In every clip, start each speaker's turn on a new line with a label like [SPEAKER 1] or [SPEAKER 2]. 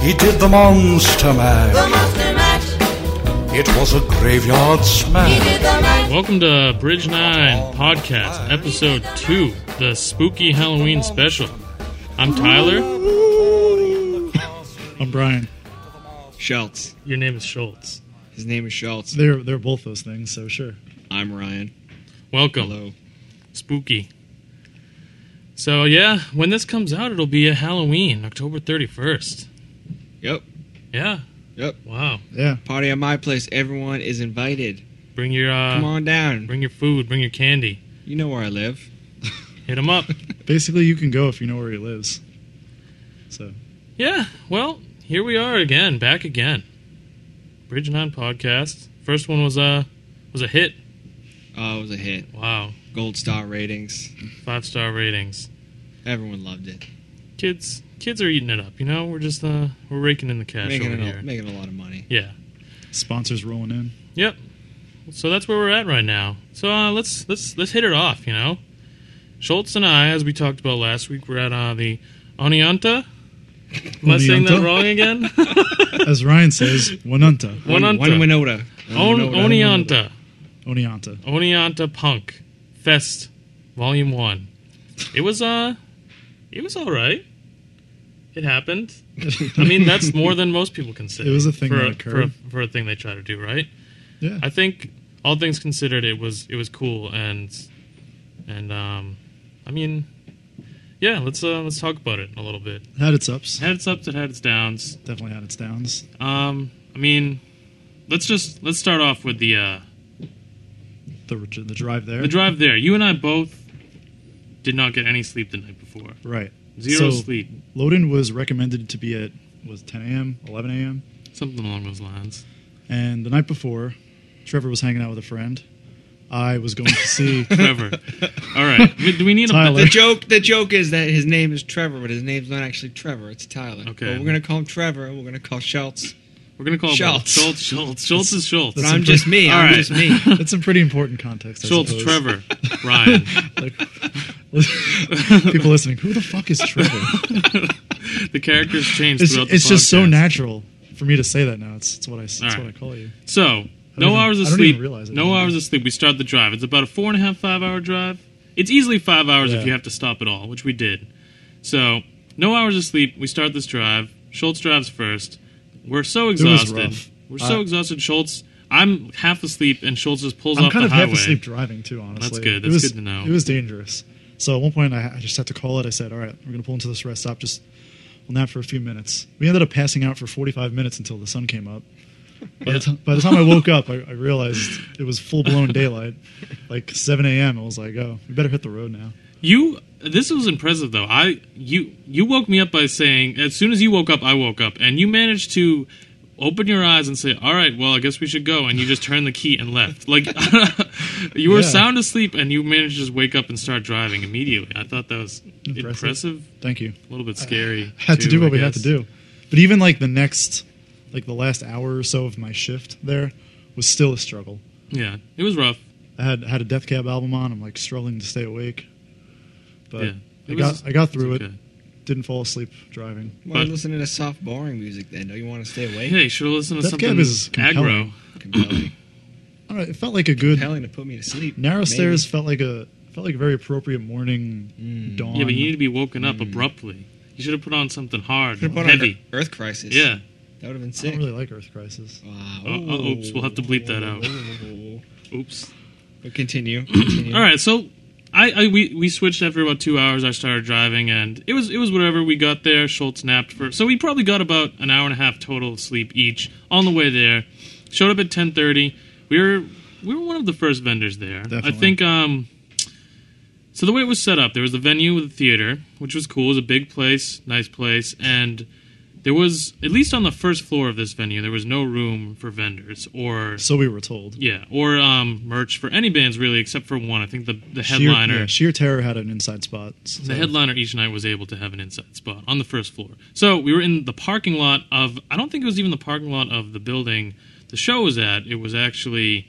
[SPEAKER 1] He did the monster mash.
[SPEAKER 2] The monster mash.
[SPEAKER 1] It was a graveyard
[SPEAKER 2] He
[SPEAKER 1] smash.
[SPEAKER 2] did the mash.
[SPEAKER 3] Welcome to Bridge 9 Podcast, Episode 2, the Spooky Halloween Special. I'm Tyler.
[SPEAKER 4] I'm Brian.
[SPEAKER 5] Schultz.
[SPEAKER 3] Your name is Schultz.
[SPEAKER 5] His name is Schultz.
[SPEAKER 4] They're they're both those things, so sure.
[SPEAKER 5] I'm Ryan.
[SPEAKER 3] Welcome.
[SPEAKER 5] Hello.
[SPEAKER 3] Spooky. So, yeah, when this comes out, it'll be a Halloween, October 31st.
[SPEAKER 5] Yep.
[SPEAKER 3] Yeah.
[SPEAKER 5] Yep.
[SPEAKER 3] Wow.
[SPEAKER 4] Yeah.
[SPEAKER 5] Party at my place. Everyone is invited.
[SPEAKER 3] Bring your uh,
[SPEAKER 5] Come on down.
[SPEAKER 3] bring your food, bring your candy.
[SPEAKER 5] You know where I live.
[SPEAKER 3] Hit them up.
[SPEAKER 4] Basically, you can go if you know where he lives. So
[SPEAKER 3] yeah. Well, here we are again, back again. Bridge 9 Podcast. First one was a was a hit.
[SPEAKER 5] Oh, it was a hit.
[SPEAKER 3] Wow.
[SPEAKER 5] Gold star ratings.
[SPEAKER 3] 5-star ratings.
[SPEAKER 5] Everyone loved it.
[SPEAKER 3] kids kids are eating it up you know we're just uh we're raking in the cash
[SPEAKER 5] Making
[SPEAKER 3] over
[SPEAKER 5] a,
[SPEAKER 3] here
[SPEAKER 5] making a lot of money.
[SPEAKER 3] yeah
[SPEAKER 4] sponsors rolling in.
[SPEAKER 3] yep so that's where we're at right now so uh let's let's let's hit it off you know schultz and i as we talked about last week we're at uh the oneonta am i saying that
[SPEAKER 4] Oneonta?
[SPEAKER 3] wrong again
[SPEAKER 4] As Ryan says, Wanunta,
[SPEAKER 3] Oneonta.
[SPEAKER 5] One Winota.
[SPEAKER 3] On- oneonta
[SPEAKER 4] Oneonta.
[SPEAKER 3] oneonta punk fest volume one it was uh it was all right it happened I mean, that's more than most people consider.
[SPEAKER 4] It was a thing
[SPEAKER 3] for
[SPEAKER 4] that
[SPEAKER 3] a,
[SPEAKER 4] occurred.
[SPEAKER 3] For a, for a thing they try to do, right?
[SPEAKER 4] Yeah.
[SPEAKER 3] I think all things considered, it was it was cool and and um, I mean, yeah. Let's uh, let's talk about it a little bit.
[SPEAKER 4] Had its ups.
[SPEAKER 3] Had its ups, it had its downs.
[SPEAKER 4] Definitely had its downs.
[SPEAKER 3] Um, I mean, let's just let's start off with the uh,
[SPEAKER 4] The the drive there.
[SPEAKER 3] the drive there. You and I both did not get any sleep the night before.
[SPEAKER 4] Right.
[SPEAKER 3] Zero
[SPEAKER 4] So-
[SPEAKER 3] sleep,
[SPEAKER 4] Loden was recommended to be at was 10 a.m., 11 a.m.
[SPEAKER 3] something along those lines.
[SPEAKER 4] And the night before, Trevor was hanging out with a friend. I was going to see.
[SPEAKER 3] Trevor. all right. Do we need
[SPEAKER 4] Tyler.
[SPEAKER 3] a
[SPEAKER 5] The joke the joke is that his name is Trevor, but his name's not actually Trevor, it's Tyler.
[SPEAKER 3] Okay.
[SPEAKER 5] But we're gonna call him Trevor, we're gonna call Schultz.
[SPEAKER 3] We're gonna call him
[SPEAKER 5] Schultz.
[SPEAKER 3] Schultz. Schultz. Schultz is Schultz.
[SPEAKER 5] But I'm just me.
[SPEAKER 3] All
[SPEAKER 5] I'm
[SPEAKER 3] right.
[SPEAKER 5] just me.
[SPEAKER 4] That's some pretty important context. I
[SPEAKER 3] Schultz,
[SPEAKER 4] suppose.
[SPEAKER 3] Trevor, Ryan.
[SPEAKER 4] Like, people listening, who the fuck is Trevor?
[SPEAKER 3] the characters changed
[SPEAKER 4] It's,
[SPEAKER 3] throughout the
[SPEAKER 4] it's just so
[SPEAKER 3] podcast.
[SPEAKER 4] natural for me to say that now. It's, it's what I it's
[SPEAKER 3] All
[SPEAKER 4] what I
[SPEAKER 3] right.
[SPEAKER 4] call you.
[SPEAKER 3] So, no
[SPEAKER 4] even-
[SPEAKER 3] hours of
[SPEAKER 4] I don't
[SPEAKER 3] sleep.
[SPEAKER 4] even realize it.
[SPEAKER 3] no hours of sleep. We start the drive. It's about a four and a half, five hour drive. It's easily five hours if
[SPEAKER 4] Yeah.
[SPEAKER 3] you have to stop at all, which we did. So, no hours of sleep. We start this drive. Schultz drives first. We're so
[SPEAKER 4] was
[SPEAKER 3] exhausted.
[SPEAKER 4] rough.
[SPEAKER 3] We're so
[SPEAKER 4] I-
[SPEAKER 3] exhausted. Schultz, I'm half asleep, and Schultz just pulls
[SPEAKER 4] I'm
[SPEAKER 3] off
[SPEAKER 4] kind
[SPEAKER 3] the
[SPEAKER 4] of
[SPEAKER 3] highway.
[SPEAKER 4] half asleep driving too. Honestly,
[SPEAKER 3] good.
[SPEAKER 4] It
[SPEAKER 3] That's
[SPEAKER 4] was,
[SPEAKER 3] good to know.
[SPEAKER 4] It was dangerous. So at one point, I, I just had to call it. I said, "All right, we're gonna pull into this rest stop. Just on that for a few minutes." We ended up passing out for 45 minutes until the sun came up. By, the, t- by the time I woke up, I, I realized it was full blown daylight, like 7 a.m. I was like, "Oh, we better hit the road now."
[SPEAKER 3] You this was impressive though. I you you woke me up by saying as soon as you woke up, I woke up, and you managed to open your eyes and say, "All right, well, I guess we should go," and you just turned the key and left. Like you were
[SPEAKER 4] Yeah.
[SPEAKER 3] sound asleep, and you managed to just wake up and start driving immediately. I thought that was impressive,
[SPEAKER 4] Impressive. Thank you.
[SPEAKER 3] a little bit scary.
[SPEAKER 4] had to
[SPEAKER 3] too,
[SPEAKER 4] do what
[SPEAKER 3] I
[SPEAKER 4] we had to
[SPEAKER 3] guess.
[SPEAKER 4] do. But even like the next, like the last hour or so of my shift there was still a struggle.
[SPEAKER 3] Yeah, it was rough.
[SPEAKER 4] I had had a Death Cab album on. I'm like struggling to stay awake, but
[SPEAKER 3] Yeah.
[SPEAKER 4] I
[SPEAKER 3] It was-
[SPEAKER 4] got I got through
[SPEAKER 3] it's okay.
[SPEAKER 4] it. Didn't fall asleep driving.
[SPEAKER 5] Why are
[SPEAKER 3] But-
[SPEAKER 5] you listening to soft boring music then? Don't you want to stay awake?
[SPEAKER 3] Hey, should have listened to
[SPEAKER 4] That
[SPEAKER 3] something
[SPEAKER 4] cab is
[SPEAKER 3] aggro.
[SPEAKER 4] compelling.
[SPEAKER 5] Compelling.
[SPEAKER 4] All right, it felt like a good
[SPEAKER 5] Compelling to put me to sleep.
[SPEAKER 4] narrow
[SPEAKER 5] maybe.
[SPEAKER 4] stairs. Felt like a felt like a very appropriate morning dawn.
[SPEAKER 3] Mm. Yeah, but you need to be woken
[SPEAKER 4] Mm.
[SPEAKER 3] up abruptly. You should have put on something hard,
[SPEAKER 5] Could've put on
[SPEAKER 3] heavy.
[SPEAKER 5] Earth Crisis.
[SPEAKER 3] Yeah.
[SPEAKER 5] That would have been
[SPEAKER 4] I
[SPEAKER 5] sick.
[SPEAKER 4] don't really like Earth Crisis.
[SPEAKER 5] Wow.
[SPEAKER 3] Oh, oh, oops, we'll have to bleep that out. Oops.
[SPEAKER 5] But continue. continue.
[SPEAKER 3] All right, so I, I we we switched after about two hours. I started driving, and it was it was whatever. We got there. Schultz napped for, so we probably got about an hour and a half total of sleep each on the way there. Showed up at ten thirty. We were we were one of the first vendors there. I
[SPEAKER 4] Definitely.
[SPEAKER 3] think um. So the way it was set up, there was the venue with the theater, which was cool. It was a big place, nice place, and there was at least on the first floor of this venue, there was no room for vendors or
[SPEAKER 4] So we were told.
[SPEAKER 3] yeah, or um, merch for any bands really, except for one. I think the the
[SPEAKER 4] Sheer-
[SPEAKER 3] headliner,
[SPEAKER 4] yeah, Sheer Terror had an inside spot. so-
[SPEAKER 3] the headliner each night was able to have an inside spot on the first floor. So we were in the parking lot of. I don't think it was even the parking lot of the building the show was at. It was actually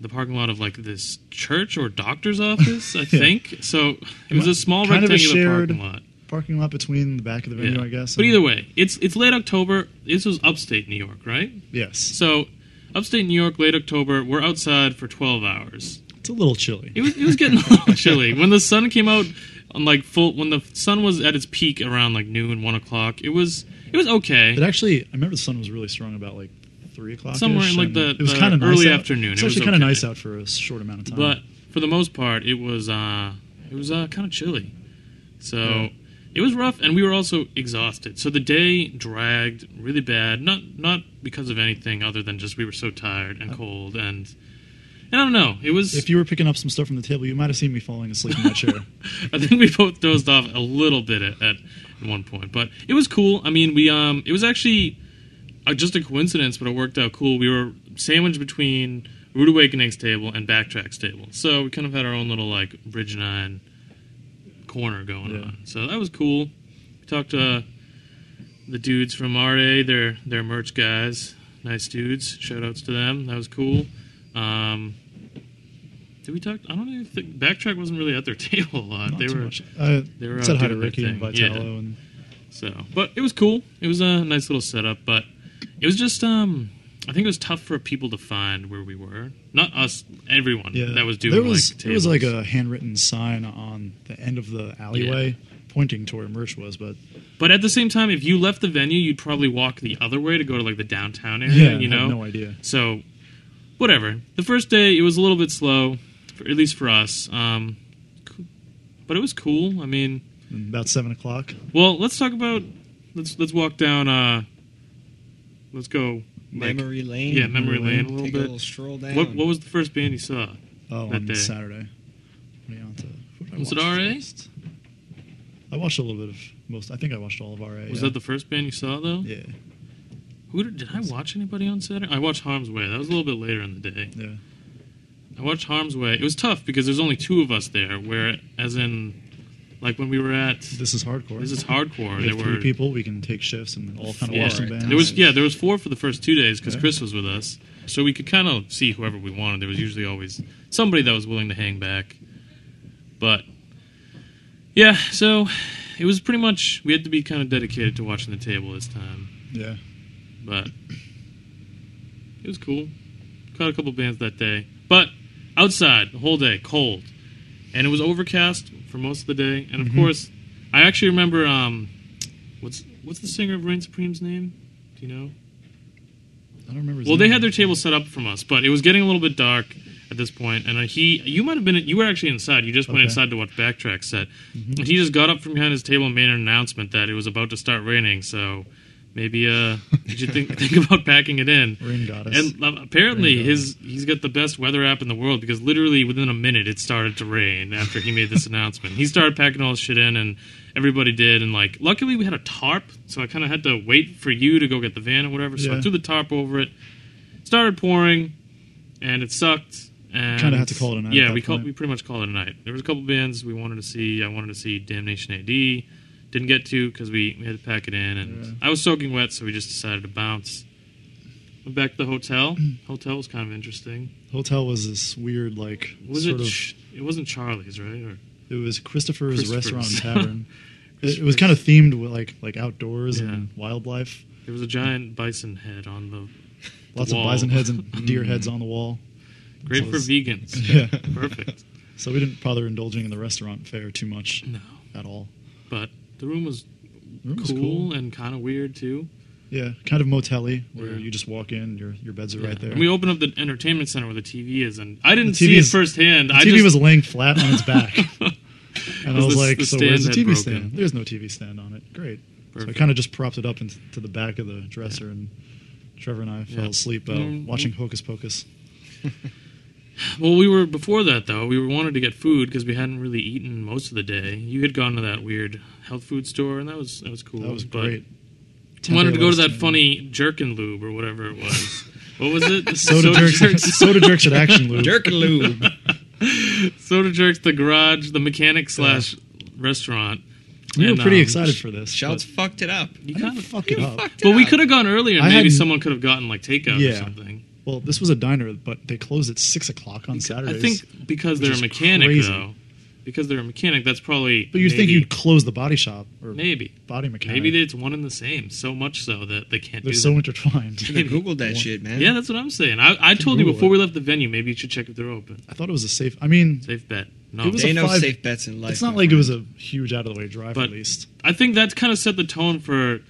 [SPEAKER 3] the parking lot of like this church or doctor's office, I think. So it was a small
[SPEAKER 4] Kind of a
[SPEAKER 3] rectangular
[SPEAKER 4] shared-
[SPEAKER 3] parking lot.
[SPEAKER 4] parking lot between the back of the venue,
[SPEAKER 3] Yeah.
[SPEAKER 4] I guess.
[SPEAKER 3] But
[SPEAKER 4] and-
[SPEAKER 3] either way, it's it's late October. This was upstate New York, right?
[SPEAKER 4] yes,
[SPEAKER 3] So, upstate New York, late October. We're outside for 12 hours.
[SPEAKER 4] it's a little chilly.
[SPEAKER 3] It was it was getting a little chilly when the sun came out on like full when the sun was at its peak around like noon, one o'clock. It was it was okay.
[SPEAKER 4] But actually, I remember the sun was really strong about like three o'clock.
[SPEAKER 3] Somewhere in, like, the-
[SPEAKER 4] it was
[SPEAKER 3] the
[SPEAKER 4] kind of
[SPEAKER 3] early
[SPEAKER 4] nice out.
[SPEAKER 3] afternoon.
[SPEAKER 4] It's
[SPEAKER 3] It was
[SPEAKER 4] actually kind of
[SPEAKER 3] okay.
[SPEAKER 4] nice out for a short amount of time.
[SPEAKER 3] but for the most part, it was uh, it was uh, kind of chilly, so
[SPEAKER 4] Yeah.
[SPEAKER 3] it was rough, and we were also exhausted. So the day dragged really bad, not not because of anything other than just we were so tired and cold, and and I don't know. It was
[SPEAKER 4] Uh-huh. if you were picking up some stuff from the table, you might have seen me falling asleep in my chair.
[SPEAKER 3] I think we both dozed off a little bit at, at one point, but it was cool. I mean, we um, it was actually uh, just a coincidence, but it worked out cool. We were sandwiched between Rude Awakening's table and Backtrack's table, so we kind of had our own little like Bridge Nine corner going
[SPEAKER 4] Yeah.
[SPEAKER 3] on. So that was cool. We talked to uh, the dudes from RA, their their merch guys, nice dudes. Shout outs to them. That was cool. Um, did we talk? I don't even think Backtrack wasn't really at their table a lot.
[SPEAKER 4] Not
[SPEAKER 3] they
[SPEAKER 4] too
[SPEAKER 3] were
[SPEAKER 4] much. I
[SPEAKER 3] they were
[SPEAKER 4] said
[SPEAKER 3] out
[SPEAKER 4] hi to
[SPEAKER 3] doing their
[SPEAKER 4] Ricky and
[SPEAKER 3] thing,
[SPEAKER 4] Vitello,
[SPEAKER 3] yeah.
[SPEAKER 4] and
[SPEAKER 3] so, but it was cool. It was a nice little setup, but it was just um, I think it was tough for people to find where we were. Not us, everyone
[SPEAKER 4] yeah,
[SPEAKER 3] that was doing
[SPEAKER 4] There was
[SPEAKER 3] like
[SPEAKER 4] there was like
[SPEAKER 3] tables.
[SPEAKER 4] a handwritten sign on the end of the alleyway pointing to where merch was, but
[SPEAKER 3] But at the same time, if you left the venue, you'd probably walk the other way to go to like the downtown
[SPEAKER 4] yeah,
[SPEAKER 3] area. you
[SPEAKER 4] I
[SPEAKER 3] know,
[SPEAKER 4] had no idea.
[SPEAKER 3] So, whatever. The first day, it was a little bit slow, for, at least for us. Um, co- but it was cool. I mean,
[SPEAKER 4] And about seven o'clock,
[SPEAKER 3] well, let's talk about. Let's let's walk down. Uh, let's go. like,
[SPEAKER 5] memory lane.
[SPEAKER 3] yeah, memory
[SPEAKER 4] Memory
[SPEAKER 3] lane a little
[SPEAKER 5] Take a
[SPEAKER 3] bit.
[SPEAKER 5] little stroll down.
[SPEAKER 3] What what was the first band you saw?
[SPEAKER 4] oh,
[SPEAKER 3] That
[SPEAKER 4] on
[SPEAKER 3] day.
[SPEAKER 4] Saturday. What do you want to- who did I
[SPEAKER 3] Was it
[SPEAKER 4] watch
[SPEAKER 3] RA?
[SPEAKER 4] first? I watched a little bit of most. I think I watched all of RA.
[SPEAKER 3] Was
[SPEAKER 4] yeah.
[SPEAKER 3] that the first band you saw though?
[SPEAKER 4] yeah,
[SPEAKER 3] Who did, did I watch anybody on Saturday? I watched Harm's Way. That was a little bit later in the day.
[SPEAKER 4] yeah.
[SPEAKER 3] I watched Harm's Way. It was tough because there's only two of us there. Where as in, like when we were at
[SPEAKER 4] This is hardcore.
[SPEAKER 3] this is hardcore.
[SPEAKER 4] We
[SPEAKER 3] There
[SPEAKER 4] have three
[SPEAKER 3] were
[SPEAKER 4] people. We can take shifts and all kind of
[SPEAKER 5] Yeah.
[SPEAKER 4] awesome
[SPEAKER 5] Right.
[SPEAKER 4] bands.
[SPEAKER 3] There was yeah, there was four for the first two days because
[SPEAKER 4] Yeah.
[SPEAKER 3] Chris was with us, so we could kind of see whoever we wanted. There was usually always somebody that was willing to hang back, but yeah, so it was pretty much we had to be kind of dedicated to watching the table this time,
[SPEAKER 4] yeah.
[SPEAKER 3] but it was cool. Caught a couple bands that day, but outside the whole day, cold, and it was overcast for most of the day. And of course, I actually remember um, what's what's the singer of Reign Supreme's name? Do you know?
[SPEAKER 4] I don't remember. his
[SPEAKER 3] Well, they
[SPEAKER 4] name.
[SPEAKER 3] had their table set up from us, but it was getting a little bit dark at this point, and uh, he, you might have been, you were actually inside. You just went
[SPEAKER 4] Okay.
[SPEAKER 3] inside to watch Backtrack set, and he just got up from behind his table and made an announcement that it was about to start raining. So maybe uh, you should think, think about packing it in.
[SPEAKER 4] Rain Goddess.
[SPEAKER 3] And uh, apparently,
[SPEAKER 4] Rain
[SPEAKER 3] his he's got the best weather app in the world because literally within a minute it started to rain after he made this announcement. He started packing all his shit in, and everybody did. And like, luckily we had a tarp, so I kind of had to wait for you to go get the van or whatever. So I
[SPEAKER 4] Yeah.
[SPEAKER 3] threw the tarp over it. Started pouring, and it sucked. And
[SPEAKER 4] Kinda had to call it a night at
[SPEAKER 3] Yeah,
[SPEAKER 4] that
[SPEAKER 3] we called
[SPEAKER 4] point.
[SPEAKER 3] we pretty much called it a night. There was a couple bands we wanted to see. I wanted to see Damnation AD. Didn't get to because we, we had to pack it in, and
[SPEAKER 4] Yeah.
[SPEAKER 3] I was soaking wet, so we just decided to bounce. Went back to the hotel. hotel was kind of interesting.
[SPEAKER 4] hotel was this weird like
[SPEAKER 3] Was
[SPEAKER 4] sort
[SPEAKER 3] it?
[SPEAKER 4] of.
[SPEAKER 3] Ch- it wasn't Charlie's, right? Or,
[SPEAKER 4] It was Christopher's,
[SPEAKER 3] Christopher's.
[SPEAKER 4] Restaurant and Tavern. it, it was kind of themed with like like outdoors
[SPEAKER 3] Yeah.
[SPEAKER 4] and wildlife.
[SPEAKER 3] there was a giant bison head on the. the
[SPEAKER 4] Lots
[SPEAKER 3] wall. Mm.
[SPEAKER 4] of bison heads and deer heads on the wall.
[SPEAKER 3] Great
[SPEAKER 4] So
[SPEAKER 3] for
[SPEAKER 4] it's-
[SPEAKER 3] vegans.
[SPEAKER 4] Yeah.
[SPEAKER 3] Perfect.
[SPEAKER 4] So we didn't bother indulging in the restaurant fare too much
[SPEAKER 3] No,
[SPEAKER 4] at all.
[SPEAKER 3] but the room was
[SPEAKER 4] The room was
[SPEAKER 3] cool,
[SPEAKER 4] cool.
[SPEAKER 3] and kind of weird too.
[SPEAKER 4] Yeah, kind of motel-y where
[SPEAKER 3] Yeah.
[SPEAKER 4] you just walk in, your your beds are right
[SPEAKER 3] Yeah.
[SPEAKER 4] there.
[SPEAKER 3] And we opened up the entertainment center where the TV is, and I didn't
[SPEAKER 4] The
[SPEAKER 3] see
[SPEAKER 4] TV
[SPEAKER 3] it
[SPEAKER 4] is-
[SPEAKER 3] firsthand.
[SPEAKER 4] the
[SPEAKER 3] I
[SPEAKER 4] TV
[SPEAKER 3] just,
[SPEAKER 4] was laying flat on its back. And I
[SPEAKER 3] Because
[SPEAKER 4] was
[SPEAKER 3] the-
[SPEAKER 4] like,
[SPEAKER 3] the
[SPEAKER 4] so
[SPEAKER 3] stand
[SPEAKER 4] where's the
[SPEAKER 3] had
[SPEAKER 4] TV
[SPEAKER 3] broken.
[SPEAKER 4] stand? There's no TV stand on it. Great. So I
[SPEAKER 3] Perfect.
[SPEAKER 4] kind of just propped it up into to the back of the dresser, and Trevor and I fell
[SPEAKER 3] Yeah.
[SPEAKER 4] asleep uh,
[SPEAKER 3] Mm.
[SPEAKER 4] watching Hocus Pocus.
[SPEAKER 3] Well, we were before that though. We were wanted to get food because we hadn't really eaten most of the day. You had gone to that weird health food store, and that was that was cool.
[SPEAKER 4] That was
[SPEAKER 3] but
[SPEAKER 4] great.
[SPEAKER 3] I wanted to go to that
[SPEAKER 4] Tempe
[SPEAKER 3] funny jerkin lube or whatever it was. what was it?
[SPEAKER 4] Soda, jerks, soda jerks at Action Lube.
[SPEAKER 5] Jerk and lube.
[SPEAKER 3] Soda jerks. The garage, the mechanic slash restaurant.
[SPEAKER 4] We were
[SPEAKER 3] And,
[SPEAKER 4] pretty
[SPEAKER 3] um,
[SPEAKER 4] excited for this.
[SPEAKER 5] Schultz fucked it up.
[SPEAKER 3] You
[SPEAKER 4] but I
[SPEAKER 3] kind
[SPEAKER 4] didn't
[SPEAKER 3] of,
[SPEAKER 4] fuck it up.
[SPEAKER 5] Fucked it
[SPEAKER 3] but we
[SPEAKER 5] up.
[SPEAKER 3] could have gone earlier, and
[SPEAKER 4] I
[SPEAKER 3] maybe
[SPEAKER 4] hadn't-
[SPEAKER 3] someone could have gotten like takeout or
[SPEAKER 4] Yeah.
[SPEAKER 3] something.
[SPEAKER 4] Well, this was a diner, but they closed at six o'clock on Saturdays.
[SPEAKER 3] I think because
[SPEAKER 4] which
[SPEAKER 3] they're a
[SPEAKER 4] is
[SPEAKER 3] mechanic
[SPEAKER 4] crazy.
[SPEAKER 3] though. because they're a mechanic, that's probably.
[SPEAKER 4] But you'd think
[SPEAKER 3] maybe-
[SPEAKER 4] you'd close the body shop or
[SPEAKER 3] maybe
[SPEAKER 4] body mechanic.
[SPEAKER 3] maybe it's one and the same. So much so that they can't
[SPEAKER 4] they're
[SPEAKER 3] do
[SPEAKER 4] so
[SPEAKER 3] that.
[SPEAKER 4] intertwined.
[SPEAKER 5] Should have googled that shit, man.
[SPEAKER 3] Yeah, that's what I'm saying. I, I told you
[SPEAKER 4] Google
[SPEAKER 3] before
[SPEAKER 4] it.
[SPEAKER 3] we left the venue. Maybe you should check if they're open.
[SPEAKER 4] I thought it was a safe. I mean,
[SPEAKER 3] Safe bet. No,
[SPEAKER 4] It was
[SPEAKER 5] they
[SPEAKER 4] a
[SPEAKER 5] know
[SPEAKER 4] five-
[SPEAKER 5] safe bets in life.
[SPEAKER 4] it's not
[SPEAKER 5] my
[SPEAKER 4] like it
[SPEAKER 5] friend.
[SPEAKER 4] was a huge out of the way drive.
[SPEAKER 3] But-
[SPEAKER 4] at least
[SPEAKER 3] I think that kind of set the tone for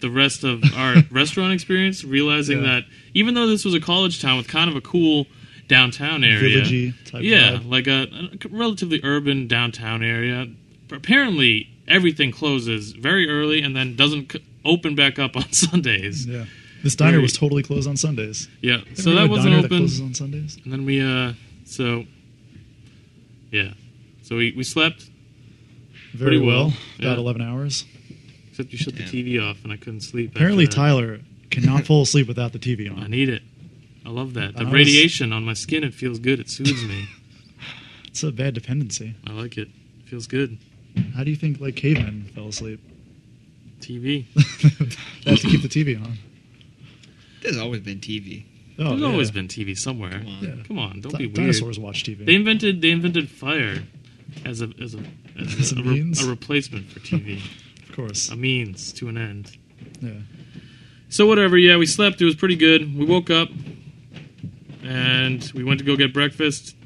[SPEAKER 3] the rest of our restaurant experience, realizing
[SPEAKER 4] Yeah.
[SPEAKER 3] that even though this was a college town with kind of a cool downtown area,
[SPEAKER 4] villagey type.
[SPEAKER 3] yeah,
[SPEAKER 4] vibe.
[SPEAKER 3] like a, a relatively urban downtown area. Apparently, everything closes very early and then doesn't c- open back up on Sundays.
[SPEAKER 4] yeah. This diner
[SPEAKER 3] Very-
[SPEAKER 4] was totally closed on Sundays.
[SPEAKER 3] Yeah, so
[SPEAKER 4] Ever go to
[SPEAKER 3] that
[SPEAKER 4] a
[SPEAKER 3] wasn't
[SPEAKER 4] diner that
[SPEAKER 3] open.
[SPEAKER 4] closes on Sundays.
[SPEAKER 3] And then we, uh, so, yeah. So we, we slept,
[SPEAKER 4] Very
[SPEAKER 3] Pretty well,
[SPEAKER 4] well. About
[SPEAKER 3] yeah.
[SPEAKER 4] eleven hours.
[SPEAKER 3] except you shut
[SPEAKER 5] Yeah.
[SPEAKER 3] the TV off and I couldn't sleep. after
[SPEAKER 4] Apparently,
[SPEAKER 3] that.
[SPEAKER 4] Tyler cannot fall asleep without the TV
[SPEAKER 3] I
[SPEAKER 4] on.
[SPEAKER 3] need it. I love that. The
[SPEAKER 4] I was-
[SPEAKER 3] radiation on my skin, it feels good. It soothes me.
[SPEAKER 4] It's a bad dependency.
[SPEAKER 3] I like it. It feels good.
[SPEAKER 4] How do you think like cavemen fell asleep?
[SPEAKER 3] TV.
[SPEAKER 4] they have to keep the TV on.
[SPEAKER 5] There's always been TV.
[SPEAKER 4] Oh,
[SPEAKER 3] There's
[SPEAKER 4] yeah.
[SPEAKER 3] always been TV somewhere. Come
[SPEAKER 5] Come
[SPEAKER 3] on,
[SPEAKER 5] on.
[SPEAKER 4] Yeah.
[SPEAKER 3] don't
[SPEAKER 4] Di-
[SPEAKER 3] be weird.
[SPEAKER 4] Dinosaurs watch TV.
[SPEAKER 3] They invented they invented fire as a as a as,
[SPEAKER 4] As
[SPEAKER 3] a,
[SPEAKER 4] a
[SPEAKER 3] re-
[SPEAKER 4] means?
[SPEAKER 3] a replacement for TV,
[SPEAKER 4] of course.
[SPEAKER 3] a means to an end.
[SPEAKER 4] yeah.
[SPEAKER 3] So whatever, yeah, we slept. It was pretty good. We woke up and we went to go get breakfast.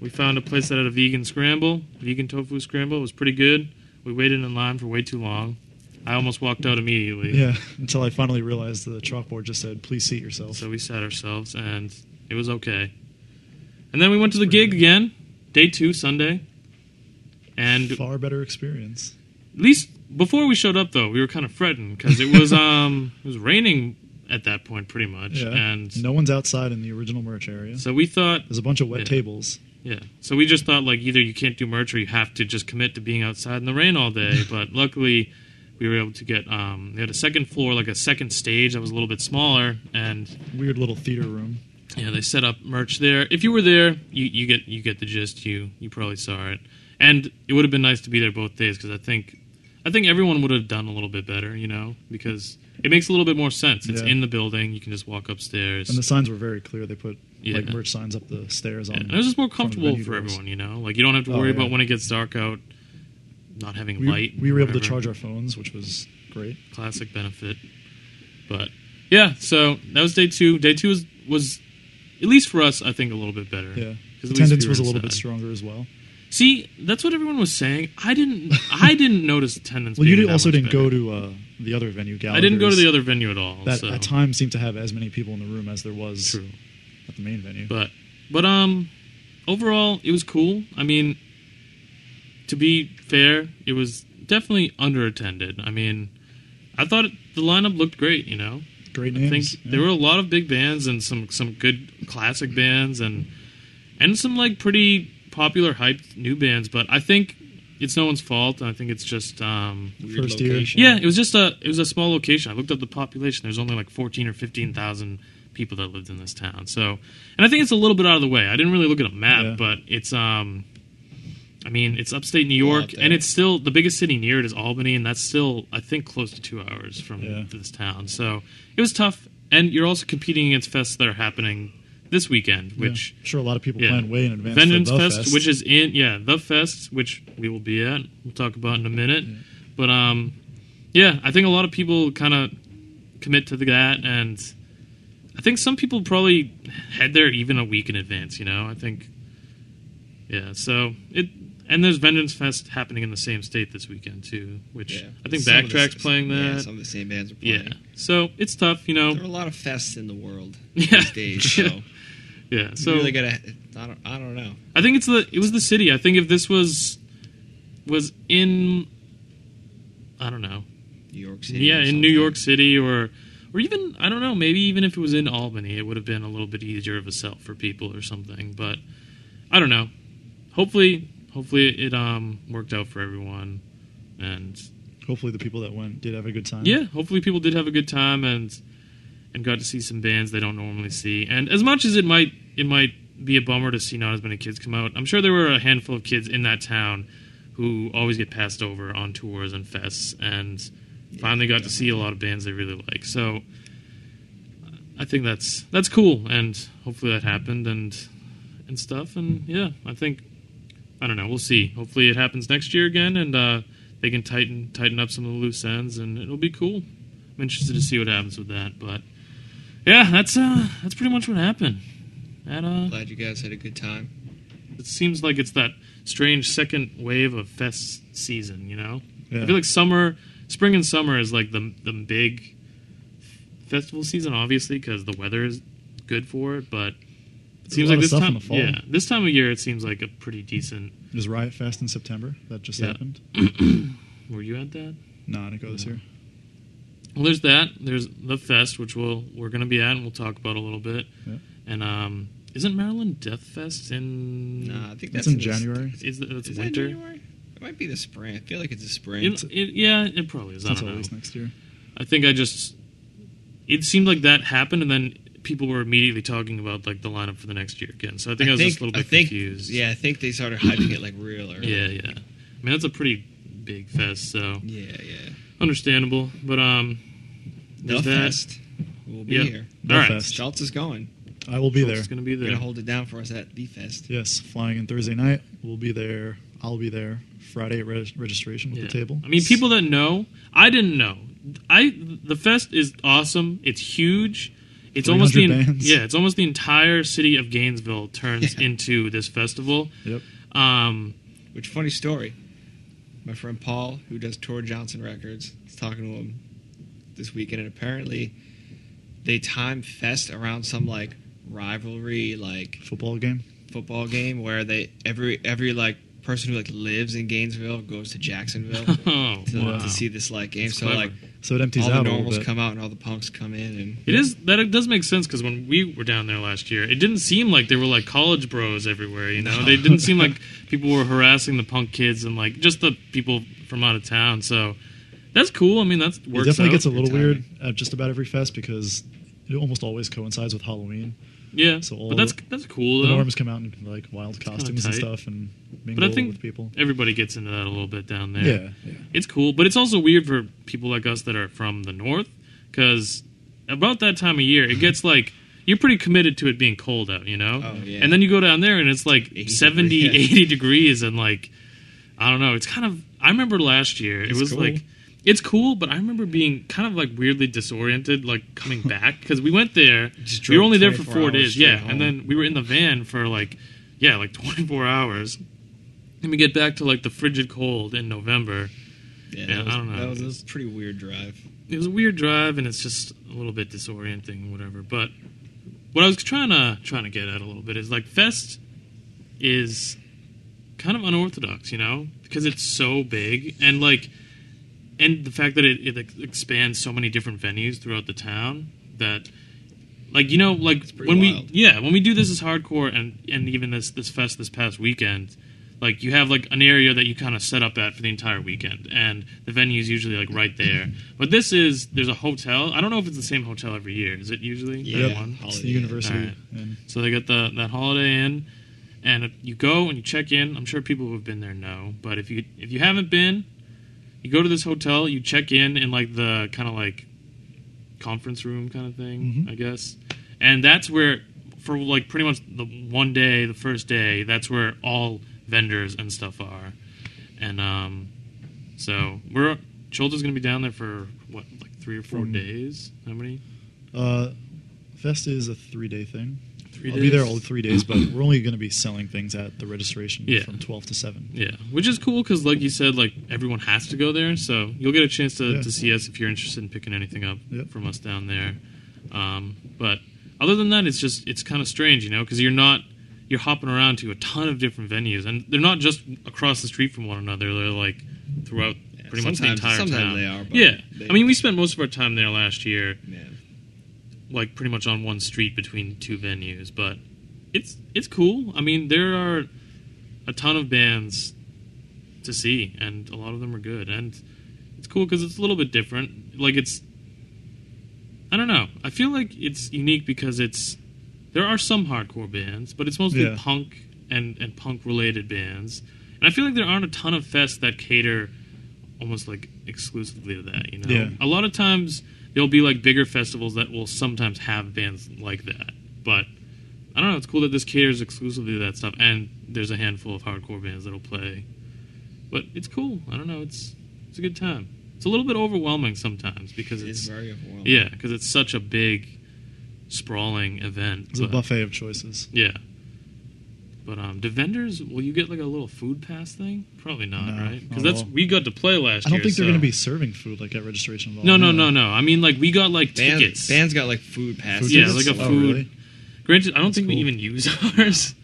[SPEAKER 3] We found a place that had a vegan scramble, vegan tofu scramble. It was pretty good. We waited in line for way too long. I almost walked out immediately.
[SPEAKER 4] Yeah. Until I finally realized the chalkboard just said, "Please seat yourself."
[SPEAKER 3] So we sat ourselves, and it was okay. And then we went to the gig again, day two, Sunday. And at
[SPEAKER 4] Far better experience.
[SPEAKER 3] least before we showed up, though, we were kind of fretting because it was um it was raining at that point, pretty much.
[SPEAKER 4] Yeah.
[SPEAKER 3] And
[SPEAKER 4] no one's outside in the original merch area.
[SPEAKER 3] so we thought,
[SPEAKER 4] There's a bunch of wet
[SPEAKER 3] Yeah.
[SPEAKER 4] tables.
[SPEAKER 3] yeah. So we just thought like either you can't do merch or you have to just commit to being outside in the rain all day. but luckily. We were able to get. Um, they had a second floor, like a second stage that was a little bit smaller, and
[SPEAKER 4] Weird little theater room.
[SPEAKER 3] Yeah, they set up merch there. If you were there, you, you get you get the gist. You you probably saw it, and it would have been nice to be there both days because I think I think everyone would have done a little bit better, you know, because it makes a little bit more sense. It's
[SPEAKER 4] Yeah.
[SPEAKER 3] in the building; you can just walk upstairs.
[SPEAKER 4] And the signs were very clear. They put like
[SPEAKER 3] Yeah.
[SPEAKER 4] merch signs up the stairs on.
[SPEAKER 3] Yeah, and it was just more
[SPEAKER 4] front
[SPEAKER 3] comfortable
[SPEAKER 4] venue
[SPEAKER 3] for
[SPEAKER 4] doors.
[SPEAKER 3] everyone, you know. Like you don't have to
[SPEAKER 4] Oh,
[SPEAKER 3] worry
[SPEAKER 4] yeah.
[SPEAKER 3] about when it gets dark out, not having
[SPEAKER 4] We,
[SPEAKER 3] light.
[SPEAKER 4] we were able to
[SPEAKER 3] whatever.
[SPEAKER 4] charge our phones, which was great.
[SPEAKER 3] classic benefit. But yeah, so that was day two. Day two was was at least for us, I think, a little bit better.
[SPEAKER 4] Yeah.
[SPEAKER 3] 'Cause at least
[SPEAKER 4] Attendance
[SPEAKER 3] we were
[SPEAKER 4] was a little bit
[SPEAKER 3] inside.
[SPEAKER 4] stronger as well.
[SPEAKER 3] See, that's what everyone was saying. I didn't. I didn't notice attendance.
[SPEAKER 4] Well, you
[SPEAKER 3] being
[SPEAKER 4] did,
[SPEAKER 3] that
[SPEAKER 4] also
[SPEAKER 3] much
[SPEAKER 4] didn't
[SPEAKER 3] better.
[SPEAKER 4] go to uh, the other venue, Gallagher's.
[SPEAKER 3] I didn't go to the other venue at all.
[SPEAKER 4] That
[SPEAKER 3] so.
[SPEAKER 4] at time seemed to have as many people in the room as there was
[SPEAKER 3] True,
[SPEAKER 4] at the main venue.
[SPEAKER 3] but but um, overall it was cool. I mean, to be fair, it was definitely underattended. I mean, I thought it, the lineup looked great. You know,
[SPEAKER 4] great
[SPEAKER 3] I
[SPEAKER 4] names.
[SPEAKER 3] think
[SPEAKER 4] yeah.
[SPEAKER 3] there were a lot of big bands and some some good classic bands and and some like pretty popular hyped new bands. But I think it's no one's fault. I think it's just um,
[SPEAKER 5] Weird
[SPEAKER 4] First year.
[SPEAKER 5] location.
[SPEAKER 3] Yeah, it was just a it was a small location. I looked up the population. There's only like fourteen or fifteen thousand people that lived in this town. So, and I think it's a little bit out of the way. I didn't really look at a map,
[SPEAKER 4] Yeah.
[SPEAKER 3] but it's um, I mean, it's upstate New
[SPEAKER 5] Well,
[SPEAKER 3] York,
[SPEAKER 5] out there.
[SPEAKER 3] and it's still the biggest city near it is Albany, and that's still I think close to two hours from
[SPEAKER 4] Yeah.
[SPEAKER 3] this town. So it was tough, and you're also competing against fests that are happening this weekend,
[SPEAKER 4] Yeah.
[SPEAKER 3] which.
[SPEAKER 4] I'm sure a lot of people
[SPEAKER 3] Yeah.
[SPEAKER 4] planned way in advance. for
[SPEAKER 3] Vengeance
[SPEAKER 4] the
[SPEAKER 3] Fest,
[SPEAKER 4] Fest,
[SPEAKER 3] which is in yeah, the Fest, which we will be at. We'll talk about in a minute. But um, yeah, I think a lot of people kind of commit to that, and I think some people probably head there even a week in advance. You know, I think yeah. So it and there's Vengeance Fest happening in the same state this weekend too, which
[SPEAKER 5] Yeah.
[SPEAKER 3] I think
[SPEAKER 5] Some of the-
[SPEAKER 3] Backtrack's playing
[SPEAKER 5] Yeah,
[SPEAKER 3] that.
[SPEAKER 5] some of the same bands are
[SPEAKER 3] Yeah,
[SPEAKER 5] playing.
[SPEAKER 3] so it's tough, you know.
[SPEAKER 5] There are a lot of fests in the world
[SPEAKER 3] Yeah.
[SPEAKER 5] these days, so you
[SPEAKER 3] Yeah, so
[SPEAKER 5] really gotta. I don't, I don't know.
[SPEAKER 3] I think it's the it was the city. I think if this was was in I don't know.
[SPEAKER 5] New York City.
[SPEAKER 3] Yeah,
[SPEAKER 5] or
[SPEAKER 3] in
[SPEAKER 5] something.
[SPEAKER 3] New York City or or even I don't know, maybe even if it was in Albany, it would have been a little bit easier of a sell for people or something, but I don't know. Hopefully hopefully it um worked out for everyone and
[SPEAKER 4] hopefully the people that went did have a good time.
[SPEAKER 3] yeah, hopefully people did have a good time and and got to see some bands they don't normally see. And as much as it might it might be a bummer to see not as many kids come out, I'm sure there were a handful of kids in that town who always get passed over on tours and fests and finally got to see a lot of bands they really like. So I think that's that's cool and hopefully that happened and and stuff and yeah, I think I don't know. We'll see. Hopefully, it happens next year again, and uh, they can tighten tighten up some of the loose ends, and it'll be cool. I'm interested to see what happens with that. But yeah, that's uh, that's pretty much what happened. That uh,
[SPEAKER 5] Glad you guys had a good time.
[SPEAKER 3] it seems like it's that strange second wave of fest season. You know,
[SPEAKER 4] Yeah.
[SPEAKER 3] I feel like summer, spring and summer is like the the big festival season, obviously, because the weather is good for it. But it
[SPEAKER 4] There's a
[SPEAKER 3] seems
[SPEAKER 4] lot
[SPEAKER 3] like
[SPEAKER 4] of
[SPEAKER 3] this
[SPEAKER 4] stuff in
[SPEAKER 3] time,
[SPEAKER 4] the fall.
[SPEAKER 3] yeah, this time of year, it seems like a pretty decent.
[SPEAKER 4] There's Riot Fest in September. That just
[SPEAKER 3] Yeah.
[SPEAKER 4] happened.
[SPEAKER 3] Were you at that?
[SPEAKER 4] No, I didn't go this year.
[SPEAKER 3] Well, there's that. There's the fest, which we'll we're gonna be at, and we'll talk about a little bit.
[SPEAKER 4] Yeah.
[SPEAKER 3] And um, isn't Maryland Death Fest in?
[SPEAKER 5] Nah, I think
[SPEAKER 4] It's
[SPEAKER 5] that's
[SPEAKER 4] in
[SPEAKER 5] the s-
[SPEAKER 4] January.
[SPEAKER 3] Is that, that's
[SPEAKER 5] Is that
[SPEAKER 3] winter?
[SPEAKER 5] January? It might be the spring. I feel like it's the spring.
[SPEAKER 3] It- it- yeah, it probably is. I
[SPEAKER 4] That's
[SPEAKER 3] don't know.
[SPEAKER 4] always next year.
[SPEAKER 3] I think I just. It seemed like that happened, and then people were immediately talking about like the lineup for the next year again. So I think I, was just a little
[SPEAKER 5] I
[SPEAKER 3] bit
[SPEAKER 5] think-
[SPEAKER 3] confused.
[SPEAKER 5] Yeah, I think they started hyping it like real early.
[SPEAKER 3] yeah, yeah. I mean, that's a pretty big fest, so
[SPEAKER 5] yeah, yeah.
[SPEAKER 3] understandable. But um,
[SPEAKER 5] The
[SPEAKER 3] there's that.
[SPEAKER 5] fest. We'll be
[SPEAKER 3] Yeah.
[SPEAKER 5] here.
[SPEAKER 3] All right,
[SPEAKER 4] Belfast.
[SPEAKER 5] Schultz is going.
[SPEAKER 4] I will be
[SPEAKER 3] Schultz
[SPEAKER 4] there.
[SPEAKER 3] is gonna be
[SPEAKER 5] They're
[SPEAKER 3] there.
[SPEAKER 5] gonna hold it down for us at the fest.
[SPEAKER 4] Yes, flying in Thursday night. We'll be there. I'll be there Friday at reg- registration with
[SPEAKER 3] Yeah.
[SPEAKER 4] the table.
[SPEAKER 3] I mean, people that know, I didn't know. I the fest is awesome. It's huge. It's almost the
[SPEAKER 4] 300 bands.
[SPEAKER 3] yeah. It's almost the entire city of Gainesville turns
[SPEAKER 5] Yeah.
[SPEAKER 3] into this festival.
[SPEAKER 4] Yep.
[SPEAKER 3] Um,
[SPEAKER 5] Which funny story. My friend Paul, who does Tor Johnson Records, is talking to him this weekend, and apparently they time fest around some like rivalry, like
[SPEAKER 4] Football game.
[SPEAKER 5] football game where they every every like person who like lives in Gainesville goes to Jacksonville
[SPEAKER 3] oh,
[SPEAKER 5] to,
[SPEAKER 3] wow.
[SPEAKER 5] to see this like game.
[SPEAKER 3] That's
[SPEAKER 5] So
[SPEAKER 3] clever.
[SPEAKER 5] like
[SPEAKER 4] So it empties
[SPEAKER 5] all the
[SPEAKER 4] out a little
[SPEAKER 5] normals
[SPEAKER 4] bit.
[SPEAKER 5] come out and all the punks come in and
[SPEAKER 3] It is that it does make sense because when we were down there last year, it didn't seem like they were like college bros everywhere. You know,
[SPEAKER 5] No.
[SPEAKER 3] they didn't seem like people were harassing the punk kids and like just the people from out of town. So that's cool. I mean, that's
[SPEAKER 4] It
[SPEAKER 3] works.
[SPEAKER 4] definitely
[SPEAKER 3] out.
[SPEAKER 4] gets a
[SPEAKER 5] Good
[SPEAKER 4] little weird at just about every fest because it almost always coincides with Halloween.
[SPEAKER 3] yeah.
[SPEAKER 4] so all
[SPEAKER 3] but that's
[SPEAKER 4] the-
[SPEAKER 3] that's cool
[SPEAKER 4] The
[SPEAKER 3] though.
[SPEAKER 4] norms come out in like wild costumes and
[SPEAKER 3] tight.
[SPEAKER 4] stuff and
[SPEAKER 3] But
[SPEAKER 4] mingle
[SPEAKER 3] I think
[SPEAKER 4] with people.
[SPEAKER 3] everybody gets into that a little bit down there.
[SPEAKER 4] Yeah, yeah.
[SPEAKER 3] It's cool, but it's also weird for people like us that are from the north because about that time of year, it gets like you're pretty committed to it being cold out, you know?
[SPEAKER 5] Oh, yeah.
[SPEAKER 3] And then you go down there and it's like
[SPEAKER 5] 80
[SPEAKER 3] seventy, eighty 70,
[SPEAKER 5] degrees.
[SPEAKER 3] 80 degrees, and like, I don't know. It's kind of, I remember last year, it
[SPEAKER 5] It's
[SPEAKER 3] was
[SPEAKER 5] cool.
[SPEAKER 3] like, it's cool, but I remember being kind of like weirdly disoriented, like coming back because we went there.
[SPEAKER 5] Just
[SPEAKER 3] We were
[SPEAKER 5] drove
[SPEAKER 3] only there for
[SPEAKER 5] 24
[SPEAKER 3] four
[SPEAKER 5] hours
[SPEAKER 3] days, yeah,
[SPEAKER 5] straight
[SPEAKER 3] and then we were in the van for like, yeah, like 24 hours. And we get back to like the frigid cold in November.
[SPEAKER 5] yeah,
[SPEAKER 3] Yeah,
[SPEAKER 5] that was,
[SPEAKER 3] I don't know.
[SPEAKER 5] That was, that was a pretty weird drive.
[SPEAKER 3] It was a weird drive, and it's just a little bit disorienting, whatever. But what I was trying to trying to get at a little bit is like Fest is kind of unorthodox, you know, because it's so big and like, and the fact that it, it ex- expands so many different venues throughout the town that. Like you know, like
[SPEAKER 5] pretty
[SPEAKER 3] when we
[SPEAKER 5] wild.
[SPEAKER 3] yeah, when we do this as hardcore and and even this this fest this past weekend, like you have like an area that you kind of set up at for the entire weekend and the venue is usually like right there but this is there's a hotel i don't know if it's the same hotel every year is it usually that
[SPEAKER 5] Yeah.
[SPEAKER 3] one?
[SPEAKER 4] It's
[SPEAKER 5] Holiday
[SPEAKER 4] the
[SPEAKER 5] Inn.
[SPEAKER 4] university.
[SPEAKER 3] Alright.
[SPEAKER 4] And
[SPEAKER 3] so they got the that holiday inn and you go and you check in i'm sure people who have been there know but if you if you haven't been you go to this hotel you check in in like the kind of like conference room kind of thing
[SPEAKER 4] Mhm.
[SPEAKER 3] i guess and that's where for like pretty much the one day the first day that's where all vendors and stuff are and um so we're Childa's gonna be down there for what, like three or four
[SPEAKER 4] From-
[SPEAKER 3] days? How many?
[SPEAKER 4] uh, Fest is a three day thing.
[SPEAKER 3] Three
[SPEAKER 4] I'll
[SPEAKER 3] days.
[SPEAKER 4] be there all three days, but we're only going to be selling things at the registration
[SPEAKER 3] Yeah.
[SPEAKER 4] from 12 to 7.
[SPEAKER 3] Yeah, which is cool because, like you said, like everyone has to go there, so you'll get a chance to,
[SPEAKER 4] Yeah.
[SPEAKER 3] to see us if you're interested in picking anything up
[SPEAKER 4] Yep.
[SPEAKER 3] from us down there. Um, but other than that, it's just it's kind of strange, you know, because you're not you're hopping around to a ton of different venues, and they're not just across the street from one another. They're like throughout
[SPEAKER 5] Yeah,
[SPEAKER 3] pretty much the
[SPEAKER 5] sometimes-
[SPEAKER 3] entire
[SPEAKER 5] sometimes
[SPEAKER 3] town.
[SPEAKER 5] they are, but
[SPEAKER 3] yeah,
[SPEAKER 5] they-
[SPEAKER 3] I mean, we spent most of our time there last year
[SPEAKER 5] Yeah.
[SPEAKER 3] like pretty much on one street between two venues, but it's it's cool. I mean, there are a ton of bands to see, and a lot of them are good, and it's cool because it's a little bit different. Like it's, I don't know. I feel like it's unique because it's there are some hardcore bands, but it's mostly
[SPEAKER 4] Yeah.
[SPEAKER 3] punk and and punk related bands, and I feel like there aren't a ton of fests that cater almost like exclusively to that. You know,
[SPEAKER 4] Yeah.
[SPEAKER 3] a lot of times there'll be like bigger festivals that will sometimes have bands like that, but I don't know. It's cool that this caters exclusively to that stuff, and there's a handful of hardcore bands that'll play. But it's cool. I don't know. It's it's a good time. It's a little bit overwhelming sometimes because
[SPEAKER 5] It's
[SPEAKER 3] it's,
[SPEAKER 5] very overwhelming.
[SPEAKER 3] yeah, because it's such a big, sprawling event.
[SPEAKER 4] It's a
[SPEAKER 3] but-
[SPEAKER 4] buffet of choices.
[SPEAKER 3] Yeah. But um, do vendors? Will you get like a little food pass thing? Probably not,
[SPEAKER 4] No,
[SPEAKER 3] right?
[SPEAKER 4] not
[SPEAKER 3] Because
[SPEAKER 4] at
[SPEAKER 3] that's
[SPEAKER 4] all.
[SPEAKER 3] we got to play last year.
[SPEAKER 4] I don't think they're
[SPEAKER 3] so-
[SPEAKER 4] going to be serving food like at registration.
[SPEAKER 3] No,
[SPEAKER 5] Mm.
[SPEAKER 3] no, no, no. I mean, like we got like
[SPEAKER 5] Band,
[SPEAKER 3] tickets.
[SPEAKER 5] Band's got like food passes.
[SPEAKER 3] Yeah, like a
[SPEAKER 4] Oh,
[SPEAKER 3] food-
[SPEAKER 4] really?
[SPEAKER 3] Granted, I don't think we
[SPEAKER 4] cool.
[SPEAKER 3] even use ours,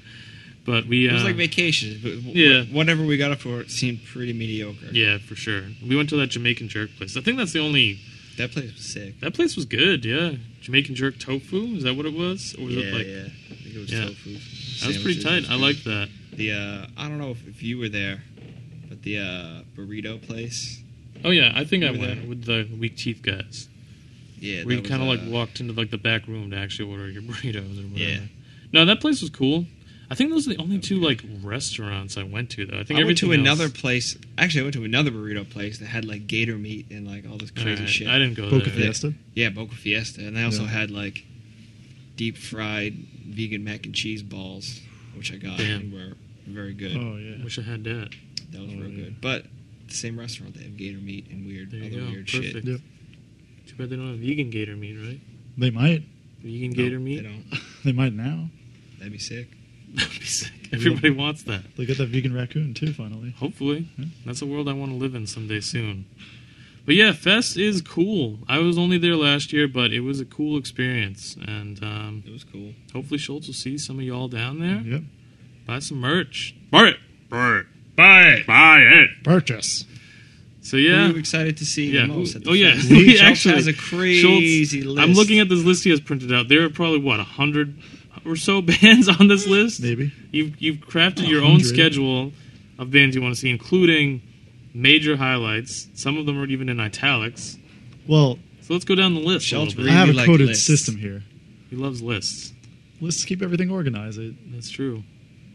[SPEAKER 3] but we. Uh,
[SPEAKER 5] It was like vacation. but w-
[SPEAKER 3] Yeah.
[SPEAKER 5] Whatever we got it for it seemed pretty mediocre.
[SPEAKER 3] yeah, for sure. We went to that Jamaican jerk place. I think that's the only.
[SPEAKER 5] That place was sick.
[SPEAKER 3] That place was good. Yeah, Jamaican jerk tofu. Is that what it was? Or was
[SPEAKER 5] yeah,
[SPEAKER 3] it like?
[SPEAKER 5] yeah. I think it was
[SPEAKER 3] Yeah.
[SPEAKER 5] tofu.
[SPEAKER 3] That was pretty
[SPEAKER 5] Sandwiches,
[SPEAKER 3] tight.
[SPEAKER 5] it
[SPEAKER 3] I
[SPEAKER 5] was
[SPEAKER 3] liked that.
[SPEAKER 5] good. the. Uh, I don't know if, if you were there, but the uh, burrito place.
[SPEAKER 3] Oh yeah, I think I
[SPEAKER 5] Over
[SPEAKER 3] went
[SPEAKER 5] there.
[SPEAKER 3] with the weak teeth guys.
[SPEAKER 5] Yeah,
[SPEAKER 3] where you
[SPEAKER 5] that
[SPEAKER 3] kind of
[SPEAKER 5] was,
[SPEAKER 3] like
[SPEAKER 5] uh,
[SPEAKER 3] walked into like the back room to actually order your burritos or whatever.
[SPEAKER 5] Yeah.
[SPEAKER 3] No, that place was cool. I think those are the only two like restaurants I went to though. I think
[SPEAKER 5] I went
[SPEAKER 3] everything
[SPEAKER 5] to
[SPEAKER 3] else-
[SPEAKER 5] another place. Actually, I went to another burrito place that had like gator meat and like all this crazy
[SPEAKER 3] Alright,
[SPEAKER 5] shit.
[SPEAKER 3] I didn't go
[SPEAKER 4] Boca
[SPEAKER 3] there.
[SPEAKER 4] Fiesta.
[SPEAKER 5] Yeah, Boca Fiesta, and they also
[SPEAKER 4] Yeah.
[SPEAKER 5] had like deep fried vegan mac and cheese balls, which I got
[SPEAKER 3] Damn.
[SPEAKER 5] and were very good.
[SPEAKER 4] Oh yeah.
[SPEAKER 3] Wish I had that.
[SPEAKER 5] That was
[SPEAKER 4] Oh,
[SPEAKER 5] real
[SPEAKER 4] yeah.
[SPEAKER 5] good. But the same restaurant, they have gator meat and weird
[SPEAKER 3] There you
[SPEAKER 5] other
[SPEAKER 3] go.
[SPEAKER 5] weird shit.
[SPEAKER 3] Perfect.
[SPEAKER 4] Yep.
[SPEAKER 3] Too bad they don't have vegan gator meat, right?
[SPEAKER 4] They might.
[SPEAKER 3] Vegan
[SPEAKER 5] No,
[SPEAKER 3] gator
[SPEAKER 5] They
[SPEAKER 3] meat.
[SPEAKER 5] don't.
[SPEAKER 4] They might now.
[SPEAKER 5] That'd be sick.
[SPEAKER 3] That'd be sick. Everybody wants that.
[SPEAKER 4] They got that vegan raccoon too. Finally.
[SPEAKER 3] Hopefully,
[SPEAKER 5] Hmm?
[SPEAKER 4] Yeah.
[SPEAKER 3] that's a world I want to live in someday soon. But yeah, Fest is cool. I was only there last year, but it was a cool experience, and um,
[SPEAKER 5] It was cool.
[SPEAKER 3] hopefully Schultz will see some of y'all down there.
[SPEAKER 5] Mm-hmm.
[SPEAKER 4] Yep.
[SPEAKER 3] Buy some merch. Buy it. Buy it. Buy it. Buy it.
[SPEAKER 4] Purchase.
[SPEAKER 3] So
[SPEAKER 5] Who
[SPEAKER 3] yeah.
[SPEAKER 5] are you excited to see
[SPEAKER 3] Yeah.
[SPEAKER 5] the most at the
[SPEAKER 3] Oh yeah.
[SPEAKER 5] fest?
[SPEAKER 3] We
[SPEAKER 5] Schultz
[SPEAKER 3] actually
[SPEAKER 5] has a crazy
[SPEAKER 3] Schultz-
[SPEAKER 5] list.
[SPEAKER 3] I'm looking at this list he has printed out. There are probably what a hundred or so bands on this list.
[SPEAKER 4] Maybe.
[SPEAKER 3] You've you've crafted
[SPEAKER 4] A
[SPEAKER 3] your own
[SPEAKER 4] hundred.
[SPEAKER 3] schedule of bands you want to see, including major highlights. Some of them are even in italics.
[SPEAKER 4] Well,
[SPEAKER 3] So let's go down the list. a
[SPEAKER 5] Schultz
[SPEAKER 3] little
[SPEAKER 4] I
[SPEAKER 3] bit.
[SPEAKER 4] have
[SPEAKER 5] really-
[SPEAKER 4] a
[SPEAKER 5] like
[SPEAKER 4] coded
[SPEAKER 5] lists.
[SPEAKER 4] system here.
[SPEAKER 3] He loves lists.
[SPEAKER 4] Let's keep everything organized. It,
[SPEAKER 3] That's true.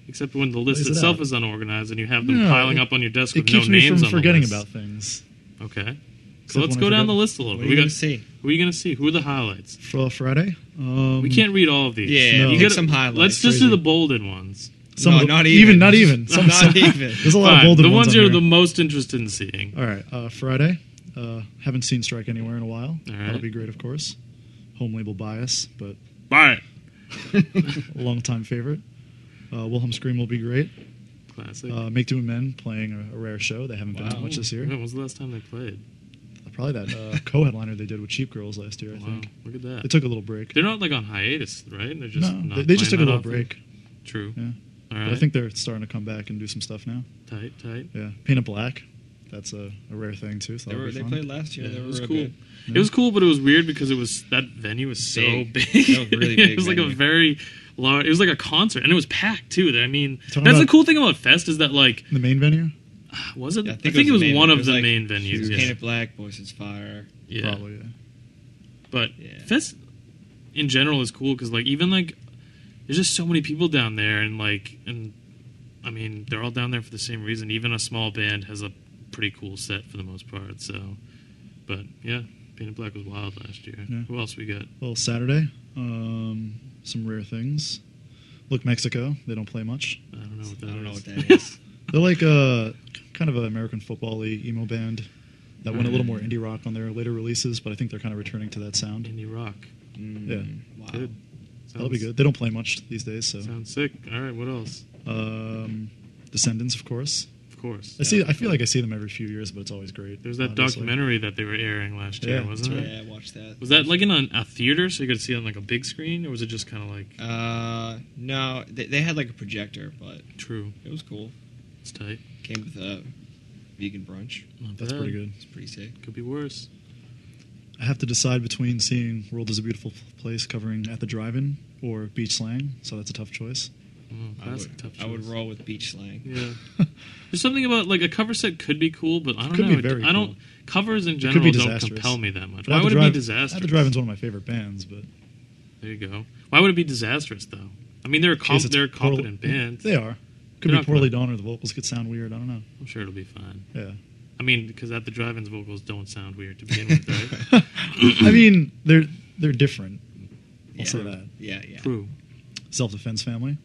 [SPEAKER 3] Except when the list
[SPEAKER 4] Lays it
[SPEAKER 3] itself
[SPEAKER 4] out.
[SPEAKER 3] is unorganized and you have them
[SPEAKER 4] No,
[SPEAKER 3] piling
[SPEAKER 4] it-
[SPEAKER 3] up on your desk
[SPEAKER 4] it
[SPEAKER 3] with no
[SPEAKER 4] keeps me
[SPEAKER 3] names
[SPEAKER 4] from
[SPEAKER 3] on
[SPEAKER 4] forgetting
[SPEAKER 3] the list.
[SPEAKER 4] about things.
[SPEAKER 3] Okay.
[SPEAKER 4] Except
[SPEAKER 3] So let's
[SPEAKER 4] when I
[SPEAKER 3] go down
[SPEAKER 4] forgot-
[SPEAKER 3] the list a little
[SPEAKER 5] What
[SPEAKER 3] bit.
[SPEAKER 5] are
[SPEAKER 3] We
[SPEAKER 5] you gonna
[SPEAKER 3] got
[SPEAKER 5] see?
[SPEAKER 3] Who are you going to see? Who are the highlights?
[SPEAKER 4] for Friday. Um,
[SPEAKER 3] We can't read all of these.
[SPEAKER 5] Yeah,
[SPEAKER 4] No.
[SPEAKER 5] you
[SPEAKER 4] You
[SPEAKER 5] get
[SPEAKER 4] gotta-
[SPEAKER 5] some highlights.
[SPEAKER 3] Let's just
[SPEAKER 4] crazy.
[SPEAKER 3] do the bolded ones.
[SPEAKER 4] Some of
[SPEAKER 5] No,
[SPEAKER 4] the-
[SPEAKER 5] not even.
[SPEAKER 4] even. Not even. Some,
[SPEAKER 5] not
[SPEAKER 4] some-
[SPEAKER 5] even.
[SPEAKER 4] There's a lot
[SPEAKER 3] Fine,
[SPEAKER 4] of bolded
[SPEAKER 3] the
[SPEAKER 4] ones,
[SPEAKER 3] ones
[SPEAKER 4] on
[SPEAKER 3] you're
[SPEAKER 4] here.
[SPEAKER 3] the most interested in seeing.
[SPEAKER 4] All right, uh, Friday. Uh, haven't seen Strike anywhere in a while.
[SPEAKER 3] All right.
[SPEAKER 4] That'll be great, of course. Home label bias, but
[SPEAKER 3] Buy it.
[SPEAKER 4] a longtime favorite. Uh, Wilhelm Scream will be great.
[SPEAKER 3] Classic.
[SPEAKER 4] Uh, Make Do Men playing a, a rare show. They haven't been
[SPEAKER 5] Wow.
[SPEAKER 4] out much this year.
[SPEAKER 3] When was the last time they played?
[SPEAKER 4] Probably that uh, co-headliner they did with Cheap Girls last year. I
[SPEAKER 3] Wow,
[SPEAKER 4] think
[SPEAKER 3] look at that.
[SPEAKER 4] they took a little break.
[SPEAKER 3] They're not like on hiatus, right? They're just
[SPEAKER 4] no,
[SPEAKER 3] not
[SPEAKER 4] they, they just took a
[SPEAKER 3] playing
[SPEAKER 4] little
[SPEAKER 3] that often.
[SPEAKER 4] break.
[SPEAKER 3] True.
[SPEAKER 4] Yeah.
[SPEAKER 3] All
[SPEAKER 4] But
[SPEAKER 3] right.
[SPEAKER 4] I think they're starting to come back and do some stuff now.
[SPEAKER 3] tight, tight.
[SPEAKER 4] Yeah, Painted Black. That's a, a rare thing too. So
[SPEAKER 5] They,
[SPEAKER 4] that'll
[SPEAKER 5] were,
[SPEAKER 4] be
[SPEAKER 5] they
[SPEAKER 4] fun.
[SPEAKER 5] played last year.
[SPEAKER 3] Yeah,
[SPEAKER 5] they
[SPEAKER 3] it
[SPEAKER 5] were
[SPEAKER 3] was
[SPEAKER 5] real
[SPEAKER 3] cool.
[SPEAKER 5] good.
[SPEAKER 3] It was cool, but it was weird because it was that venue was so
[SPEAKER 5] Big.
[SPEAKER 3] big.
[SPEAKER 5] That was really
[SPEAKER 3] it
[SPEAKER 5] big
[SPEAKER 3] was like
[SPEAKER 5] venue.
[SPEAKER 3] a very large. It was like a concert, and it was packed too. I mean,
[SPEAKER 4] Talking
[SPEAKER 3] that's the
[SPEAKER 4] about-
[SPEAKER 3] cool thing about Fest is that like
[SPEAKER 4] the main venue.
[SPEAKER 3] was it?
[SPEAKER 5] Yeah,
[SPEAKER 3] I think, it
[SPEAKER 5] the
[SPEAKER 3] was
[SPEAKER 5] main-
[SPEAKER 3] one
[SPEAKER 5] it
[SPEAKER 3] of
[SPEAKER 5] was
[SPEAKER 3] the
[SPEAKER 5] like
[SPEAKER 3] main
[SPEAKER 5] huge.
[SPEAKER 3] venues. Yeah,
[SPEAKER 5] Painted Black, Voices Fire.
[SPEAKER 3] yeah.
[SPEAKER 4] Probably. Yeah.
[SPEAKER 3] But
[SPEAKER 5] Yeah.
[SPEAKER 3] Fest in general is cool because like even like there's just so many people down there and like and I mean they're all down there for the same reason. Even a small band has a pretty cool set for the most part. So, but yeah, Painted Black was wild last year.
[SPEAKER 4] Yeah.
[SPEAKER 3] Who else we got?
[SPEAKER 4] Well, Saturday. Um, some rare things. Look, Mexico. They don't play much.
[SPEAKER 3] I don't know what
[SPEAKER 5] I
[SPEAKER 3] that
[SPEAKER 5] don't know what
[SPEAKER 3] is.
[SPEAKER 5] that is.
[SPEAKER 4] They're like a kind of an American football league emo band that went a little more indie rock on their later releases, but I think they're kind of returning to that sound.
[SPEAKER 3] Indie rock.
[SPEAKER 5] Mm,
[SPEAKER 4] Yeah.
[SPEAKER 5] Wow.
[SPEAKER 3] Good.
[SPEAKER 4] That'll be
[SPEAKER 3] Sounds-
[SPEAKER 4] good. They don't play much these days, so
[SPEAKER 3] Sounds sick. All right, what else?
[SPEAKER 4] um, Descendants, of course.
[SPEAKER 3] Of course.
[SPEAKER 4] I see. I feel like I see them every few years, but it's always great.
[SPEAKER 3] There's that
[SPEAKER 4] obviously.
[SPEAKER 3] documentary that they were airing last year,
[SPEAKER 4] Yeah,
[SPEAKER 3] wasn't
[SPEAKER 4] that's
[SPEAKER 3] it?
[SPEAKER 4] right.
[SPEAKER 5] Yeah, I watched that.
[SPEAKER 3] Was that like in a, a theater, so you could see it on like a big screen, or was it just kind of like
[SPEAKER 5] Uh, no, they, they had like a projector, but
[SPEAKER 3] true?
[SPEAKER 5] it was cool.
[SPEAKER 3] It's tight.
[SPEAKER 5] Came with a vegan brunch.
[SPEAKER 3] Not
[SPEAKER 4] That's
[SPEAKER 3] bad.
[SPEAKER 4] pretty good.
[SPEAKER 5] It's pretty sick.
[SPEAKER 3] Could be worse.
[SPEAKER 4] I have to decide between seeing "World Is a Beautiful Place" covering at the drive-in or Beach Slang, so that's a tough choice.
[SPEAKER 3] Mm,
[SPEAKER 4] Mm-hmm.
[SPEAKER 5] I
[SPEAKER 3] that's
[SPEAKER 5] would,
[SPEAKER 3] a tough
[SPEAKER 5] I would
[SPEAKER 3] choice.
[SPEAKER 5] roll with beach slang.
[SPEAKER 3] Yeah. There's something about like a cover set could be cool, but I don't
[SPEAKER 4] Could
[SPEAKER 3] know.
[SPEAKER 4] be very
[SPEAKER 3] I don't
[SPEAKER 4] cool.
[SPEAKER 3] covers in
[SPEAKER 4] could
[SPEAKER 3] general
[SPEAKER 4] be
[SPEAKER 3] don't
[SPEAKER 4] disastrous.
[SPEAKER 3] compel me that much.
[SPEAKER 4] At
[SPEAKER 3] Why
[SPEAKER 4] the
[SPEAKER 3] would it
[SPEAKER 4] Drive-
[SPEAKER 3] be disastrous?
[SPEAKER 4] At the drive-in's one of my favorite bands, but
[SPEAKER 3] There you go. Why would it be disastrous though? I mean, they're a comp-
[SPEAKER 4] Jeez, it's Mm-hmm.
[SPEAKER 3] they're a
[SPEAKER 4] poorly-
[SPEAKER 3] competent band.
[SPEAKER 4] They are.
[SPEAKER 3] They're
[SPEAKER 4] Could be
[SPEAKER 3] not
[SPEAKER 4] poorly done, or the vocals could sound weird. I don't know.
[SPEAKER 3] I'm sure it'll be fine.
[SPEAKER 4] Yeah.
[SPEAKER 3] I mean, because at the drive-ins, vocals don't sound weird to begin with, right?
[SPEAKER 4] I mean, they're they're different. I'll
[SPEAKER 5] Yeah.
[SPEAKER 4] say that.
[SPEAKER 5] Yeah, yeah.
[SPEAKER 3] True.
[SPEAKER 4] self defense family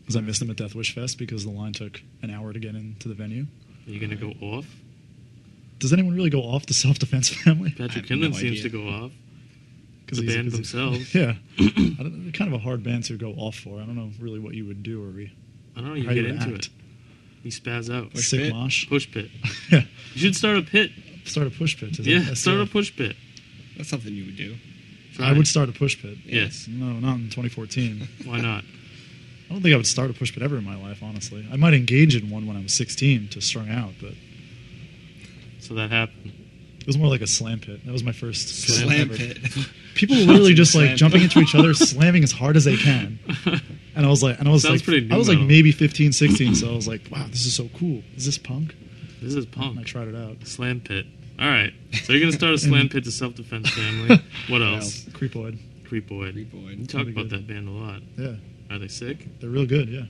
[SPEAKER 4] because I missed them at Death Wish Fest because the line took an hour to get into the venue.
[SPEAKER 3] Are you gonna go off?
[SPEAKER 4] Does anyone really go off the self defense family?
[SPEAKER 5] I
[SPEAKER 3] Patrick
[SPEAKER 5] have
[SPEAKER 3] Kinlan
[SPEAKER 5] no
[SPEAKER 3] seems
[SPEAKER 5] idea.
[SPEAKER 3] to go off.
[SPEAKER 4] Because
[SPEAKER 3] The band themselves.
[SPEAKER 4] Yeah, I don't, they're kind of a hard band to go off for. I don't know really what you would do or re-
[SPEAKER 3] I don't know. You
[SPEAKER 4] how
[SPEAKER 3] get
[SPEAKER 4] you would
[SPEAKER 3] into
[SPEAKER 4] act.
[SPEAKER 3] it. You spaz out.
[SPEAKER 5] Push
[SPEAKER 4] Sick
[SPEAKER 5] pit?
[SPEAKER 4] mosh.
[SPEAKER 3] Push pit.
[SPEAKER 4] yeah,
[SPEAKER 3] You should start a pit.
[SPEAKER 4] start a push pit. Is
[SPEAKER 3] Yeah,
[SPEAKER 4] that-
[SPEAKER 3] start a push pit.
[SPEAKER 5] That's something you would do.
[SPEAKER 4] I would start a push pit.
[SPEAKER 3] Yes.
[SPEAKER 4] No, not in 2014.
[SPEAKER 3] Why not?
[SPEAKER 4] I don't think I would start a push pit ever in my life, honestly. I might engage in one when I was 16 to strung out, but
[SPEAKER 3] So that happened.
[SPEAKER 4] it was more like a slam pit. That was my first
[SPEAKER 5] Slam,
[SPEAKER 4] ever.
[SPEAKER 5] pit.
[SPEAKER 4] People were literally just
[SPEAKER 5] Slam
[SPEAKER 4] like
[SPEAKER 5] pit.
[SPEAKER 4] jumping into each other, slamming as hard as they can. And I was like, and I was
[SPEAKER 3] Sounds
[SPEAKER 4] like,
[SPEAKER 3] pretty new
[SPEAKER 4] I was like
[SPEAKER 3] metal.
[SPEAKER 4] maybe 15, 16, so I was like, wow, this is so cool. Is this punk?
[SPEAKER 3] This is
[SPEAKER 4] And I
[SPEAKER 3] punk.
[SPEAKER 4] tried it out.
[SPEAKER 3] Slam pit. All right. So you're gonna start a slam pit to self defense family. What else?
[SPEAKER 4] Creepoid.
[SPEAKER 3] Creepoid. We
[SPEAKER 5] Creepoid.
[SPEAKER 3] talk
[SPEAKER 4] Pretty
[SPEAKER 3] about
[SPEAKER 4] good.
[SPEAKER 3] that band a lot.
[SPEAKER 4] Yeah,
[SPEAKER 3] Are they sick?
[SPEAKER 4] they're real good. Yeah,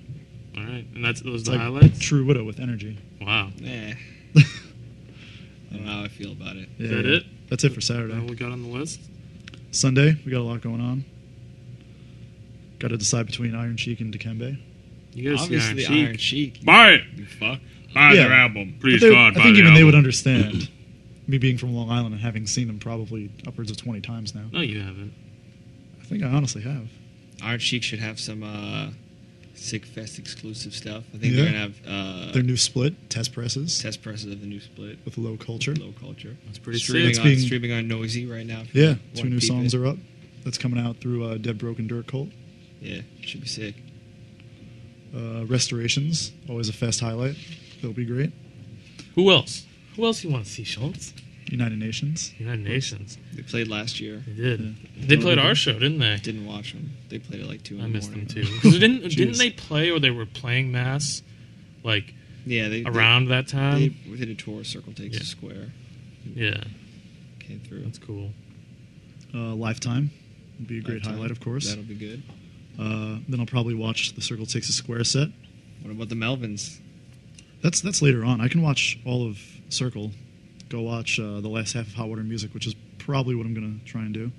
[SPEAKER 3] All right. And that's those
[SPEAKER 4] it's
[SPEAKER 3] the
[SPEAKER 4] like
[SPEAKER 3] highlights.
[SPEAKER 4] True Widow with energy.
[SPEAKER 3] Wow.
[SPEAKER 5] Eh. I don't know how I feel about it.
[SPEAKER 4] Yeah,
[SPEAKER 3] that
[SPEAKER 4] yeah.
[SPEAKER 3] it?
[SPEAKER 4] That's it for
[SPEAKER 3] Now
[SPEAKER 4] Saturday.
[SPEAKER 3] we got on the list.
[SPEAKER 4] Sunday, we got a lot going on. Got to decide between Iron Cheek and Dikembe.
[SPEAKER 3] You guys see Iron
[SPEAKER 5] Obviously,
[SPEAKER 3] Sheik.
[SPEAKER 5] Iron Sheik.
[SPEAKER 2] Buy it.
[SPEAKER 5] You fuck.
[SPEAKER 2] Buy
[SPEAKER 4] Yeah.
[SPEAKER 2] their album.
[SPEAKER 4] But
[SPEAKER 2] Please
[SPEAKER 4] they-
[SPEAKER 2] God,
[SPEAKER 4] I
[SPEAKER 2] buy
[SPEAKER 4] think
[SPEAKER 2] the
[SPEAKER 4] even
[SPEAKER 2] album.
[SPEAKER 4] they would understand me being from Long Island and having seen them probably upwards of 20 times now.
[SPEAKER 3] No, you haven't.
[SPEAKER 4] I think I honestly have.
[SPEAKER 5] Iron Sheik should have some uh, Sick Fest exclusive stuff. I think
[SPEAKER 4] Yeah.
[SPEAKER 5] they're gonna have uh,
[SPEAKER 4] Their new split, Test Presses,
[SPEAKER 5] test presses of the new split.
[SPEAKER 4] with Low Culture.
[SPEAKER 5] Low culture.
[SPEAKER 3] That's pretty
[SPEAKER 5] streaming
[SPEAKER 3] sick.
[SPEAKER 4] That's
[SPEAKER 5] on
[SPEAKER 4] being-
[SPEAKER 5] streaming on Noisy right now. for
[SPEAKER 4] Yeah,
[SPEAKER 5] one
[SPEAKER 4] two new
[SPEAKER 5] peep
[SPEAKER 4] songs
[SPEAKER 5] in.
[SPEAKER 4] are up. That's coming out through uh, Dead Broken Dirt Cult.
[SPEAKER 5] Yeah, should be sick.
[SPEAKER 4] Uh, Restorations, always a fest highlight. They'll be great.
[SPEAKER 3] Who else? Who else you want to see, Schultz?
[SPEAKER 4] United Nations.
[SPEAKER 3] United Nations.
[SPEAKER 5] They played last year.
[SPEAKER 3] They did.
[SPEAKER 4] Yeah.
[SPEAKER 3] They played our show, didn't they?
[SPEAKER 5] Didn't watch them. They played it like two. In
[SPEAKER 3] I
[SPEAKER 5] the
[SPEAKER 3] missed them
[SPEAKER 5] morning.
[SPEAKER 3] too. 'Cause didn't didn't
[SPEAKER 4] Jeez.
[SPEAKER 3] they play or they were playing mass like
[SPEAKER 5] Yeah, they
[SPEAKER 3] around that
[SPEAKER 5] They, they
[SPEAKER 3] time?
[SPEAKER 5] did a tour. Circle takes
[SPEAKER 3] Yeah.
[SPEAKER 5] the square.
[SPEAKER 3] yeah,
[SPEAKER 5] Came through.
[SPEAKER 3] that's cool.
[SPEAKER 4] Uh, Lifetime would be a great
[SPEAKER 5] Lifetime.
[SPEAKER 4] highlight, of course.
[SPEAKER 5] That'll be good.
[SPEAKER 4] Uh, then I'll probably watch the Circle Takes a Square set.
[SPEAKER 5] What about the Melvins?
[SPEAKER 4] That's that's later on. I can watch all of Circle. Go watch uh, the last half of Hot Water Music, which is probably what I'm going to try and do.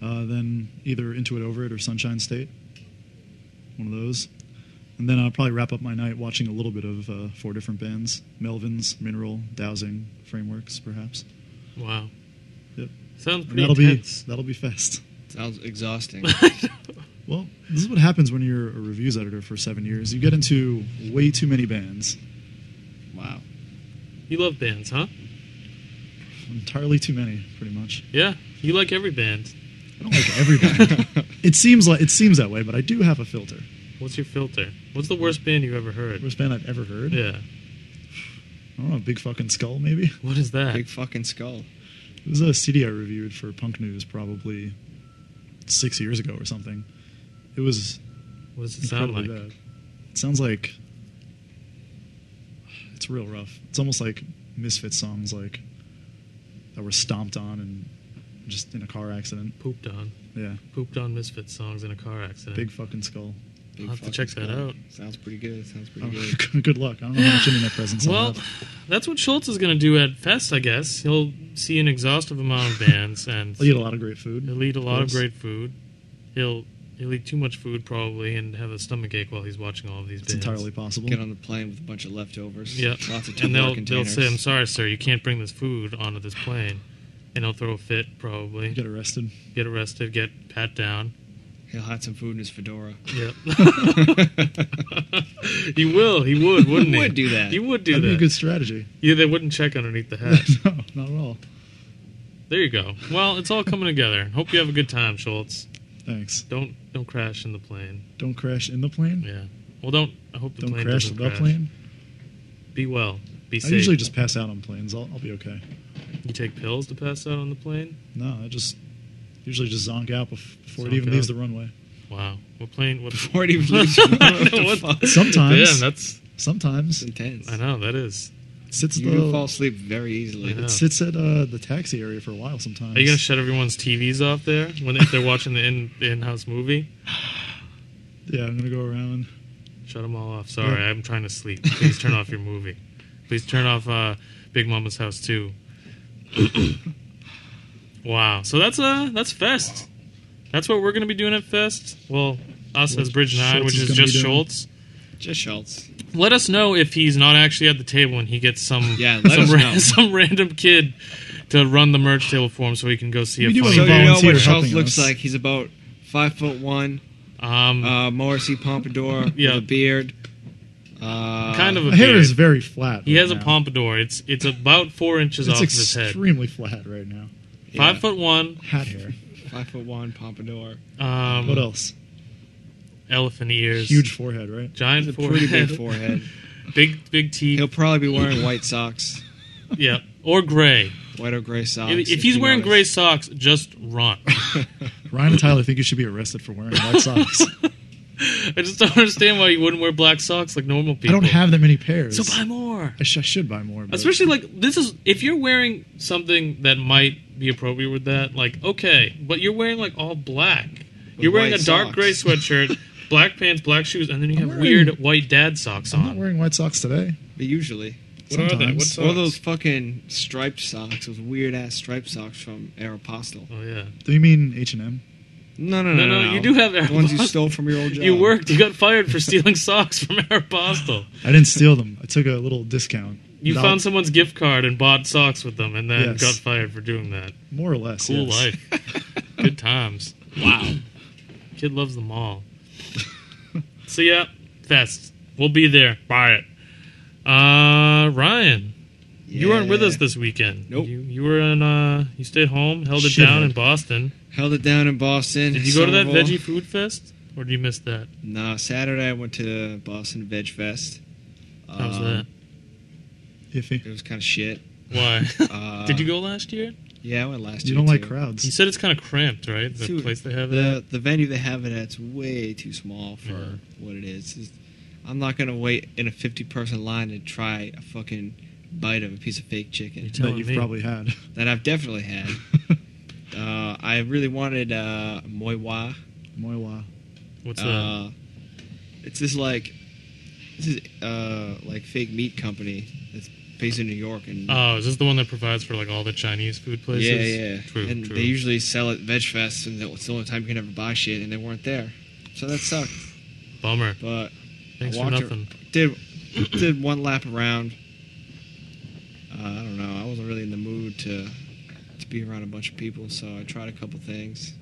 [SPEAKER 4] Uh, then either Into It Over It or Sunshine State, one of those. And then I'll probably wrap up my night watching a little bit of uh, four different bands: Melvins, Mineral, Dowsing, Frameworks, perhaps.
[SPEAKER 3] Wow.
[SPEAKER 4] Yep.
[SPEAKER 3] Sounds
[SPEAKER 4] And
[SPEAKER 3] pretty
[SPEAKER 4] that'll
[SPEAKER 3] intense.
[SPEAKER 4] be that'll be fest.
[SPEAKER 5] Sounds exhausting.
[SPEAKER 4] Well, this is what happens when you're a reviews editor for seven years. You get into way too many bands,
[SPEAKER 5] wow.
[SPEAKER 3] you love bands, huh?
[SPEAKER 4] entirely too many, pretty much.
[SPEAKER 3] Yeah, you like every band.
[SPEAKER 4] I don't like every band. it seems like it seems that way, but I do have a filter.
[SPEAKER 3] What's your filter? What's the worst band you've ever heard?
[SPEAKER 4] Worst band I've ever heard.
[SPEAKER 3] Yeah,
[SPEAKER 4] I don't know, Big Fucking Skull maybe.
[SPEAKER 3] what is that?
[SPEAKER 5] Big fucking skull.
[SPEAKER 4] It was a CD I reviewed for Punk News probably six years ago or something. It was
[SPEAKER 3] What does it sound like?
[SPEAKER 4] incredibly bad. It sounds like it's real rough. It's almost like Misfit songs like that were stomped on and just in a car accident.
[SPEAKER 3] Pooped on,
[SPEAKER 4] Yeah,
[SPEAKER 3] pooped on Misfit songs in a car accident.
[SPEAKER 4] Big Fucking Skull.
[SPEAKER 5] Big
[SPEAKER 3] I'll have to
[SPEAKER 5] fucking
[SPEAKER 3] check that
[SPEAKER 5] skull.
[SPEAKER 3] out.
[SPEAKER 5] Sounds pretty good. Sounds pretty good.
[SPEAKER 4] Oh, good luck. I don't know how much internet presence. I'll
[SPEAKER 3] Well,
[SPEAKER 4] have.
[SPEAKER 3] that's what Schultz is going to do at Fest, I guess. He'll see an exhaustive amount of bands and
[SPEAKER 4] I'll eat a lot of great food.
[SPEAKER 3] He'll eat a
[SPEAKER 4] of
[SPEAKER 3] lot of
[SPEAKER 4] course.
[SPEAKER 3] great food. He'll he'll eat too much food probably and have a stomach ache while he's watching all of these
[SPEAKER 4] It's
[SPEAKER 3] bands.
[SPEAKER 4] entirely possible.
[SPEAKER 5] Get on the plane with a bunch of leftovers.
[SPEAKER 3] yeah.
[SPEAKER 5] Lots of
[SPEAKER 3] and they'll
[SPEAKER 5] Tupperware
[SPEAKER 3] they'll
[SPEAKER 5] containers.
[SPEAKER 3] say, "I'm sorry, sir, you can't bring this food onto this plane," and he'll throw a fit probably.
[SPEAKER 4] Get arrested.
[SPEAKER 3] Get arrested. Get pat down.
[SPEAKER 5] He'll hide some food in his fedora.
[SPEAKER 3] Yep. he will. He would, wouldn't he?
[SPEAKER 5] would do that.
[SPEAKER 3] He would do
[SPEAKER 4] That'd be a
[SPEAKER 3] that.
[SPEAKER 4] good strategy.
[SPEAKER 3] yeah, they wouldn't check underneath the
[SPEAKER 4] no,
[SPEAKER 3] hat.
[SPEAKER 4] not at all.
[SPEAKER 3] there you go. Well, it's all coming together. Hope you have a good time, Schultz.
[SPEAKER 4] Thanks.
[SPEAKER 3] Don't don't crash in the plane.
[SPEAKER 4] Don't crash in the plane.
[SPEAKER 3] Yeah. Well, don't. I hope the
[SPEAKER 4] Don't
[SPEAKER 3] plane
[SPEAKER 4] crash
[SPEAKER 3] doesn't
[SPEAKER 4] the
[SPEAKER 3] crash.
[SPEAKER 4] plane.
[SPEAKER 3] Be well. Be
[SPEAKER 4] I
[SPEAKER 3] safe.
[SPEAKER 4] usually just pass out on planes. I'll, I'll be okay.
[SPEAKER 3] You take pills to pass out on the plane?
[SPEAKER 4] No, I just usually just zonk out bef- before
[SPEAKER 3] Zonk
[SPEAKER 4] it even leaves
[SPEAKER 3] out.
[SPEAKER 4] the runway.
[SPEAKER 3] Wow. What plane? What?
[SPEAKER 5] Before it even leaves. what the fuck? It's
[SPEAKER 3] Damn,
[SPEAKER 4] Sometimes,
[SPEAKER 3] that's.
[SPEAKER 4] sometimes it
[SPEAKER 5] intense.
[SPEAKER 3] I know that is.
[SPEAKER 4] sits
[SPEAKER 5] You can
[SPEAKER 4] the
[SPEAKER 5] fall asleep very easily.
[SPEAKER 3] I know.
[SPEAKER 4] it sits at uh, the taxi area for a while. Sometimes
[SPEAKER 3] Are you gonna shut everyone's TVs off there when if they're watching the in the in-house movie?
[SPEAKER 4] yeah, I'm gonna go around.
[SPEAKER 3] Shut them all off. Sorry, I'm trying to sleep. Please turn off your movie. Please turn off uh, Big Mama's House too. wow. So that's uh that's Fest. That's what we're gonna be doing at Fest. Well, us as Bridge Nine,
[SPEAKER 4] Schultz
[SPEAKER 3] which
[SPEAKER 4] is
[SPEAKER 3] is,
[SPEAKER 4] gonna be
[SPEAKER 3] just
[SPEAKER 4] doing.
[SPEAKER 3] Schultz.
[SPEAKER 5] Just Schultz.
[SPEAKER 3] Let us know if he's not actually at the table and he gets some
[SPEAKER 5] Yeah, let
[SPEAKER 3] some,
[SPEAKER 5] us
[SPEAKER 3] ra-
[SPEAKER 5] know.
[SPEAKER 3] some random kid to run the merch table for him so he can go see
[SPEAKER 4] We
[SPEAKER 3] a
[SPEAKER 4] do
[SPEAKER 3] funny.
[SPEAKER 5] So you know
[SPEAKER 4] volunteer
[SPEAKER 5] what Schultz
[SPEAKER 4] helping
[SPEAKER 5] looks
[SPEAKER 4] us.
[SPEAKER 5] like? He's about five foot one,
[SPEAKER 3] um,
[SPEAKER 5] uh, Morrissey pompadour,
[SPEAKER 3] Yeah.
[SPEAKER 5] with a beard. Uh,
[SPEAKER 3] kind of a
[SPEAKER 4] The hair
[SPEAKER 3] beard.
[SPEAKER 4] is very flat.
[SPEAKER 3] He
[SPEAKER 4] right
[SPEAKER 3] has a
[SPEAKER 4] now.
[SPEAKER 3] pompadour. It's it's about four inches
[SPEAKER 4] It's
[SPEAKER 3] off of his head.
[SPEAKER 4] extremely flat right now.
[SPEAKER 3] Five foot one.
[SPEAKER 4] Hat hair.
[SPEAKER 3] Mm-hmm.
[SPEAKER 5] five foot one pompadour.
[SPEAKER 3] Um,
[SPEAKER 4] What else?
[SPEAKER 3] Elephant ears.
[SPEAKER 4] Huge forehead, right?
[SPEAKER 3] Giant
[SPEAKER 5] He's a
[SPEAKER 3] forehead.
[SPEAKER 5] pretty big forehead.
[SPEAKER 3] Big big teeth.
[SPEAKER 5] He'll probably be wearing white socks,
[SPEAKER 3] Yeah. Or gray.
[SPEAKER 5] white or gray
[SPEAKER 4] Uh,
[SPEAKER 5] socks.
[SPEAKER 3] If, if he's
[SPEAKER 5] you
[SPEAKER 3] wearing
[SPEAKER 5] notice.
[SPEAKER 3] gray socks, just run.
[SPEAKER 4] Ryan and Tyler think you should be arrested for wearing white socks.
[SPEAKER 3] I just don't understand why you wouldn't wear black socks like normal
[SPEAKER 4] I
[SPEAKER 3] people.
[SPEAKER 4] don't have that many pairs.
[SPEAKER 3] So buy more.
[SPEAKER 4] I, sh- I should buy more. but-
[SPEAKER 3] Especially like this is if you're wearing something that might be appropriate with that, like okay, but you're wearing like all black. you're wearing a
[SPEAKER 5] white
[SPEAKER 3] dark
[SPEAKER 5] socks.
[SPEAKER 3] gray sweatshirt, black pants, black shoes, and then you
[SPEAKER 4] I'm
[SPEAKER 3] have
[SPEAKER 4] wearing-
[SPEAKER 3] weird white dad socks
[SPEAKER 4] I'm not
[SPEAKER 3] on.
[SPEAKER 4] wearing white socks today.
[SPEAKER 5] But usually,
[SPEAKER 3] What are they?
[SPEAKER 4] Sometimes.
[SPEAKER 3] What socks?
[SPEAKER 5] or those fucking striped socks, those weird ass striped socks from Aeropostale.
[SPEAKER 3] Oh yeah.
[SPEAKER 4] Do you mean H and M?
[SPEAKER 5] No, no,
[SPEAKER 3] No,
[SPEAKER 5] no,
[SPEAKER 3] no, you do have
[SPEAKER 5] the ones you
[SPEAKER 3] Aeropostale.
[SPEAKER 5] stole from your old job.
[SPEAKER 3] You worked. You got fired for stealing socks from Aeropostale.
[SPEAKER 4] I didn't steal them. I took a little discount.
[SPEAKER 3] You
[SPEAKER 4] Dollar-
[SPEAKER 3] found someone's gift card and bought socks with them, and then
[SPEAKER 4] Yes.
[SPEAKER 3] got fired for doing that.
[SPEAKER 4] more or less.
[SPEAKER 3] Cool
[SPEAKER 4] yes.
[SPEAKER 3] life. Good times. Wow. Kid loves them all. so yeah, fest. We'll be there. Buy it. Uh, Ryan, you weren't with
[SPEAKER 5] Yeah.
[SPEAKER 3] us this weekend.
[SPEAKER 5] Nope.
[SPEAKER 3] You, you were in. Uh, you stayed home, held it
[SPEAKER 4] Shithead.
[SPEAKER 3] down in Boston.
[SPEAKER 5] Held it down in Boston.
[SPEAKER 3] Did you go to that
[SPEAKER 5] Somerville.
[SPEAKER 3] veggie food fest, or did you miss that?
[SPEAKER 5] No, Saturday I went to Boston Veg Fest.
[SPEAKER 3] How was
[SPEAKER 5] Um,
[SPEAKER 3] that?
[SPEAKER 4] Iffy.
[SPEAKER 5] It was kind of shit.
[SPEAKER 3] Why?
[SPEAKER 5] Uh,
[SPEAKER 3] did you go last year?
[SPEAKER 5] Yeah, I went last
[SPEAKER 4] You
[SPEAKER 5] year.
[SPEAKER 4] don't like
[SPEAKER 5] too.
[SPEAKER 4] crowds.
[SPEAKER 3] You said it's kind of cramped, right? The
[SPEAKER 5] Dude,
[SPEAKER 3] place they have it. at?
[SPEAKER 5] The the venue they have it at's way too small for
[SPEAKER 3] Yeah.
[SPEAKER 5] what it is. It's- I'm not gonna wait in a 50 person line to try a fucking bite of a piece of fake chicken
[SPEAKER 3] You're
[SPEAKER 4] that
[SPEAKER 3] telling
[SPEAKER 4] you've
[SPEAKER 3] me.
[SPEAKER 4] probably had.
[SPEAKER 5] that I've definitely had. uh, I really wanted uh, moi wah.
[SPEAKER 4] Moi wa.
[SPEAKER 3] What's that?
[SPEAKER 5] Uh, it's this like this is uh, like fake meat company that's based in New York and
[SPEAKER 3] Oh, is this the one that provides for like all the Chinese food places?
[SPEAKER 5] yeah, yeah.
[SPEAKER 3] True,
[SPEAKER 5] and
[SPEAKER 3] true.
[SPEAKER 5] they usually sell at Veg Fest, and it's the only time you can ever buy shit, and they weren't there, so that sucked.
[SPEAKER 3] Bummer.
[SPEAKER 5] But
[SPEAKER 3] Thanks
[SPEAKER 5] I
[SPEAKER 3] for
[SPEAKER 5] walked ar-
[SPEAKER 3] nothing.
[SPEAKER 5] did did one lap around. Uh, I don't know. I wasn't really in the mood to to be around a bunch of people, so I tried a couple things.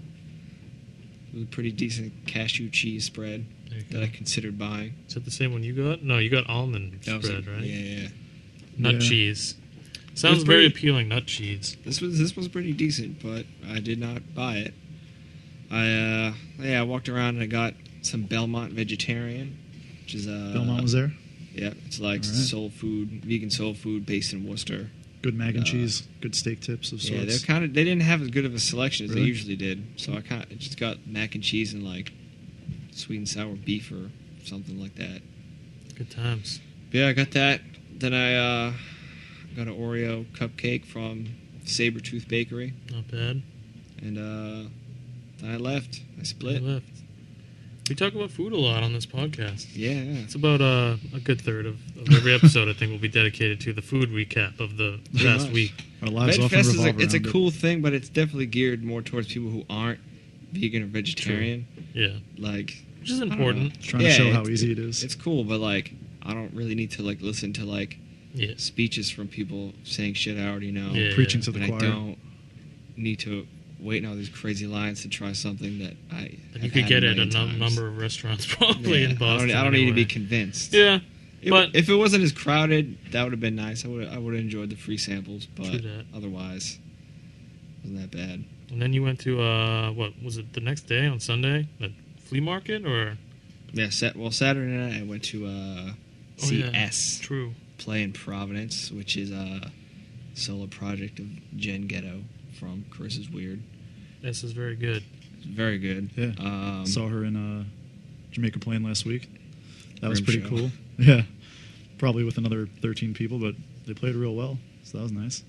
[SPEAKER 5] It was a pretty decent cashew cheese spread
[SPEAKER 3] There you
[SPEAKER 5] that
[SPEAKER 3] go.
[SPEAKER 5] I considered buying.
[SPEAKER 3] Is that the same one you got? No, you got almond
[SPEAKER 5] That was
[SPEAKER 3] spread,
[SPEAKER 5] a-
[SPEAKER 3] right?
[SPEAKER 5] Yeah, yeah. yeah.
[SPEAKER 3] Nut
[SPEAKER 4] Yeah.
[SPEAKER 3] cheese. Sounds
[SPEAKER 5] It's
[SPEAKER 3] very
[SPEAKER 5] pretty-
[SPEAKER 3] appealing, nut cheese.
[SPEAKER 5] This was this was pretty decent, but I did not buy it. I uh, yeah, I walked around and I got some Belmont vegetarian, which is uh,
[SPEAKER 4] Belmont was there.
[SPEAKER 5] yeah, it's like
[SPEAKER 4] All right.
[SPEAKER 5] soul food, vegan soul food based in Worcester.
[SPEAKER 4] Good mac and
[SPEAKER 5] uh,
[SPEAKER 4] cheese. Good steak tips of
[SPEAKER 5] Yeah, they're
[SPEAKER 4] sorts.
[SPEAKER 5] kind of they didn't have as good of a selection as they
[SPEAKER 4] Really?
[SPEAKER 5] usually did, so I kind of just got mac and cheese and like sweet and sour beef or something like that.
[SPEAKER 3] Good times.
[SPEAKER 5] But yeah, I got that. Then I uh, got an Oreo cupcake from Sabretooth Bakery,
[SPEAKER 3] Not bad.
[SPEAKER 5] and uh, then I left. I
[SPEAKER 3] I
[SPEAKER 5] split.
[SPEAKER 3] left. We talk about food a lot on this podcast.
[SPEAKER 5] Yeah, yeah.
[SPEAKER 3] It's about uh, a good third of, of every episode, I think, will be dedicated to the food recap of the
[SPEAKER 5] Pretty
[SPEAKER 3] past
[SPEAKER 5] much.
[SPEAKER 3] week.
[SPEAKER 4] Our lives
[SPEAKER 5] Veg
[SPEAKER 4] often
[SPEAKER 5] Fest is
[SPEAKER 4] revolve
[SPEAKER 5] a, it's a
[SPEAKER 4] around it.
[SPEAKER 5] cool thing, but it's definitely geared more towards people who aren't vegan or vegetarian.
[SPEAKER 3] Yeah.
[SPEAKER 5] Like,
[SPEAKER 3] Which is
[SPEAKER 5] don't
[SPEAKER 3] important.
[SPEAKER 4] Trying
[SPEAKER 5] yeah,
[SPEAKER 4] to show
[SPEAKER 5] it's-
[SPEAKER 4] how easy it is.
[SPEAKER 5] it's cool, but like, I don't really need to like listen to like
[SPEAKER 3] Yes.
[SPEAKER 5] speeches from people saying shit I already know.
[SPEAKER 3] Yeah.
[SPEAKER 4] Preaching to
[SPEAKER 5] and
[SPEAKER 4] the
[SPEAKER 5] I
[SPEAKER 4] choir.
[SPEAKER 5] don't need to wait in all these crazy lines to try something that I.
[SPEAKER 3] And
[SPEAKER 5] have
[SPEAKER 3] you could
[SPEAKER 5] had
[SPEAKER 3] get
[SPEAKER 5] a
[SPEAKER 3] it at
[SPEAKER 5] million
[SPEAKER 3] a num-
[SPEAKER 5] times.
[SPEAKER 3] number of restaurants,
[SPEAKER 5] Yeah,
[SPEAKER 3] probably in Boston.
[SPEAKER 5] I don't, I don't need to be
[SPEAKER 3] anyway.
[SPEAKER 5] convinced.
[SPEAKER 3] Yeah.
[SPEAKER 5] It-
[SPEAKER 3] but-
[SPEAKER 5] if it wasn't as crowded, that would have been nice. I would I would have enjoyed the free samples,
[SPEAKER 3] True
[SPEAKER 5] but
[SPEAKER 3] that.
[SPEAKER 5] otherwise, wasn't that bad.
[SPEAKER 3] And then you went to uh, what was it the next day on Sunday? The flea market or
[SPEAKER 5] Yeah, sat- well, Saturday night I went to uh,
[SPEAKER 3] Oh,
[SPEAKER 5] CS
[SPEAKER 3] True.
[SPEAKER 5] Play in Providence, which is a solo project of Jen Ghetto from Chris is Weird.
[SPEAKER 3] This is very good.
[SPEAKER 5] It's very good.
[SPEAKER 4] Yeah.
[SPEAKER 5] Um,
[SPEAKER 4] Saw her in uh, Jamaica Plain last week. That was
[SPEAKER 5] Grim
[SPEAKER 4] pretty
[SPEAKER 5] show.
[SPEAKER 4] cool. Yeah, probably with another 13 people, but they played real well, so that was nice.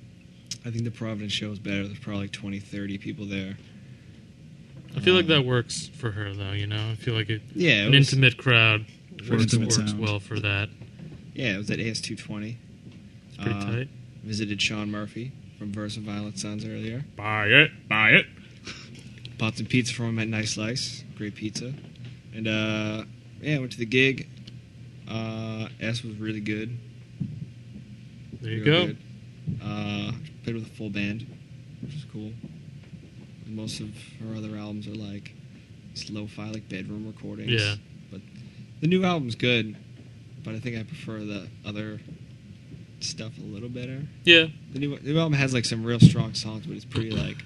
[SPEAKER 5] I think the Providence show is better. There's probably like 20, 30 people there.
[SPEAKER 3] I feel like
[SPEAKER 5] Um,
[SPEAKER 3] that works for her though. You know, I feel like it,
[SPEAKER 5] Yeah, it
[SPEAKER 3] an
[SPEAKER 5] was,
[SPEAKER 3] intimate crowd
[SPEAKER 4] For
[SPEAKER 3] works,
[SPEAKER 4] intimate
[SPEAKER 3] works
[SPEAKER 4] sound.
[SPEAKER 3] well for that.
[SPEAKER 5] Yeah, it was at AS220.
[SPEAKER 3] It's pretty
[SPEAKER 5] Uh,
[SPEAKER 3] tight.
[SPEAKER 5] Visited Sean Murphy from Verse and Violent Sons earlier.
[SPEAKER 3] Buy it, buy it.
[SPEAKER 5] Bought some pizza from him at Nice Slice. Great pizza. And uh, yeah, I went to the gig. Uh, S was really good.
[SPEAKER 3] There you
[SPEAKER 5] Real
[SPEAKER 3] go.
[SPEAKER 5] good. Uh, played with a full band, which is cool. Most of her other albums are like slow fi like bedroom recordings.
[SPEAKER 3] Yeah.
[SPEAKER 5] But the new album's good, but I think I prefer the other stuff a little better.
[SPEAKER 3] Yeah.
[SPEAKER 5] The new, the new album has like some real strong songs, but it's pretty like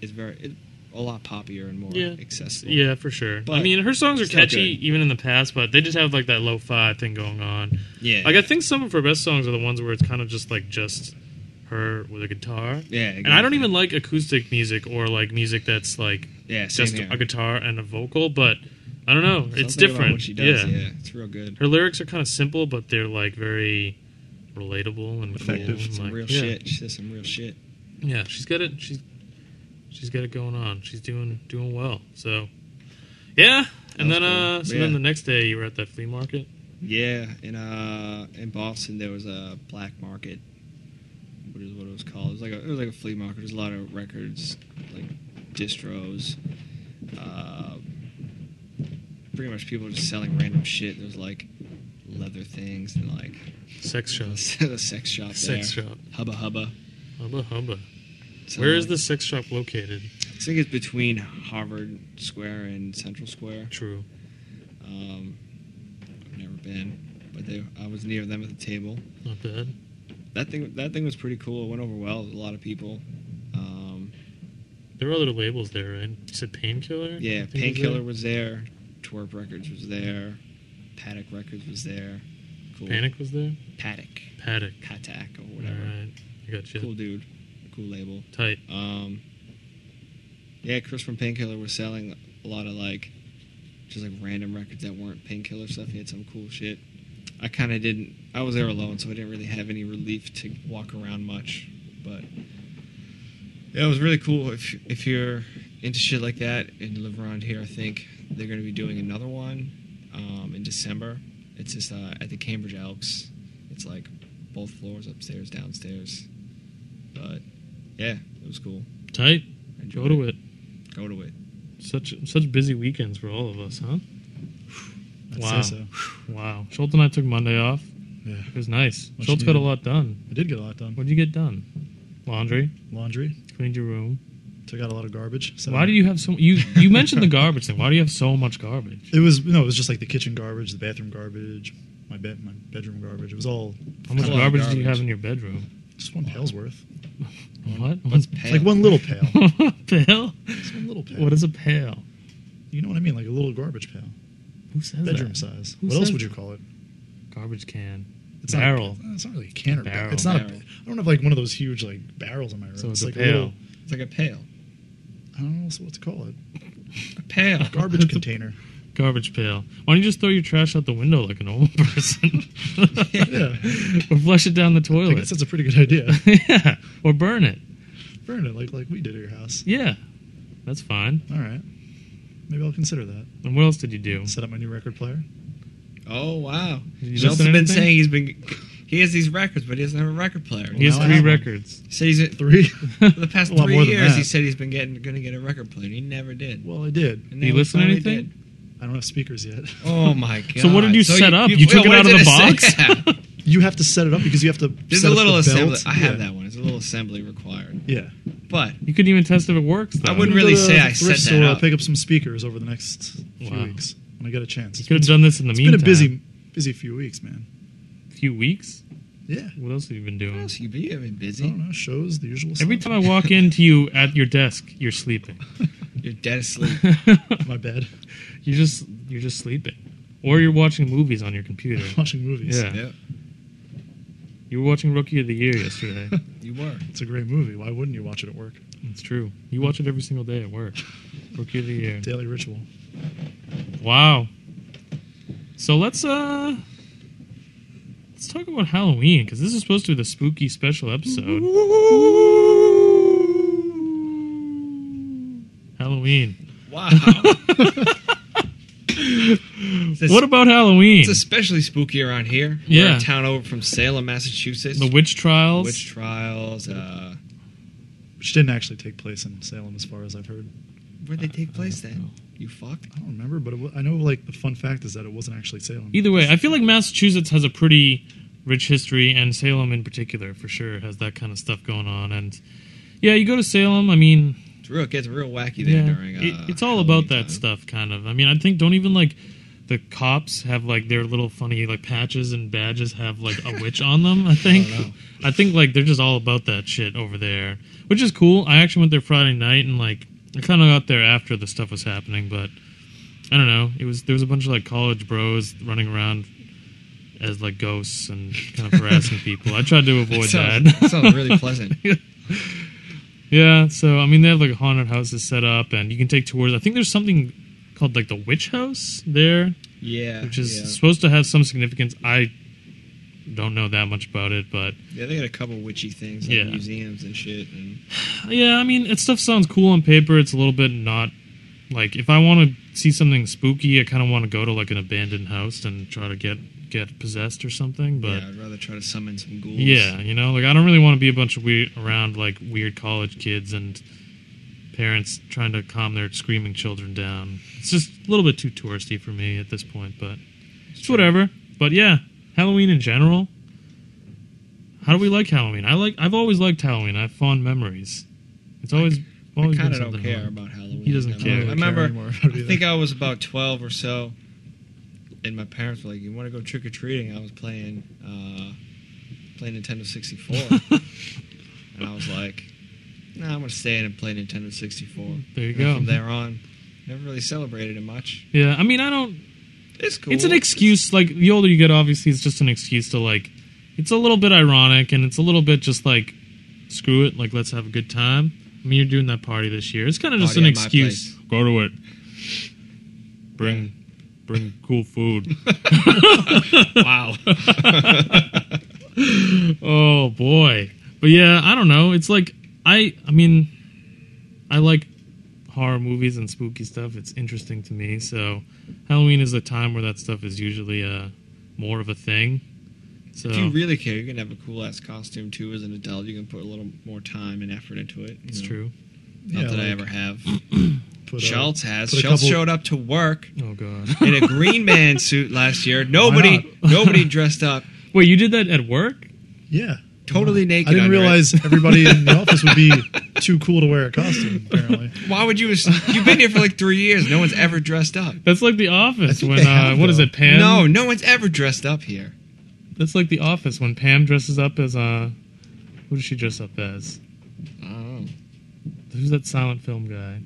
[SPEAKER 5] it's very it's a lot poppier and more
[SPEAKER 3] Yeah.
[SPEAKER 5] accessible.
[SPEAKER 3] Yeah, for sure. I
[SPEAKER 5] But
[SPEAKER 3] mean, her songs are
[SPEAKER 5] still
[SPEAKER 3] catchy even in the past, but they just have like that lo-fi thing going on.
[SPEAKER 5] yeah,
[SPEAKER 3] Like I think some of her best songs are the ones where it's kind of just like just her with a guitar.
[SPEAKER 5] yeah.
[SPEAKER 3] And I don't
[SPEAKER 5] exactly.
[SPEAKER 3] even like acoustic music or like music that's like
[SPEAKER 5] yeah, same
[SPEAKER 3] just
[SPEAKER 5] here.
[SPEAKER 3] a guitar and a vocal, but I don't know. it's
[SPEAKER 5] Something about
[SPEAKER 3] different.
[SPEAKER 5] What she does,
[SPEAKER 3] yeah.
[SPEAKER 5] yeah, it's real good.
[SPEAKER 3] Her lyrics are kind of simple, but they're like very relatable and cool
[SPEAKER 4] Effective.
[SPEAKER 3] and,
[SPEAKER 5] Some
[SPEAKER 3] like,
[SPEAKER 5] real
[SPEAKER 3] yeah.
[SPEAKER 5] shit. She says some real shit.
[SPEAKER 3] Yeah, she's got it. She's she's got it going on. She's doing doing well. So yeah, and
[SPEAKER 5] That was
[SPEAKER 3] then uh,
[SPEAKER 5] cool.
[SPEAKER 3] so
[SPEAKER 5] Yeah.
[SPEAKER 3] then the next day you were at that flea market.
[SPEAKER 5] Yeah, in uh in Boston there was a black market, which is what it was called. It was like a it was like a flea market. There's a lot of records, like distros. Uh, pretty much people just selling random shit. There's like leather things and like
[SPEAKER 3] Sex shop.
[SPEAKER 5] the sex shop.
[SPEAKER 3] Sex
[SPEAKER 5] there.
[SPEAKER 3] shop.
[SPEAKER 5] Hubba hubba.
[SPEAKER 3] Hubba hubba.
[SPEAKER 5] So,
[SPEAKER 3] Where is
[SPEAKER 5] like,
[SPEAKER 3] the sex shop located?
[SPEAKER 5] I think it's between Harvard Square and Central Square.
[SPEAKER 3] True.
[SPEAKER 5] Um, I've never been, but they, I was near them at the table.
[SPEAKER 3] Not bad.
[SPEAKER 5] That thing, that thing was pretty cool. It went over well with a lot of people. Um,
[SPEAKER 3] There were other labels there, right? You said painkiller. I
[SPEAKER 5] yeah,
[SPEAKER 3] think was
[SPEAKER 5] Painkiller
[SPEAKER 3] there?
[SPEAKER 5] was there. Twerp Records was there. Paddock Records was there. Cool.
[SPEAKER 3] Panic was there.
[SPEAKER 5] Paddock.
[SPEAKER 3] Paddock.
[SPEAKER 5] Katak or
[SPEAKER 3] All
[SPEAKER 5] whatever.
[SPEAKER 3] right, I got you.
[SPEAKER 5] Cool dude. Cool label.
[SPEAKER 3] Tight.
[SPEAKER 5] Um, yeah, Chris from Painkiller was selling a lot of like just like random records that weren't Painkiller stuff. He had some cool shit. I kind of didn't. I was there alone, so I didn't really have any relief to walk around much. But yeah, it was really cool. If if you're into shit like that and you live around here, I think they're going to be doing another one um, in December. It's just uh, at the Cambridge Elks. It's like both floors, upstairs, downstairs. But yeah, it was cool.
[SPEAKER 3] Tight.
[SPEAKER 5] Enjoy
[SPEAKER 3] Go to it.
[SPEAKER 5] Go to it.
[SPEAKER 3] Such such busy weekends for all of us, huh?
[SPEAKER 4] I'd
[SPEAKER 3] Wow.
[SPEAKER 4] say so.
[SPEAKER 3] Wow. Schultz and I took Monday off.
[SPEAKER 4] Yeah.
[SPEAKER 3] It was nice.
[SPEAKER 4] Much
[SPEAKER 3] Schultz got a
[SPEAKER 4] needed.
[SPEAKER 3] lot done.
[SPEAKER 4] I did get a lot done.
[SPEAKER 3] What'd you get done? Laundry.
[SPEAKER 4] Laundry,
[SPEAKER 3] Cleaned your room.
[SPEAKER 4] took out a lot of garbage. So
[SPEAKER 3] Why do you have so you you mentioned the garbage thing? Why do you have so much garbage?
[SPEAKER 4] It was no, it was just like the kitchen garbage, the bathroom garbage, my bed, my bedroom garbage. It was all
[SPEAKER 3] How much
[SPEAKER 5] A lot of
[SPEAKER 3] garbage, do you
[SPEAKER 5] garbage.
[SPEAKER 3] have in your bedroom?
[SPEAKER 4] just one pail's worth.
[SPEAKER 3] What?
[SPEAKER 5] What's
[SPEAKER 3] What's
[SPEAKER 5] pale?
[SPEAKER 4] It's like one little pail.
[SPEAKER 3] pail?
[SPEAKER 4] It's one little pail.
[SPEAKER 3] What is a pail?
[SPEAKER 4] you know what I mean? Like a little garbage pail,
[SPEAKER 3] Who says
[SPEAKER 4] bedroom
[SPEAKER 3] that?
[SPEAKER 4] size.
[SPEAKER 3] Who
[SPEAKER 4] what else
[SPEAKER 3] says
[SPEAKER 4] would you call it?
[SPEAKER 3] Garbage can.
[SPEAKER 4] It's
[SPEAKER 3] Barrel.
[SPEAKER 4] Not, it's not really a can or barrel.
[SPEAKER 3] Barrel.
[SPEAKER 4] It's not.
[SPEAKER 5] Barrel.
[SPEAKER 4] A, I don't have like one of those huge like barrels in my room.
[SPEAKER 3] So it's,
[SPEAKER 4] like
[SPEAKER 3] a pail.
[SPEAKER 4] little.
[SPEAKER 5] It's like a pail.
[SPEAKER 4] I don't know what to call it.
[SPEAKER 5] A pail.
[SPEAKER 4] Garbage container.
[SPEAKER 3] Garbage pail. Why don't you just throw your trash out the window like a normal person?
[SPEAKER 4] Yeah.
[SPEAKER 3] or flush it down the
[SPEAKER 4] I guess
[SPEAKER 3] toilet.
[SPEAKER 4] that's a pretty good idea.
[SPEAKER 3] yeah. Or burn it.
[SPEAKER 4] Burn it like like we did at your house.
[SPEAKER 3] Yeah. That's fine.
[SPEAKER 4] All right. Maybe I'll consider that.
[SPEAKER 3] And what else did you do?
[SPEAKER 4] Set up my new record player.
[SPEAKER 5] Oh wow.
[SPEAKER 3] Did you
[SPEAKER 5] Schultz
[SPEAKER 3] listen
[SPEAKER 5] has
[SPEAKER 3] to anything?
[SPEAKER 5] been saying he's been he has these records, but he doesn't have a record player.
[SPEAKER 3] He has
[SPEAKER 4] Well, now I
[SPEAKER 3] three
[SPEAKER 4] have one.
[SPEAKER 3] records.
[SPEAKER 5] He said he's
[SPEAKER 4] Three.
[SPEAKER 5] for the past
[SPEAKER 4] A lot
[SPEAKER 5] three
[SPEAKER 4] more than
[SPEAKER 5] years. He
[SPEAKER 4] that.
[SPEAKER 5] said he's been getting going to get a record player. and He never did.
[SPEAKER 4] well, I did.
[SPEAKER 5] And
[SPEAKER 3] Do you
[SPEAKER 5] now he
[SPEAKER 3] listen to
[SPEAKER 5] finally
[SPEAKER 3] anything?
[SPEAKER 5] did.
[SPEAKER 4] I don't have speakers yet.
[SPEAKER 5] Oh my god.
[SPEAKER 3] So what did you set up? You took it
[SPEAKER 5] what
[SPEAKER 3] out of
[SPEAKER 5] did
[SPEAKER 3] the
[SPEAKER 5] I
[SPEAKER 3] box?
[SPEAKER 5] say? Yeah.
[SPEAKER 4] You have to set it up because you have to.
[SPEAKER 5] There's
[SPEAKER 4] set
[SPEAKER 5] a
[SPEAKER 4] up
[SPEAKER 5] little
[SPEAKER 4] the belt.
[SPEAKER 5] assembly. I have
[SPEAKER 4] Yeah.
[SPEAKER 5] that one. There's a little assembly required.
[SPEAKER 4] Yeah.
[SPEAKER 5] But
[SPEAKER 3] You couldn't even test if it works. Though.
[SPEAKER 5] I wouldn't
[SPEAKER 4] I'm gonna
[SPEAKER 5] really
[SPEAKER 4] go to
[SPEAKER 5] say
[SPEAKER 4] the
[SPEAKER 5] I set
[SPEAKER 4] thrift
[SPEAKER 5] that
[SPEAKER 4] store, I'll
[SPEAKER 5] up.
[SPEAKER 4] pick up some speakers over the next few
[SPEAKER 3] Wow.
[SPEAKER 4] weeks when I get a chance.
[SPEAKER 3] You could have done this in the
[SPEAKER 4] It's been
[SPEAKER 3] meantime.
[SPEAKER 4] a busy, busy few weeks, man.
[SPEAKER 3] few weeks.
[SPEAKER 4] Yeah.
[SPEAKER 3] What else Oh, have you been
[SPEAKER 5] what
[SPEAKER 3] doing?
[SPEAKER 5] else you be having
[SPEAKER 4] I don't
[SPEAKER 5] busy?
[SPEAKER 4] know. Shows the usual.
[SPEAKER 3] Every
[SPEAKER 4] stuff.
[SPEAKER 3] time I walk into you at your desk, you're sleeping.
[SPEAKER 5] You're dead asleep.
[SPEAKER 4] my bed,
[SPEAKER 3] you're just you're just sleeping, or you're watching movies on your computer.
[SPEAKER 4] watching movies.
[SPEAKER 3] Yeah.
[SPEAKER 5] Yep.
[SPEAKER 3] You were watching Rookie of the Year yesterday.
[SPEAKER 5] You were.
[SPEAKER 4] It's a great movie. Why wouldn't you watch it at work?
[SPEAKER 3] it's true. You watch it every single day at work. Rookie of the Year.
[SPEAKER 4] Daily ritual.
[SPEAKER 3] Wow. So let's uh let's talk about Halloween because this is supposed to be the spooky special episode. Halloween.
[SPEAKER 5] Wow.
[SPEAKER 3] what about Halloween?
[SPEAKER 5] It's especially spooky around here. We're
[SPEAKER 3] Yeah.
[SPEAKER 5] a town over from Salem, Massachusetts.
[SPEAKER 3] the witch trials.
[SPEAKER 5] Witch trials. Uh,
[SPEAKER 4] Which didn't actually take place in Salem, as far as I've heard.
[SPEAKER 5] Where'd they take place
[SPEAKER 3] Oh.
[SPEAKER 5] then? You fucked.
[SPEAKER 4] I don't remember, but it wa- I know like the fun fact is that it wasn't actually Salem.
[SPEAKER 3] Either way, I feel like Massachusetts has a pretty rich history, and Salem in particular, for sure, has that kind of stuff going on. And yeah, you go to Salem. I mean,
[SPEAKER 5] It's real. It gets real wacky
[SPEAKER 3] yeah,
[SPEAKER 5] there during. Uh,
[SPEAKER 3] it, it's all about
[SPEAKER 5] Halloween
[SPEAKER 3] that
[SPEAKER 5] time.
[SPEAKER 3] stuff, kind of. I mean, I think don't even like the cops have like their little funny like patches and badges have like a witch on them. I think.
[SPEAKER 4] know.
[SPEAKER 3] I think like they're just all about that shit over there, which is cool. I actually went there Friday night and like I kind of got there after the stuff was happening, but I don't know. It was there was a bunch of like college bros running around as like ghosts and kind of harassing people. I tried to avoid that.
[SPEAKER 5] sounds, sounds really pleasant.
[SPEAKER 3] Yeah, so I mean, they have like haunted houses set up, and you can take tours. I think there's something called like the Witch House there,
[SPEAKER 5] Yeah,
[SPEAKER 3] which is
[SPEAKER 5] yeah.
[SPEAKER 3] supposed to have some significance. I don't know that much about it, but
[SPEAKER 5] Yeah, they got a couple witchy things, like
[SPEAKER 3] Yeah.
[SPEAKER 5] museums and shit. And
[SPEAKER 3] yeah, I mean, it stuff sounds cool on paper. It's a little bit not like if I want to see something spooky, I kind of want to go to like an abandoned house and try to get get possessed or something. But
[SPEAKER 5] yeah, I'd rather try to summon some ghouls.
[SPEAKER 3] Yeah, you know, like I don't really want to be a bunch of weird around like weird college kids and parents trying to calm their screaming children down. It's just a little bit too touristy for me at this point, but it's whatever. But yeah, Halloween in general. How do we like Halloween? I like I've always liked Halloween. I have fond memories. It's always
[SPEAKER 5] I
[SPEAKER 3] always
[SPEAKER 5] kind
[SPEAKER 3] been
[SPEAKER 5] of don't
[SPEAKER 3] something.
[SPEAKER 5] care
[SPEAKER 3] fun.
[SPEAKER 5] about Halloween.
[SPEAKER 3] He doesn't
[SPEAKER 5] I don't
[SPEAKER 3] care.
[SPEAKER 5] know. I
[SPEAKER 3] Really
[SPEAKER 4] care
[SPEAKER 5] remember.
[SPEAKER 4] anymore about it
[SPEAKER 5] I think I was about twelve or so, and my parents were like, "You want to go trick or treating?" I was playing, uh, playing Nintendo sixty four, and I was like, "No, nah, I'm gonna stay in and play Nintendo sixty four.
[SPEAKER 3] There you
[SPEAKER 5] And then
[SPEAKER 3] go.
[SPEAKER 5] From there on, never really celebrated it much.
[SPEAKER 3] Yeah, I mean I don't
[SPEAKER 5] It's cool.
[SPEAKER 3] It's an excuse. Like the older you get, obviously, it's just an excuse to like. It's a little bit ironic, and it's a little bit just like, screw it. Like let's have a good time. I mean, you're doing that party this year. It's kind of just
[SPEAKER 5] Party
[SPEAKER 3] an
[SPEAKER 5] at my
[SPEAKER 3] excuse. Go to it. Bring, bring cool food.
[SPEAKER 5] Wow.
[SPEAKER 3] oh boy, but yeah, I don't know. It's like I. I mean, I like horror movies and spooky stuff. It's interesting to me. So Halloween is a time where that stuff is usually uh, more of a thing. So
[SPEAKER 5] If you really care, you can have a cool ass costume too as an adult. You can put a little more time and effort into it. you
[SPEAKER 3] it's
[SPEAKER 5] know.
[SPEAKER 3] true.
[SPEAKER 5] Not
[SPEAKER 4] Yeah,
[SPEAKER 5] that I
[SPEAKER 4] like,
[SPEAKER 5] ever have.
[SPEAKER 4] put, uh,
[SPEAKER 5] Schultz has.
[SPEAKER 4] put a
[SPEAKER 5] Schultz
[SPEAKER 4] couple-
[SPEAKER 5] showed up to work
[SPEAKER 3] Oh god.
[SPEAKER 5] in a green man suit last year. Nobody,
[SPEAKER 3] not?
[SPEAKER 5] nobody dressed up,
[SPEAKER 3] Wait, you did that at work?
[SPEAKER 4] Yeah,
[SPEAKER 5] totally naked.
[SPEAKER 4] I didn't
[SPEAKER 5] under it.
[SPEAKER 4] realize everybody in the office would be too cool to wear a costume. Apparently,
[SPEAKER 5] Why would you? ass- You've been here for like three years. No one's ever dressed up.
[SPEAKER 3] That's like the office
[SPEAKER 4] think
[SPEAKER 3] when
[SPEAKER 4] they
[SPEAKER 3] uh,
[SPEAKER 4] have,
[SPEAKER 3] what is
[SPEAKER 4] though.
[SPEAKER 3] it, Pam?
[SPEAKER 5] no, no one's ever dressed up here.
[SPEAKER 3] that's like the office when Pam dresses up as uh, who does she dress up as?
[SPEAKER 5] Oh,
[SPEAKER 3] Who's that silent film guy?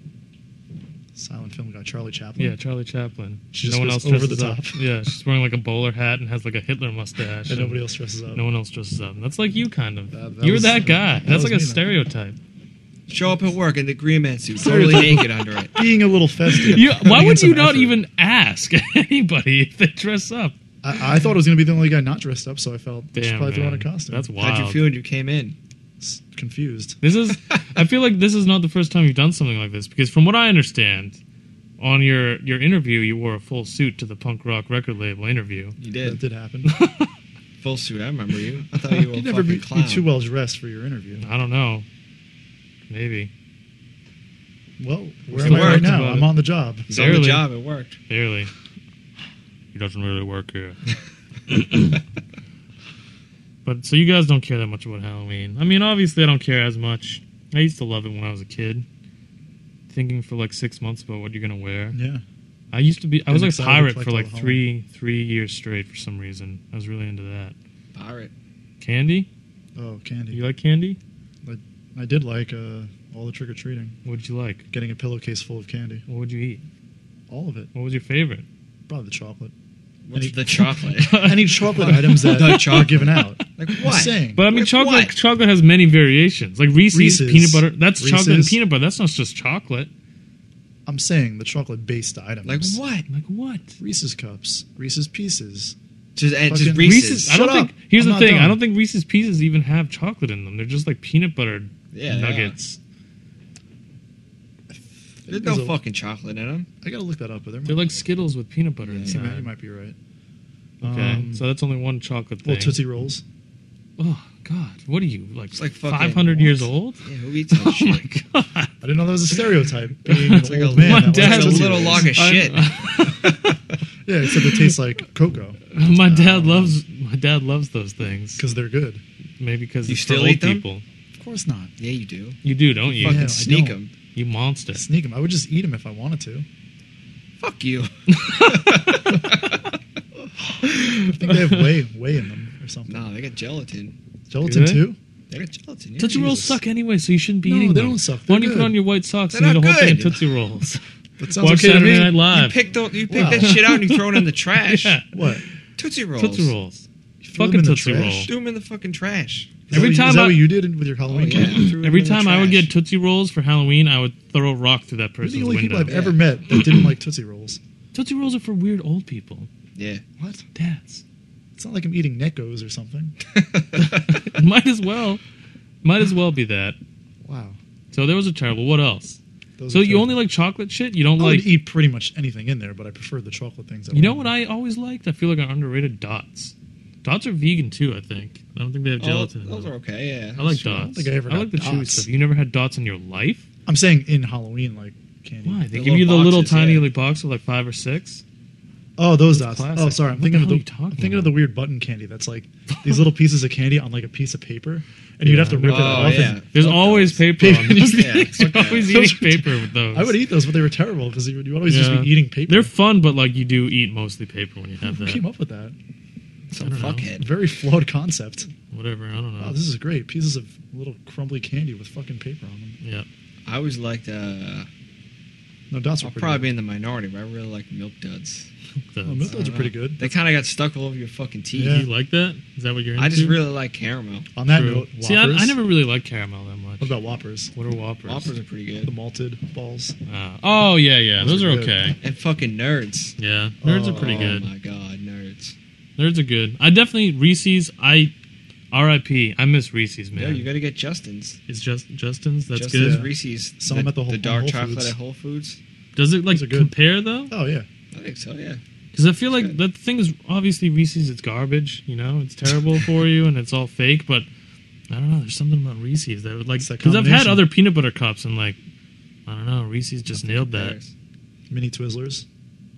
[SPEAKER 4] silent film guy Charlie Chaplin.
[SPEAKER 3] Yeah, Charlie Chaplin.
[SPEAKER 4] She just
[SPEAKER 3] no one else
[SPEAKER 4] goes over the
[SPEAKER 3] dresses up.
[SPEAKER 4] top.
[SPEAKER 3] Yeah, she's wearing like a bowler hat and has like a Hitler mustache.
[SPEAKER 4] and nobody else dresses up.
[SPEAKER 3] No one else dresses up. That's like you, kind of.
[SPEAKER 4] That- that
[SPEAKER 3] You're
[SPEAKER 4] was-
[SPEAKER 3] that guy.
[SPEAKER 4] that
[SPEAKER 3] That's like
[SPEAKER 4] was me
[SPEAKER 3] a
[SPEAKER 4] then.
[SPEAKER 3] stereotype.
[SPEAKER 5] show up at work in the green man suit, totally
[SPEAKER 4] Seriously.
[SPEAKER 5] naked under it.
[SPEAKER 4] Being a little festive.
[SPEAKER 3] You, why
[SPEAKER 4] putting in
[SPEAKER 3] would you
[SPEAKER 4] some
[SPEAKER 3] not
[SPEAKER 4] effort.
[SPEAKER 3] even ask anybody if they dress up?
[SPEAKER 4] I, I thought I was going to be the only guy not dressed up, so I felt
[SPEAKER 3] Damn,
[SPEAKER 4] just probably throw on a
[SPEAKER 3] man.
[SPEAKER 4] costume.
[SPEAKER 3] That's wild.
[SPEAKER 5] How'd you feel when you came in?
[SPEAKER 4] It's confused.
[SPEAKER 3] This is. I feel like this is not the first time you've done something like this because, from what I understand, on your your interview, you wore a full suit to the punk rock record label interview.
[SPEAKER 5] You
[SPEAKER 4] That
[SPEAKER 5] did
[SPEAKER 4] did happen.
[SPEAKER 5] full suit. I remember you. I thought you were a
[SPEAKER 4] You'd never be,
[SPEAKER 5] fucking
[SPEAKER 4] be
[SPEAKER 5] clown.
[SPEAKER 4] too well dressed for your interview.
[SPEAKER 3] I don't know. Maybe
[SPEAKER 4] Well, where
[SPEAKER 5] Still
[SPEAKER 4] am I right
[SPEAKER 5] worked
[SPEAKER 4] now?
[SPEAKER 3] about
[SPEAKER 4] I'm
[SPEAKER 3] it.
[SPEAKER 4] on the job.
[SPEAKER 5] It's on the
[SPEAKER 3] Barely.
[SPEAKER 5] job. It worked.
[SPEAKER 3] barely. He doesn't really work here. but so you guys don't care that much about Halloween. I mean, obviously, I don't care as much. I used to love it when I was a kid. Thinking for like six months about what you're gonna wear.
[SPEAKER 4] Yeah.
[SPEAKER 3] I used to be. I was
[SPEAKER 4] Been
[SPEAKER 3] like a
[SPEAKER 4] excited to
[SPEAKER 3] pirate
[SPEAKER 4] collect
[SPEAKER 3] for
[SPEAKER 4] all
[SPEAKER 3] like
[SPEAKER 4] the
[SPEAKER 3] three three years straight for some reason. I was really into that.
[SPEAKER 5] Pirate.
[SPEAKER 3] Candy?
[SPEAKER 4] Oh, candy.
[SPEAKER 3] You like candy?
[SPEAKER 4] I did like uh, all the trick or treating,
[SPEAKER 3] What'd you like?
[SPEAKER 4] getting a pillowcase full of candy.
[SPEAKER 3] What would you eat?
[SPEAKER 4] All of it.
[SPEAKER 3] What was your favorite?
[SPEAKER 4] Probably the chocolate.
[SPEAKER 5] What's
[SPEAKER 4] Any-
[SPEAKER 5] the chocolate?
[SPEAKER 4] Any chocolate items that
[SPEAKER 5] The
[SPEAKER 4] are
[SPEAKER 5] chocolate.
[SPEAKER 4] given out.
[SPEAKER 5] like
[SPEAKER 4] I'm
[SPEAKER 5] what?
[SPEAKER 4] saying.
[SPEAKER 3] But I mean,
[SPEAKER 5] With
[SPEAKER 3] chocolate.
[SPEAKER 5] what?
[SPEAKER 3] Chocolate has many variations. Like Reese's,
[SPEAKER 4] Reese's.
[SPEAKER 3] peanut butter. That's chocolate and
[SPEAKER 4] Reese's.
[SPEAKER 3] peanut butter. That's not just chocolate.
[SPEAKER 4] I'm saying the chocolate based items.
[SPEAKER 5] Like what?
[SPEAKER 3] Like what?
[SPEAKER 4] Reese's cups, Reese's pieces.
[SPEAKER 5] Just, and just
[SPEAKER 4] Fucking-
[SPEAKER 5] Reese's.
[SPEAKER 3] I don't
[SPEAKER 4] Shut up.
[SPEAKER 3] think. Here's
[SPEAKER 4] I'm
[SPEAKER 3] the
[SPEAKER 4] not
[SPEAKER 3] thing. I
[SPEAKER 4] dumb.
[SPEAKER 3] don't think Reese's Pieces even have chocolate in them. They're just like peanut butter
[SPEAKER 5] Yeah, they
[SPEAKER 3] nuggets.
[SPEAKER 5] There's
[SPEAKER 4] There's
[SPEAKER 5] no
[SPEAKER 4] a-
[SPEAKER 5] fucking chocolate in them.
[SPEAKER 4] I gotta look that up, but there
[SPEAKER 3] They're
[SPEAKER 4] might,
[SPEAKER 3] like Skittles with peanut butter
[SPEAKER 4] you, might, you
[SPEAKER 3] inside.
[SPEAKER 4] might be right.
[SPEAKER 3] Okay,
[SPEAKER 4] Um,
[SPEAKER 3] so that's only one chocolate thing.
[SPEAKER 4] well, Tootsie Rolls.
[SPEAKER 3] oh God, what are you like?
[SPEAKER 5] It's like fucking-
[SPEAKER 3] five hundred years old.
[SPEAKER 5] Yeah, who eats that
[SPEAKER 3] Oh
[SPEAKER 5] shit?
[SPEAKER 3] my God.
[SPEAKER 4] I didn't know that was a stereotype. Being an
[SPEAKER 5] It's like a,
[SPEAKER 4] old man,
[SPEAKER 3] my
[SPEAKER 4] that was
[SPEAKER 3] dad's
[SPEAKER 5] it's a
[SPEAKER 4] stereotype.
[SPEAKER 5] little log of shit.
[SPEAKER 4] Yeah, except it tastes like cocoa
[SPEAKER 3] my dad loves my dad loves those things.
[SPEAKER 4] because they're good.
[SPEAKER 3] Maybe because
[SPEAKER 5] You
[SPEAKER 3] it's
[SPEAKER 5] still
[SPEAKER 3] for old
[SPEAKER 5] eat them?
[SPEAKER 3] people.
[SPEAKER 4] Of course not.
[SPEAKER 5] yeah, you do.
[SPEAKER 3] You do, don't you?
[SPEAKER 4] Yeah, I
[SPEAKER 5] Fucking sneak
[SPEAKER 4] don't.
[SPEAKER 5] them.
[SPEAKER 3] You monster.
[SPEAKER 4] Sneak them. I would just eat them if I wanted to.
[SPEAKER 5] Fuck you.
[SPEAKER 4] I think they have whey whey in them or something.
[SPEAKER 5] no, they got gelatin.
[SPEAKER 4] Gelatin
[SPEAKER 3] Do they?
[SPEAKER 4] too.
[SPEAKER 5] They got gelatin. Yeah.
[SPEAKER 3] Tootsie rolls
[SPEAKER 4] Jesus.
[SPEAKER 3] suck anyway, so you shouldn't be
[SPEAKER 4] No,
[SPEAKER 3] eating
[SPEAKER 4] they
[SPEAKER 3] them.
[SPEAKER 4] don't suck.
[SPEAKER 3] Why don't
[SPEAKER 4] They're
[SPEAKER 3] you put
[SPEAKER 4] good.
[SPEAKER 3] on your white socks
[SPEAKER 5] They're
[SPEAKER 3] and eat
[SPEAKER 5] not
[SPEAKER 3] a whole thing of
[SPEAKER 5] good.
[SPEAKER 3] Tootsie Rolls?
[SPEAKER 4] That sounds
[SPEAKER 3] Watch
[SPEAKER 4] okay to
[SPEAKER 3] Saturday
[SPEAKER 4] me.
[SPEAKER 3] Night Live.
[SPEAKER 5] You pick, tho- you pick
[SPEAKER 4] Wow.
[SPEAKER 5] that shit out and you throw it in the trash.
[SPEAKER 3] yeah,
[SPEAKER 4] What?
[SPEAKER 5] Tootsie Rolls.
[SPEAKER 3] Tootsie Rolls.
[SPEAKER 4] threw them
[SPEAKER 3] Fucking
[SPEAKER 4] in the
[SPEAKER 3] Tootsie
[SPEAKER 4] trash?
[SPEAKER 3] Roll.
[SPEAKER 5] Do them in the fucking trash.
[SPEAKER 4] Is
[SPEAKER 3] Every
[SPEAKER 4] that what you-
[SPEAKER 3] time
[SPEAKER 4] is that
[SPEAKER 3] I- Oh,
[SPEAKER 4] what you did in- with your Halloween
[SPEAKER 5] yeah.
[SPEAKER 4] candy?
[SPEAKER 5] Threw it
[SPEAKER 3] Every
[SPEAKER 5] in the
[SPEAKER 3] time I would
[SPEAKER 5] Mm, trash.
[SPEAKER 3] get Tootsie Rolls for Halloween, I would throw a rock through that
[SPEAKER 4] You're the
[SPEAKER 3] person's
[SPEAKER 4] only people
[SPEAKER 3] window.
[SPEAKER 4] I've ever met that didn't like Tootsie Rolls.
[SPEAKER 3] Tootsie Rolls are for weird old people.
[SPEAKER 5] Yeah.
[SPEAKER 4] What?
[SPEAKER 3] Dads.
[SPEAKER 4] It's not like I'm eating Neckos or something.
[SPEAKER 3] Might as well. Might as well be that.
[SPEAKER 4] Wow.
[SPEAKER 3] So those are terrible. What else?
[SPEAKER 4] Those
[SPEAKER 3] so
[SPEAKER 4] are
[SPEAKER 3] you
[SPEAKER 4] terrible.
[SPEAKER 3] only like chocolate shit? You don't
[SPEAKER 4] I
[SPEAKER 3] like.
[SPEAKER 4] would eat pretty much anything in there, but I prefer the chocolate things.
[SPEAKER 3] You know what I always liked? I feel like are underrated dots. Dots are vegan too. I think. I don't think they have
[SPEAKER 5] Oh,
[SPEAKER 3] gelatin. in
[SPEAKER 5] those
[SPEAKER 3] them.
[SPEAKER 5] are okay. Yeah.
[SPEAKER 3] I like
[SPEAKER 5] Sure.
[SPEAKER 3] dots.
[SPEAKER 4] think I ever got
[SPEAKER 3] like the chewy
[SPEAKER 4] dots.
[SPEAKER 3] stuff. You never had dots in your life?
[SPEAKER 4] I'm saying in Halloween, like candy.
[SPEAKER 3] Why? They
[SPEAKER 5] The
[SPEAKER 3] give you the
[SPEAKER 5] little
[SPEAKER 3] little
[SPEAKER 5] boxes,
[SPEAKER 3] tiny
[SPEAKER 5] yeah.
[SPEAKER 3] like box of like five or six.
[SPEAKER 4] Oh, those dots.
[SPEAKER 3] classic.
[SPEAKER 4] Oh, sorry. I'm
[SPEAKER 3] What
[SPEAKER 4] thinking
[SPEAKER 3] the
[SPEAKER 4] of
[SPEAKER 3] hell
[SPEAKER 4] the.
[SPEAKER 3] are you talking
[SPEAKER 4] I'm thinking of the weird button candy. That's like these little pieces of candy on like a piece of paper, and you'd
[SPEAKER 3] Yeah,
[SPEAKER 4] have to rip it
[SPEAKER 3] they're-
[SPEAKER 5] Oh,
[SPEAKER 4] off.
[SPEAKER 5] yeah.
[SPEAKER 4] And
[SPEAKER 3] There's
[SPEAKER 5] Fuck
[SPEAKER 3] always
[SPEAKER 5] those.
[SPEAKER 3] paper on
[SPEAKER 4] Paper-
[SPEAKER 3] those
[SPEAKER 5] Yeah,
[SPEAKER 3] things.
[SPEAKER 5] fuck
[SPEAKER 3] You're always
[SPEAKER 4] that.
[SPEAKER 3] eating paper with those.
[SPEAKER 4] I would eat those, but they were terrible because you would always just
[SPEAKER 3] Oh, Yeah.
[SPEAKER 4] be eating paper.
[SPEAKER 3] They're fun, but like you do eat mostly paper when you have
[SPEAKER 4] Who
[SPEAKER 3] that.
[SPEAKER 4] came up with that?
[SPEAKER 5] Some
[SPEAKER 3] don't know.
[SPEAKER 5] fuckhead.
[SPEAKER 4] Very flawed concept.
[SPEAKER 3] Whatever. I don't know.
[SPEAKER 4] Wow, Oh, this is great. Pieces of little crumbly candy with fucking paper on them.
[SPEAKER 3] yeah.
[SPEAKER 5] I always liked. Uh,
[SPEAKER 4] No dots.
[SPEAKER 5] I'll
[SPEAKER 4] were pretty
[SPEAKER 5] probably be
[SPEAKER 4] good.
[SPEAKER 5] in the minority, but I really like milk duds.
[SPEAKER 3] That's-
[SPEAKER 4] Oh, milk duds are pretty good.
[SPEAKER 5] They kind of got stuck all over your fucking teeth.
[SPEAKER 4] Yeah.
[SPEAKER 3] You like that? Is that what you're into?
[SPEAKER 5] I just really like caramel.
[SPEAKER 4] On that
[SPEAKER 3] True.
[SPEAKER 4] note, Whoppers.
[SPEAKER 3] See, I, I never really liked caramel that much.
[SPEAKER 4] What about Whoppers?
[SPEAKER 3] What are Whoppers?
[SPEAKER 5] Whoppers are pretty
[SPEAKER 4] The
[SPEAKER 5] good.
[SPEAKER 4] malted balls.
[SPEAKER 3] Ah. oh yeah, yeah. Those,
[SPEAKER 4] Those
[SPEAKER 3] are,
[SPEAKER 4] are good.
[SPEAKER 3] okay.
[SPEAKER 5] And fucking nerds.
[SPEAKER 3] Yeah, nerds are
[SPEAKER 4] Oh.
[SPEAKER 3] pretty
[SPEAKER 5] oh
[SPEAKER 3] good.
[SPEAKER 5] my god, nerds.
[SPEAKER 3] Nerds are good. I definitely Reese's. I, R.I.P. I miss Reese's,
[SPEAKER 5] Yeah,
[SPEAKER 3] man.
[SPEAKER 5] you gotta get Justin's.
[SPEAKER 3] It's just Justin's. That's
[SPEAKER 5] Justin's
[SPEAKER 3] good.
[SPEAKER 5] Reese's.
[SPEAKER 4] Sell 'em at the Whole-
[SPEAKER 5] dark
[SPEAKER 4] Whole
[SPEAKER 5] chocolate
[SPEAKER 4] Foods.
[SPEAKER 5] at Whole Foods.
[SPEAKER 3] Does it like
[SPEAKER 4] Those are good.
[SPEAKER 3] compare though?
[SPEAKER 4] Oh yeah.
[SPEAKER 5] I think so. Yeah.
[SPEAKER 3] Because I feel like
[SPEAKER 5] Good.
[SPEAKER 3] the thing is obviously Reese's. It's garbage. You know, it's terrible for you, and it's all fake. But I don't know. There's something about Reese's that would like
[SPEAKER 4] It's that
[SPEAKER 3] because I've had
[SPEAKER 4] combination.
[SPEAKER 3] other peanut butter cups and like I don't know. Reese's just nailed that.
[SPEAKER 5] Nerds.
[SPEAKER 4] Mini Twizzlers.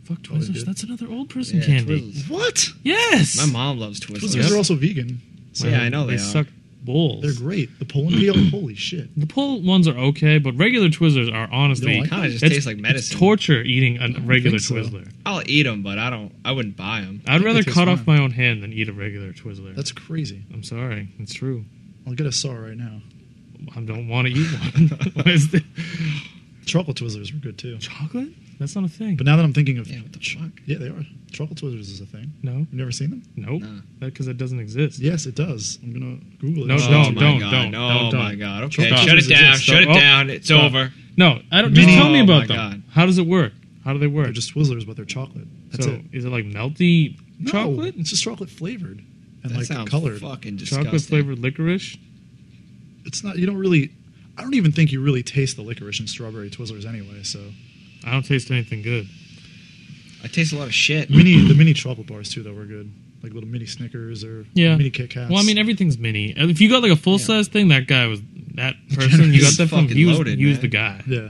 [SPEAKER 3] Fuck
[SPEAKER 4] Probably
[SPEAKER 3] Twizzlers.
[SPEAKER 4] good.
[SPEAKER 3] That's another old person
[SPEAKER 5] Yeah,
[SPEAKER 3] candy.
[SPEAKER 5] Twizzlers.
[SPEAKER 4] What?
[SPEAKER 3] Yes.
[SPEAKER 5] My mom loves Twizzlers.
[SPEAKER 4] Twizzlers are also vegan. So
[SPEAKER 5] Yeah, I know
[SPEAKER 3] they,
[SPEAKER 5] they are.
[SPEAKER 3] suck balls.
[SPEAKER 4] They're great. The Poland peel, holy shit.
[SPEAKER 3] The pull ones are okay, but regular Twizzlers are honestly
[SPEAKER 4] You don't like
[SPEAKER 5] Kind of just
[SPEAKER 3] it's-
[SPEAKER 5] tastes like medicine.
[SPEAKER 3] It's torture eating a regular
[SPEAKER 4] think so.
[SPEAKER 3] Twizzler.
[SPEAKER 5] I'll eat them, but I don't. I wouldn't buy them.
[SPEAKER 3] I'd
[SPEAKER 4] think
[SPEAKER 3] rather
[SPEAKER 4] it tastes
[SPEAKER 3] cut off
[SPEAKER 4] fine.
[SPEAKER 3] my own hand than eat a regular Twizzler.
[SPEAKER 4] That's crazy.
[SPEAKER 3] I'm sorry, it's true.
[SPEAKER 4] I'll get a saw right now.
[SPEAKER 3] I don't want to eat one. Why is the-
[SPEAKER 4] Chocolate Twizzlers were good too.
[SPEAKER 3] Chocolate? That's not a thing.
[SPEAKER 4] But now that I'm thinking of
[SPEAKER 5] Yeah. What the fuck?
[SPEAKER 4] Yeah, they are. Chocolate Twizzlers is a thing.
[SPEAKER 3] no,
[SPEAKER 4] You've never seen them?
[SPEAKER 3] nope.
[SPEAKER 5] Nah.
[SPEAKER 3] Because that doesn't exist.
[SPEAKER 4] Yes, it does. I'm gonna Google it.
[SPEAKER 3] No,
[SPEAKER 4] and
[SPEAKER 3] Oh,
[SPEAKER 4] see.
[SPEAKER 3] don't,
[SPEAKER 5] my
[SPEAKER 3] don't,
[SPEAKER 5] God,
[SPEAKER 3] don't,
[SPEAKER 5] Oh
[SPEAKER 3] don't,
[SPEAKER 5] my
[SPEAKER 3] don't.
[SPEAKER 5] god. Okay,
[SPEAKER 4] Stop.
[SPEAKER 5] shut it down.
[SPEAKER 3] Stop.
[SPEAKER 5] Shut it
[SPEAKER 3] Oh,
[SPEAKER 5] down. It's
[SPEAKER 3] stop.
[SPEAKER 5] over.
[SPEAKER 3] No, I don't. Just
[SPEAKER 5] Mini-
[SPEAKER 3] tell me
[SPEAKER 5] Oh
[SPEAKER 3] about
[SPEAKER 5] my
[SPEAKER 3] them.
[SPEAKER 5] God.
[SPEAKER 3] How does it work? How do they work?
[SPEAKER 4] They're just Twizzlers, but they're chocolate. That's
[SPEAKER 3] so,
[SPEAKER 4] it.
[SPEAKER 3] is it like melty
[SPEAKER 4] No,
[SPEAKER 3] chocolate?
[SPEAKER 4] It's just chocolate flavored and
[SPEAKER 5] That
[SPEAKER 4] like
[SPEAKER 5] sounds
[SPEAKER 4] colored.
[SPEAKER 5] fucking disgusting.
[SPEAKER 3] Chocolate flavored licorice?
[SPEAKER 4] It's not. You don't really. I don't even think you really taste the licorice and strawberry Twizzlers anyway. So
[SPEAKER 3] I don't taste anything good.
[SPEAKER 5] I taste a lot of shit.
[SPEAKER 4] mini the mini chocolate bars too though were good. Like little mini Snickers or
[SPEAKER 3] Yeah.
[SPEAKER 4] mini Kit Kats.
[SPEAKER 3] Well, I mean, everything's mini. If you got like a full size thing, that guy was that person.
[SPEAKER 4] He's
[SPEAKER 3] You got that from
[SPEAKER 5] fucking
[SPEAKER 3] he was,
[SPEAKER 5] loaded,
[SPEAKER 3] he was
[SPEAKER 5] man.
[SPEAKER 3] the guy.
[SPEAKER 4] yeah.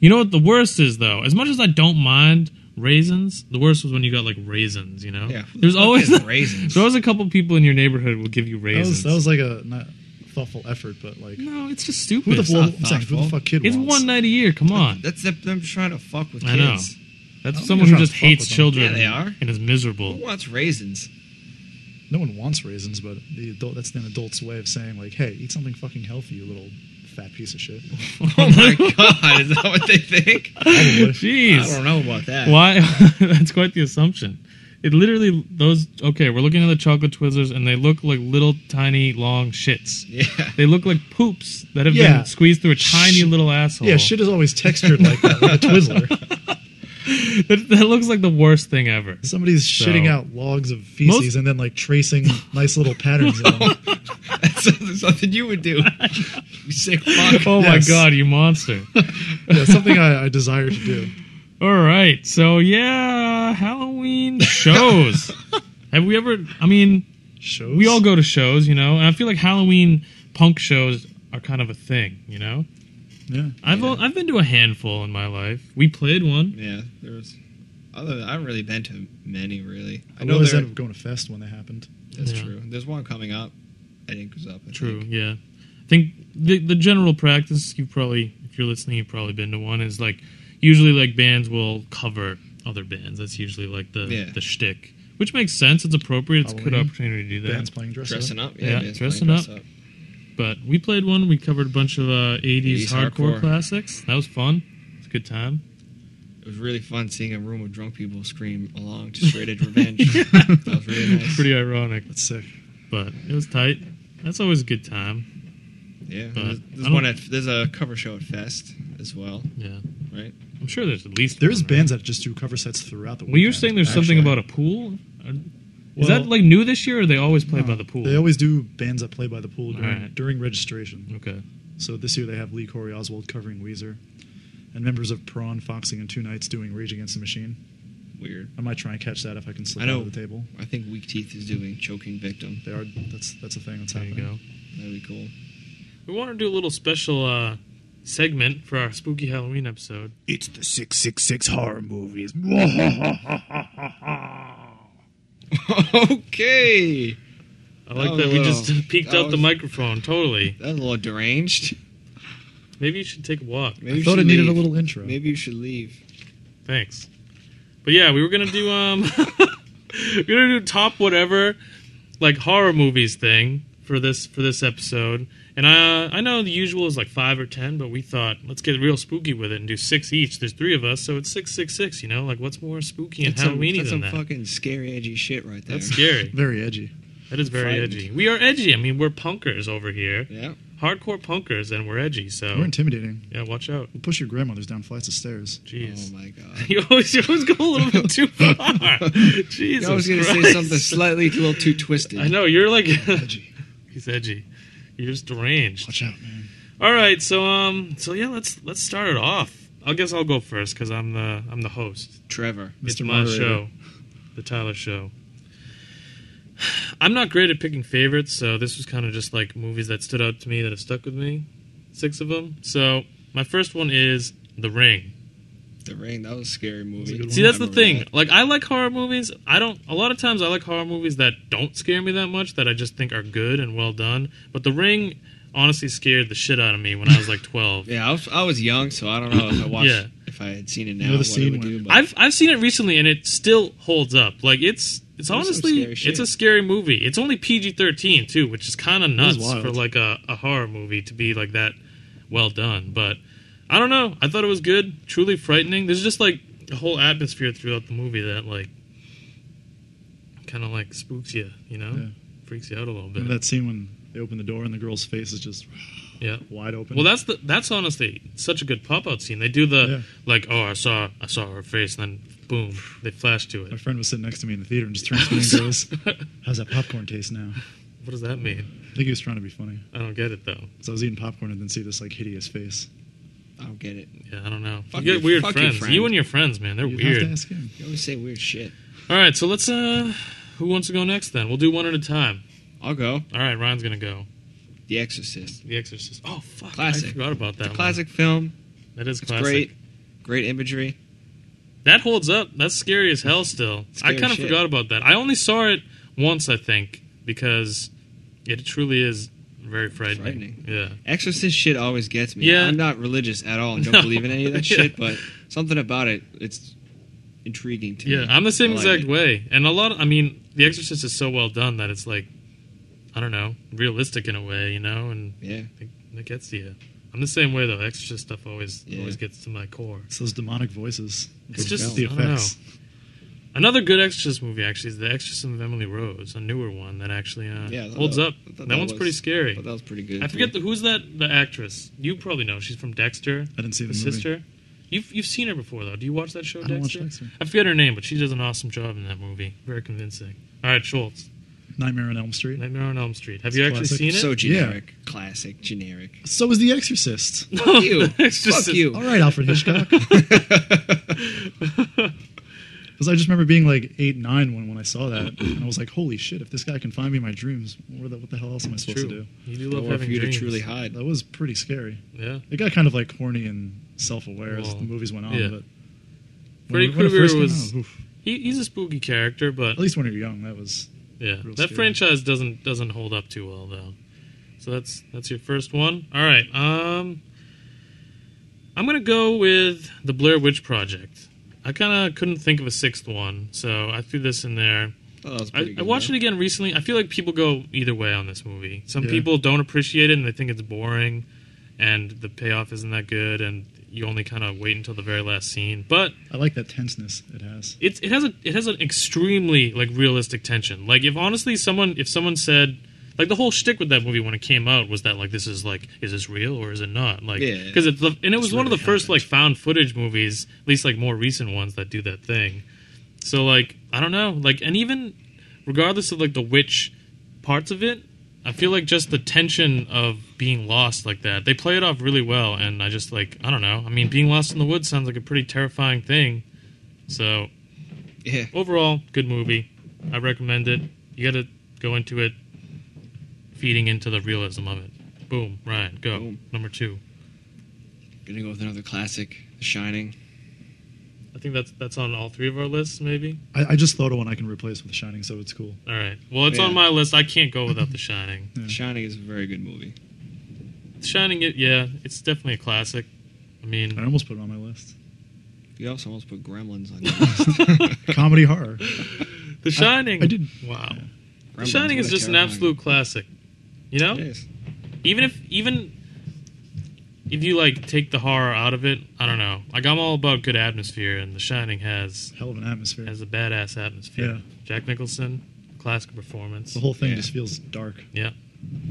[SPEAKER 3] You know what the worst is though? As much as I don't mind raisins, the worst was when you got like raisins. You know,
[SPEAKER 5] Yeah.
[SPEAKER 3] there's
[SPEAKER 5] Fuck
[SPEAKER 3] always
[SPEAKER 5] is raisins.
[SPEAKER 3] There's always a couple people in your neighborhood will give you
[SPEAKER 4] That was,
[SPEAKER 3] raisins.
[SPEAKER 4] that was like a not thoughtful effort, but like
[SPEAKER 3] no, it's just
[SPEAKER 4] who
[SPEAKER 3] stupid.
[SPEAKER 4] the,
[SPEAKER 3] It's,
[SPEAKER 4] fuck-
[SPEAKER 5] not
[SPEAKER 4] I'm saying, who the
[SPEAKER 5] thoughtful.
[SPEAKER 4] fuck kid wants?
[SPEAKER 3] one night a year. Come on,
[SPEAKER 5] That's the, them trying to fuck with kids.
[SPEAKER 3] I know. that's
[SPEAKER 4] I don't
[SPEAKER 3] someone
[SPEAKER 4] think
[SPEAKER 3] who
[SPEAKER 4] they're
[SPEAKER 3] just
[SPEAKER 4] trying to fuck
[SPEAKER 3] hates
[SPEAKER 4] with them.
[SPEAKER 3] children.
[SPEAKER 5] Yeah, they are.
[SPEAKER 3] and is
[SPEAKER 5] Who
[SPEAKER 3] miserable.
[SPEAKER 5] wants raisins?
[SPEAKER 4] No one wants raisins, but the adult, that's an adult's way of saying like, hey, eat something fucking healthy, you little fat piece of shit.
[SPEAKER 5] Oh my god, is that what they think? I
[SPEAKER 3] Jeez,
[SPEAKER 5] don't know about that.
[SPEAKER 3] why? that's quite the assumption. It literally those okay. We're looking at the chocolate Twizzlers, and they look like little tiny long shits.
[SPEAKER 5] Yeah.
[SPEAKER 3] They look like poops that have
[SPEAKER 4] Yeah.
[SPEAKER 3] been squeezed through a tiny
[SPEAKER 4] Shit.
[SPEAKER 3] little asshole.
[SPEAKER 4] Yeah, shit is always textured like that, like a Twizzler.
[SPEAKER 3] That, that looks like the worst thing ever.
[SPEAKER 4] Somebody's shitting out logs of feces
[SPEAKER 3] Most-
[SPEAKER 4] and then like tracing nice little patterns in them.
[SPEAKER 5] That's something you would do. You sick fuck.
[SPEAKER 3] Oh
[SPEAKER 4] Yes.
[SPEAKER 3] my god, you monster.
[SPEAKER 4] Yeah, something I, I desire to do.
[SPEAKER 3] All right. So, yeah, Halloween shows. have we ever I mean,
[SPEAKER 4] Shows.
[SPEAKER 3] we all go to shows, you know. And I feel like Halloween punk shows are kind of a thing, you know?
[SPEAKER 4] Yeah.
[SPEAKER 3] I've
[SPEAKER 5] Yeah.
[SPEAKER 3] al- I've been to a handful in my life. We played one.
[SPEAKER 5] Yeah, there was. Other, I haven't really been to many, really. I
[SPEAKER 4] I
[SPEAKER 5] know
[SPEAKER 4] realized
[SPEAKER 5] there,
[SPEAKER 4] that of going to Fest when that happened.
[SPEAKER 5] that's
[SPEAKER 3] Yeah.
[SPEAKER 5] true. There's one coming up. I think was up. I
[SPEAKER 3] True.
[SPEAKER 5] think.
[SPEAKER 3] Yeah. I think the the general practice you've probably if you're listening you've probably been to one is like usually like bands will cover other bands. That's usually like the
[SPEAKER 5] Yeah.
[SPEAKER 3] the shtick, which makes sense. It's appropriate. It's a good
[SPEAKER 4] Halloween.
[SPEAKER 3] opportunity to do that.
[SPEAKER 4] Bands playing dress
[SPEAKER 5] Dressing up.
[SPEAKER 3] Yeah,
[SPEAKER 5] Yeah, bands playing
[SPEAKER 3] dressing
[SPEAKER 5] dress
[SPEAKER 3] up. But we played one. We covered a bunch of uh, 80s,
[SPEAKER 5] 80s
[SPEAKER 3] hardcore,
[SPEAKER 5] hardcore.
[SPEAKER 3] classics. That was fun. It's a good time.
[SPEAKER 5] It was really fun seeing a room of drunk people scream along to Straight Edge Revenge. That was really nice.
[SPEAKER 3] Pretty ironic,
[SPEAKER 4] That's sick.
[SPEAKER 3] but it was tight. That's always a good time.
[SPEAKER 5] yeah.
[SPEAKER 3] but
[SPEAKER 5] There's,
[SPEAKER 3] I
[SPEAKER 5] there's
[SPEAKER 3] don't-
[SPEAKER 5] one at there's a cover show at Fest as well,
[SPEAKER 3] Yeah,
[SPEAKER 5] right?
[SPEAKER 3] I'm sure there's at least
[SPEAKER 4] There is
[SPEAKER 3] one,
[SPEAKER 4] bands that just do cover sets throughout the
[SPEAKER 3] Right?
[SPEAKER 4] week.
[SPEAKER 3] Well, you're saying there's something
[SPEAKER 5] Actually.
[SPEAKER 3] about a pool. Are- Is
[SPEAKER 4] Well-
[SPEAKER 3] that like new this year, or they always play by the pool?
[SPEAKER 4] They always do bands that play by the pool during,
[SPEAKER 3] Alright.
[SPEAKER 4] during registration.
[SPEAKER 3] okay.
[SPEAKER 4] So this year they have Lee Corey Oswald covering Weezer, and members of Prawn, Foxing, and Two Nights doing Rage Against the Machine.
[SPEAKER 5] Weird.
[SPEAKER 4] I might try and catch that if I can slip
[SPEAKER 5] I know.
[SPEAKER 4] out of the table.
[SPEAKER 5] I think Weak Teeth is doing Choking Victim.
[SPEAKER 4] They are. That's that's a thing that's
[SPEAKER 3] There you
[SPEAKER 4] happening.
[SPEAKER 3] go.
[SPEAKER 5] That'd be cool.
[SPEAKER 3] We want to do a little special uh, segment for our spooky Halloween episode.
[SPEAKER 2] It's the 666 horror movies.
[SPEAKER 5] okay.
[SPEAKER 3] I like
[SPEAKER 5] Oh,
[SPEAKER 3] that we
[SPEAKER 5] wow.
[SPEAKER 3] just peeked
[SPEAKER 5] That
[SPEAKER 3] out the
[SPEAKER 5] was-
[SPEAKER 3] microphone. Totally.
[SPEAKER 5] That was a little deranged.
[SPEAKER 3] Maybe you should take a walk.
[SPEAKER 5] Maybe
[SPEAKER 4] I
[SPEAKER 5] you
[SPEAKER 4] thought
[SPEAKER 5] should
[SPEAKER 4] it needed a
[SPEAKER 5] leave.
[SPEAKER 4] little intro.
[SPEAKER 5] Maybe you should leave.
[SPEAKER 3] Thanks. But yeah, we were gonna do um, we are gonna do top whatever, like horror movies thing for this for this episode. And uh, I know the usual is like five or ten, but we thought let's get real spooky with it and do six each. There's three of us, so it's six six six. You know, like what's more spooky and
[SPEAKER 5] That's some,
[SPEAKER 3] Halloweeny
[SPEAKER 5] that's
[SPEAKER 3] than
[SPEAKER 5] some
[SPEAKER 3] that?
[SPEAKER 5] fucking scary, edgy shit right there.
[SPEAKER 3] That's scary.
[SPEAKER 4] Very edgy.
[SPEAKER 3] That is very
[SPEAKER 5] Frightened.
[SPEAKER 3] edgy. We are edgy. I mean, we're punkers over here,
[SPEAKER 5] yeah.
[SPEAKER 3] hardcore punkers, and we're edgy. So
[SPEAKER 4] We're intimidating.
[SPEAKER 3] yeah, watch out.
[SPEAKER 4] We'll push your grandmothers down flights of stairs.
[SPEAKER 3] Jeez.
[SPEAKER 5] Oh my god.
[SPEAKER 3] You always, you always go a little bit too far. Jesus
[SPEAKER 5] I was gonna say
[SPEAKER 3] Christ.
[SPEAKER 5] something slightly a little too twisted.
[SPEAKER 3] I know you're like
[SPEAKER 4] Edgy.
[SPEAKER 3] he's edgy. You're just deranged.
[SPEAKER 4] Watch out, man.
[SPEAKER 3] All right, so um, so yeah, let's let's start it off. I guess I'll go first because I'm the I'm the host.
[SPEAKER 5] Trevor.
[SPEAKER 3] It's
[SPEAKER 4] Mr.
[SPEAKER 3] my
[SPEAKER 4] Moderator.
[SPEAKER 3] show, the Tyler Show. I'm not great at picking favorites, so this was kind of just like movies that stood out to me that have stuck with me. Six of them. So my first one is The Ring.
[SPEAKER 5] The Ring. That was a scary movie.
[SPEAKER 4] good
[SPEAKER 3] See, that's the
[SPEAKER 5] I remember
[SPEAKER 3] thing.
[SPEAKER 5] that.
[SPEAKER 3] Like, I like horror movies. I don't. A lot of times, I like horror movies that don't scare me that much. That I just think are good and well done. But The Ring, honestly, scared the shit out of me when I was like twelve.
[SPEAKER 5] Yeah, I was, I was young, so I don't know if I watched
[SPEAKER 3] Yeah.
[SPEAKER 5] if I had seen it now.
[SPEAKER 4] know the
[SPEAKER 5] what
[SPEAKER 4] scene
[SPEAKER 5] it would
[SPEAKER 4] when-
[SPEAKER 5] do, but
[SPEAKER 3] I've I've seen it recently, and it still holds up. Like, it's it's
[SPEAKER 5] There's some
[SPEAKER 3] honestly
[SPEAKER 5] scary shit.
[SPEAKER 3] it's a scary movie. It's only PG thirteen too, which is kind of
[SPEAKER 4] was
[SPEAKER 3] nuts
[SPEAKER 4] wild.
[SPEAKER 3] for like a, a horror movie to be like that well done. But I don't know. I thought it was good. Truly frightening. There's just like a whole atmosphere throughout the movie that like kind of like spooks you. You know,
[SPEAKER 4] Yeah.
[SPEAKER 3] freaks you out a little bit.
[SPEAKER 4] Remember that scene when they open the door and the girl's face is just
[SPEAKER 3] yeah.
[SPEAKER 4] wide open.
[SPEAKER 3] Well, that's the that's honestly such a good pop out scene. They do the
[SPEAKER 4] Yeah.
[SPEAKER 3] like, oh, I saw I saw her face, and then boom, they flash to it.
[SPEAKER 4] my friend was sitting next to me in the theater and just turns to me and goes, "How's that popcorn taste now?"
[SPEAKER 3] What does that mean?
[SPEAKER 4] I think he was trying to be funny.
[SPEAKER 3] I don't get it though.
[SPEAKER 4] So I was eating popcorn and then see this like hideous face.
[SPEAKER 5] I don't get it.
[SPEAKER 3] Yeah, I don't know.
[SPEAKER 5] Fuck
[SPEAKER 3] you get
[SPEAKER 5] your-
[SPEAKER 3] weird
[SPEAKER 5] fuck your
[SPEAKER 3] friends.
[SPEAKER 5] friend.
[SPEAKER 3] You and your friends, man, they're
[SPEAKER 4] You'd have to
[SPEAKER 3] weird.
[SPEAKER 4] ask him.
[SPEAKER 5] You always say weird shit.
[SPEAKER 3] All right, so let's. uh Who wants to go next? Then we'll do one at a time.
[SPEAKER 5] I'll go.
[SPEAKER 3] All right, Ryan's gonna go.
[SPEAKER 5] The Exorcist.
[SPEAKER 3] The Exorcist. Oh fuck! I
[SPEAKER 5] Classic.
[SPEAKER 3] forgot about that.
[SPEAKER 5] The
[SPEAKER 3] one.
[SPEAKER 5] classic film.
[SPEAKER 3] That is
[SPEAKER 5] It's
[SPEAKER 3] classic.
[SPEAKER 5] great. Great imagery.
[SPEAKER 3] That holds up. That's scary as hell. Still,
[SPEAKER 5] Scary
[SPEAKER 3] I kind of
[SPEAKER 5] shit.
[SPEAKER 3] forgot about that. I only saw it once, I think, because it truly is very frightening.
[SPEAKER 5] Frightening.
[SPEAKER 3] Yeah.
[SPEAKER 5] Exorcist shit always gets me.
[SPEAKER 3] Yeah.
[SPEAKER 5] I'm not religious at all and don't
[SPEAKER 3] No.
[SPEAKER 5] believe in any of that
[SPEAKER 3] Yeah.
[SPEAKER 5] shit, but something about it, it's intriguing to
[SPEAKER 3] Yeah,
[SPEAKER 5] me.
[SPEAKER 3] I'm the same
[SPEAKER 5] I like
[SPEAKER 3] exact
[SPEAKER 5] it.
[SPEAKER 3] way. And a lot, I mean, The Exorcist is so well done that it's like, I don't know, realistic in a way, you know, and
[SPEAKER 5] Yeah.
[SPEAKER 3] it, it gets to you. I'm the same way though. Exorcist stuff always
[SPEAKER 5] Yeah.
[SPEAKER 3] always gets to my core.
[SPEAKER 4] It's those demonic voices.
[SPEAKER 3] It's
[SPEAKER 4] With
[SPEAKER 3] just-
[SPEAKER 4] the
[SPEAKER 3] I don't
[SPEAKER 4] effects.
[SPEAKER 3] Another good Exorcist movie actually is The Exorcism of Emily Rose, a newer one that actually uh,
[SPEAKER 5] Yeah, I thought
[SPEAKER 3] holds
[SPEAKER 5] that-
[SPEAKER 3] up.
[SPEAKER 5] I thought
[SPEAKER 3] That,
[SPEAKER 5] that
[SPEAKER 3] one's
[SPEAKER 5] was-
[SPEAKER 3] pretty scary.
[SPEAKER 5] But that was pretty good.
[SPEAKER 3] I
[SPEAKER 5] to
[SPEAKER 3] forget
[SPEAKER 5] me.
[SPEAKER 3] the who's that the actress. You probably know. She's from Dexter.
[SPEAKER 4] I didn't see
[SPEAKER 3] the
[SPEAKER 4] the, movie.
[SPEAKER 3] sister. You've you've seen her before though. Do you watch that show?
[SPEAKER 4] I don't watch
[SPEAKER 3] Dexter?
[SPEAKER 4] Dexter.
[SPEAKER 3] I forget her name, but she does an awesome job in that movie. Very convincing. All right, Schultz.
[SPEAKER 4] Nightmare on Elm Street.
[SPEAKER 3] Nightmare on Elm Street. Have
[SPEAKER 4] It's
[SPEAKER 3] you actually
[SPEAKER 4] classic.
[SPEAKER 3] seen it?
[SPEAKER 5] So generic. Classic. Generic.
[SPEAKER 4] So is The Exorcist.
[SPEAKER 5] Fuck you.
[SPEAKER 3] It's just-
[SPEAKER 5] Fuck you.
[SPEAKER 4] All right, Alfred Hitchcock. Because I just remember being like eight, nine when, when I saw that, and I was like, "Holy shit! If this guy can find me in my dreams, where the, what the hell else am I supposed to
[SPEAKER 3] True. You do love
[SPEAKER 5] Or for
[SPEAKER 3] having
[SPEAKER 5] you to
[SPEAKER 3] dreams.
[SPEAKER 5] truly
[SPEAKER 4] do?"
[SPEAKER 5] hide.
[SPEAKER 4] That was pretty scary.
[SPEAKER 3] Yeah.
[SPEAKER 4] It got kind of like corny and self-aware as
[SPEAKER 3] Well,
[SPEAKER 4] the movies went on.
[SPEAKER 3] yeah.
[SPEAKER 4] But
[SPEAKER 3] Freddy
[SPEAKER 4] it- it
[SPEAKER 3] Krueger
[SPEAKER 4] first came
[SPEAKER 3] was-
[SPEAKER 4] out, oof.
[SPEAKER 3] He, he's a spooky character, but
[SPEAKER 4] at least when you're young. That was
[SPEAKER 3] yeah,
[SPEAKER 4] real
[SPEAKER 3] that
[SPEAKER 4] scary.
[SPEAKER 3] franchise doesn't doesn't hold up too well though. So that's that's your first one. All right. Um, I'm gonna go with the Blair Witch Project. I kind of couldn't think of a sixth one, so I threw this in there.
[SPEAKER 5] Oh, that was pretty
[SPEAKER 3] I,
[SPEAKER 5] good,
[SPEAKER 3] I watched
[SPEAKER 5] though.
[SPEAKER 3] it again recently. I feel like people go either way on this movie. Some
[SPEAKER 4] Yeah.
[SPEAKER 3] people don't appreciate it and they think it's boring, and the payoff isn't that good, and you only kind of wait until the very last scene. But
[SPEAKER 4] I like that tenseness it has.
[SPEAKER 3] it's it has a it has an extremely like realistic tension. Like if honestly someone if someone said like the whole shtick with that movie when it came out was that like this is like is this real or is it not like
[SPEAKER 5] Yeah, yeah.
[SPEAKER 3] because it's the, and it was
[SPEAKER 4] It's
[SPEAKER 3] one of the
[SPEAKER 4] really
[SPEAKER 3] first
[SPEAKER 4] happened.
[SPEAKER 3] like found footage movies at least like more recent ones that do that thing. So like I don't know like and even regardless of like the witch parts of it, I feel like just the tension of being lost like that. They play it off really well, and I just like I don't know. I mean, being lost in the woods sounds like a pretty terrifying thing. So
[SPEAKER 5] Yeah.
[SPEAKER 3] overall, good movie. I recommend it. You got to go into it feeding into the realism of it. Boom, Ryan, go.
[SPEAKER 5] Boom.
[SPEAKER 3] Number two.
[SPEAKER 5] Gonna go with another classic, The Shining.
[SPEAKER 3] I think that's that's on all three of our lists, maybe.
[SPEAKER 4] I, I just thought of one I can replace with The Shining, so it's cool.
[SPEAKER 3] All right. Well, it's
[SPEAKER 5] Yeah.
[SPEAKER 3] on my list. I can't go without The Shining.
[SPEAKER 4] Yeah.
[SPEAKER 5] The Shining is a very good movie.
[SPEAKER 3] The Shining, it, yeah, it's definitely a classic. I mean,
[SPEAKER 4] I almost put it on my list.
[SPEAKER 5] You also almost put Gremlins on your list.
[SPEAKER 4] Comedy horror.
[SPEAKER 3] The Shining.
[SPEAKER 4] I did-
[SPEAKER 3] Wow. The
[SPEAKER 5] Gremlins,
[SPEAKER 3] Shining
[SPEAKER 5] what
[SPEAKER 3] is
[SPEAKER 5] a
[SPEAKER 3] just an
[SPEAKER 5] terrifying-
[SPEAKER 3] absolute classic. You know,
[SPEAKER 5] It is.
[SPEAKER 3] even if even if you like take the horror out of it, I don't know. Like I'm all about good atmosphere, and The Shining has
[SPEAKER 4] Hell of an atmosphere.
[SPEAKER 3] has a badass atmosphere.
[SPEAKER 4] Yeah.
[SPEAKER 3] Jack Nicholson, classic performance.
[SPEAKER 4] The whole thing
[SPEAKER 5] Yeah.
[SPEAKER 4] just feels dark.
[SPEAKER 3] yeah,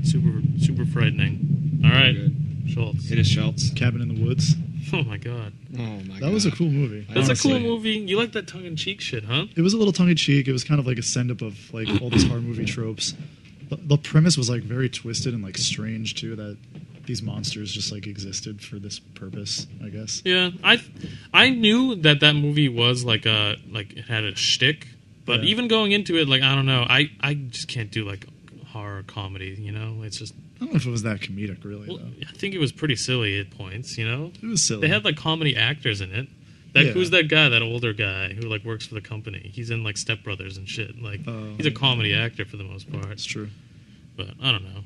[SPEAKER 3] super super frightening. All
[SPEAKER 5] Very
[SPEAKER 3] right,
[SPEAKER 5] good.
[SPEAKER 3] Schultz.
[SPEAKER 5] It is Schultz.
[SPEAKER 4] Cabin in the Woods.
[SPEAKER 3] Oh my god,
[SPEAKER 5] Oh my god.
[SPEAKER 4] That was a cool movie.
[SPEAKER 5] I
[SPEAKER 3] that's a
[SPEAKER 5] honestly-
[SPEAKER 3] cool movie. You like that tongue in cheek shit, huh?
[SPEAKER 4] It was a little tongue in cheek. It was kind of like a send up of like all these horror movie tropes. The, the premise was like very twisted and like strange too. That these monsters just like existed for this purpose, I guess.
[SPEAKER 3] Yeah, I I knew that that movie was like a like it had a shtick, but
[SPEAKER 4] Yeah.
[SPEAKER 3] even going into it, like I don't know, I I just can't do like horror comedy. You know, it's just
[SPEAKER 4] I don't know if it was that comedic really
[SPEAKER 3] well,
[SPEAKER 4] though.
[SPEAKER 3] I think it was pretty silly at points. You know,
[SPEAKER 4] It was silly.
[SPEAKER 3] They had like comedy actors in it. That
[SPEAKER 4] Yeah.
[SPEAKER 3] who's that guy? That older guy who like works for the company. He's in like Step Brothers and shit. Like
[SPEAKER 4] Oh,
[SPEAKER 3] he's a
[SPEAKER 4] yeah.
[SPEAKER 3] comedy actor for the most
[SPEAKER 4] it's
[SPEAKER 3] part.
[SPEAKER 4] true.
[SPEAKER 3] But I don't know.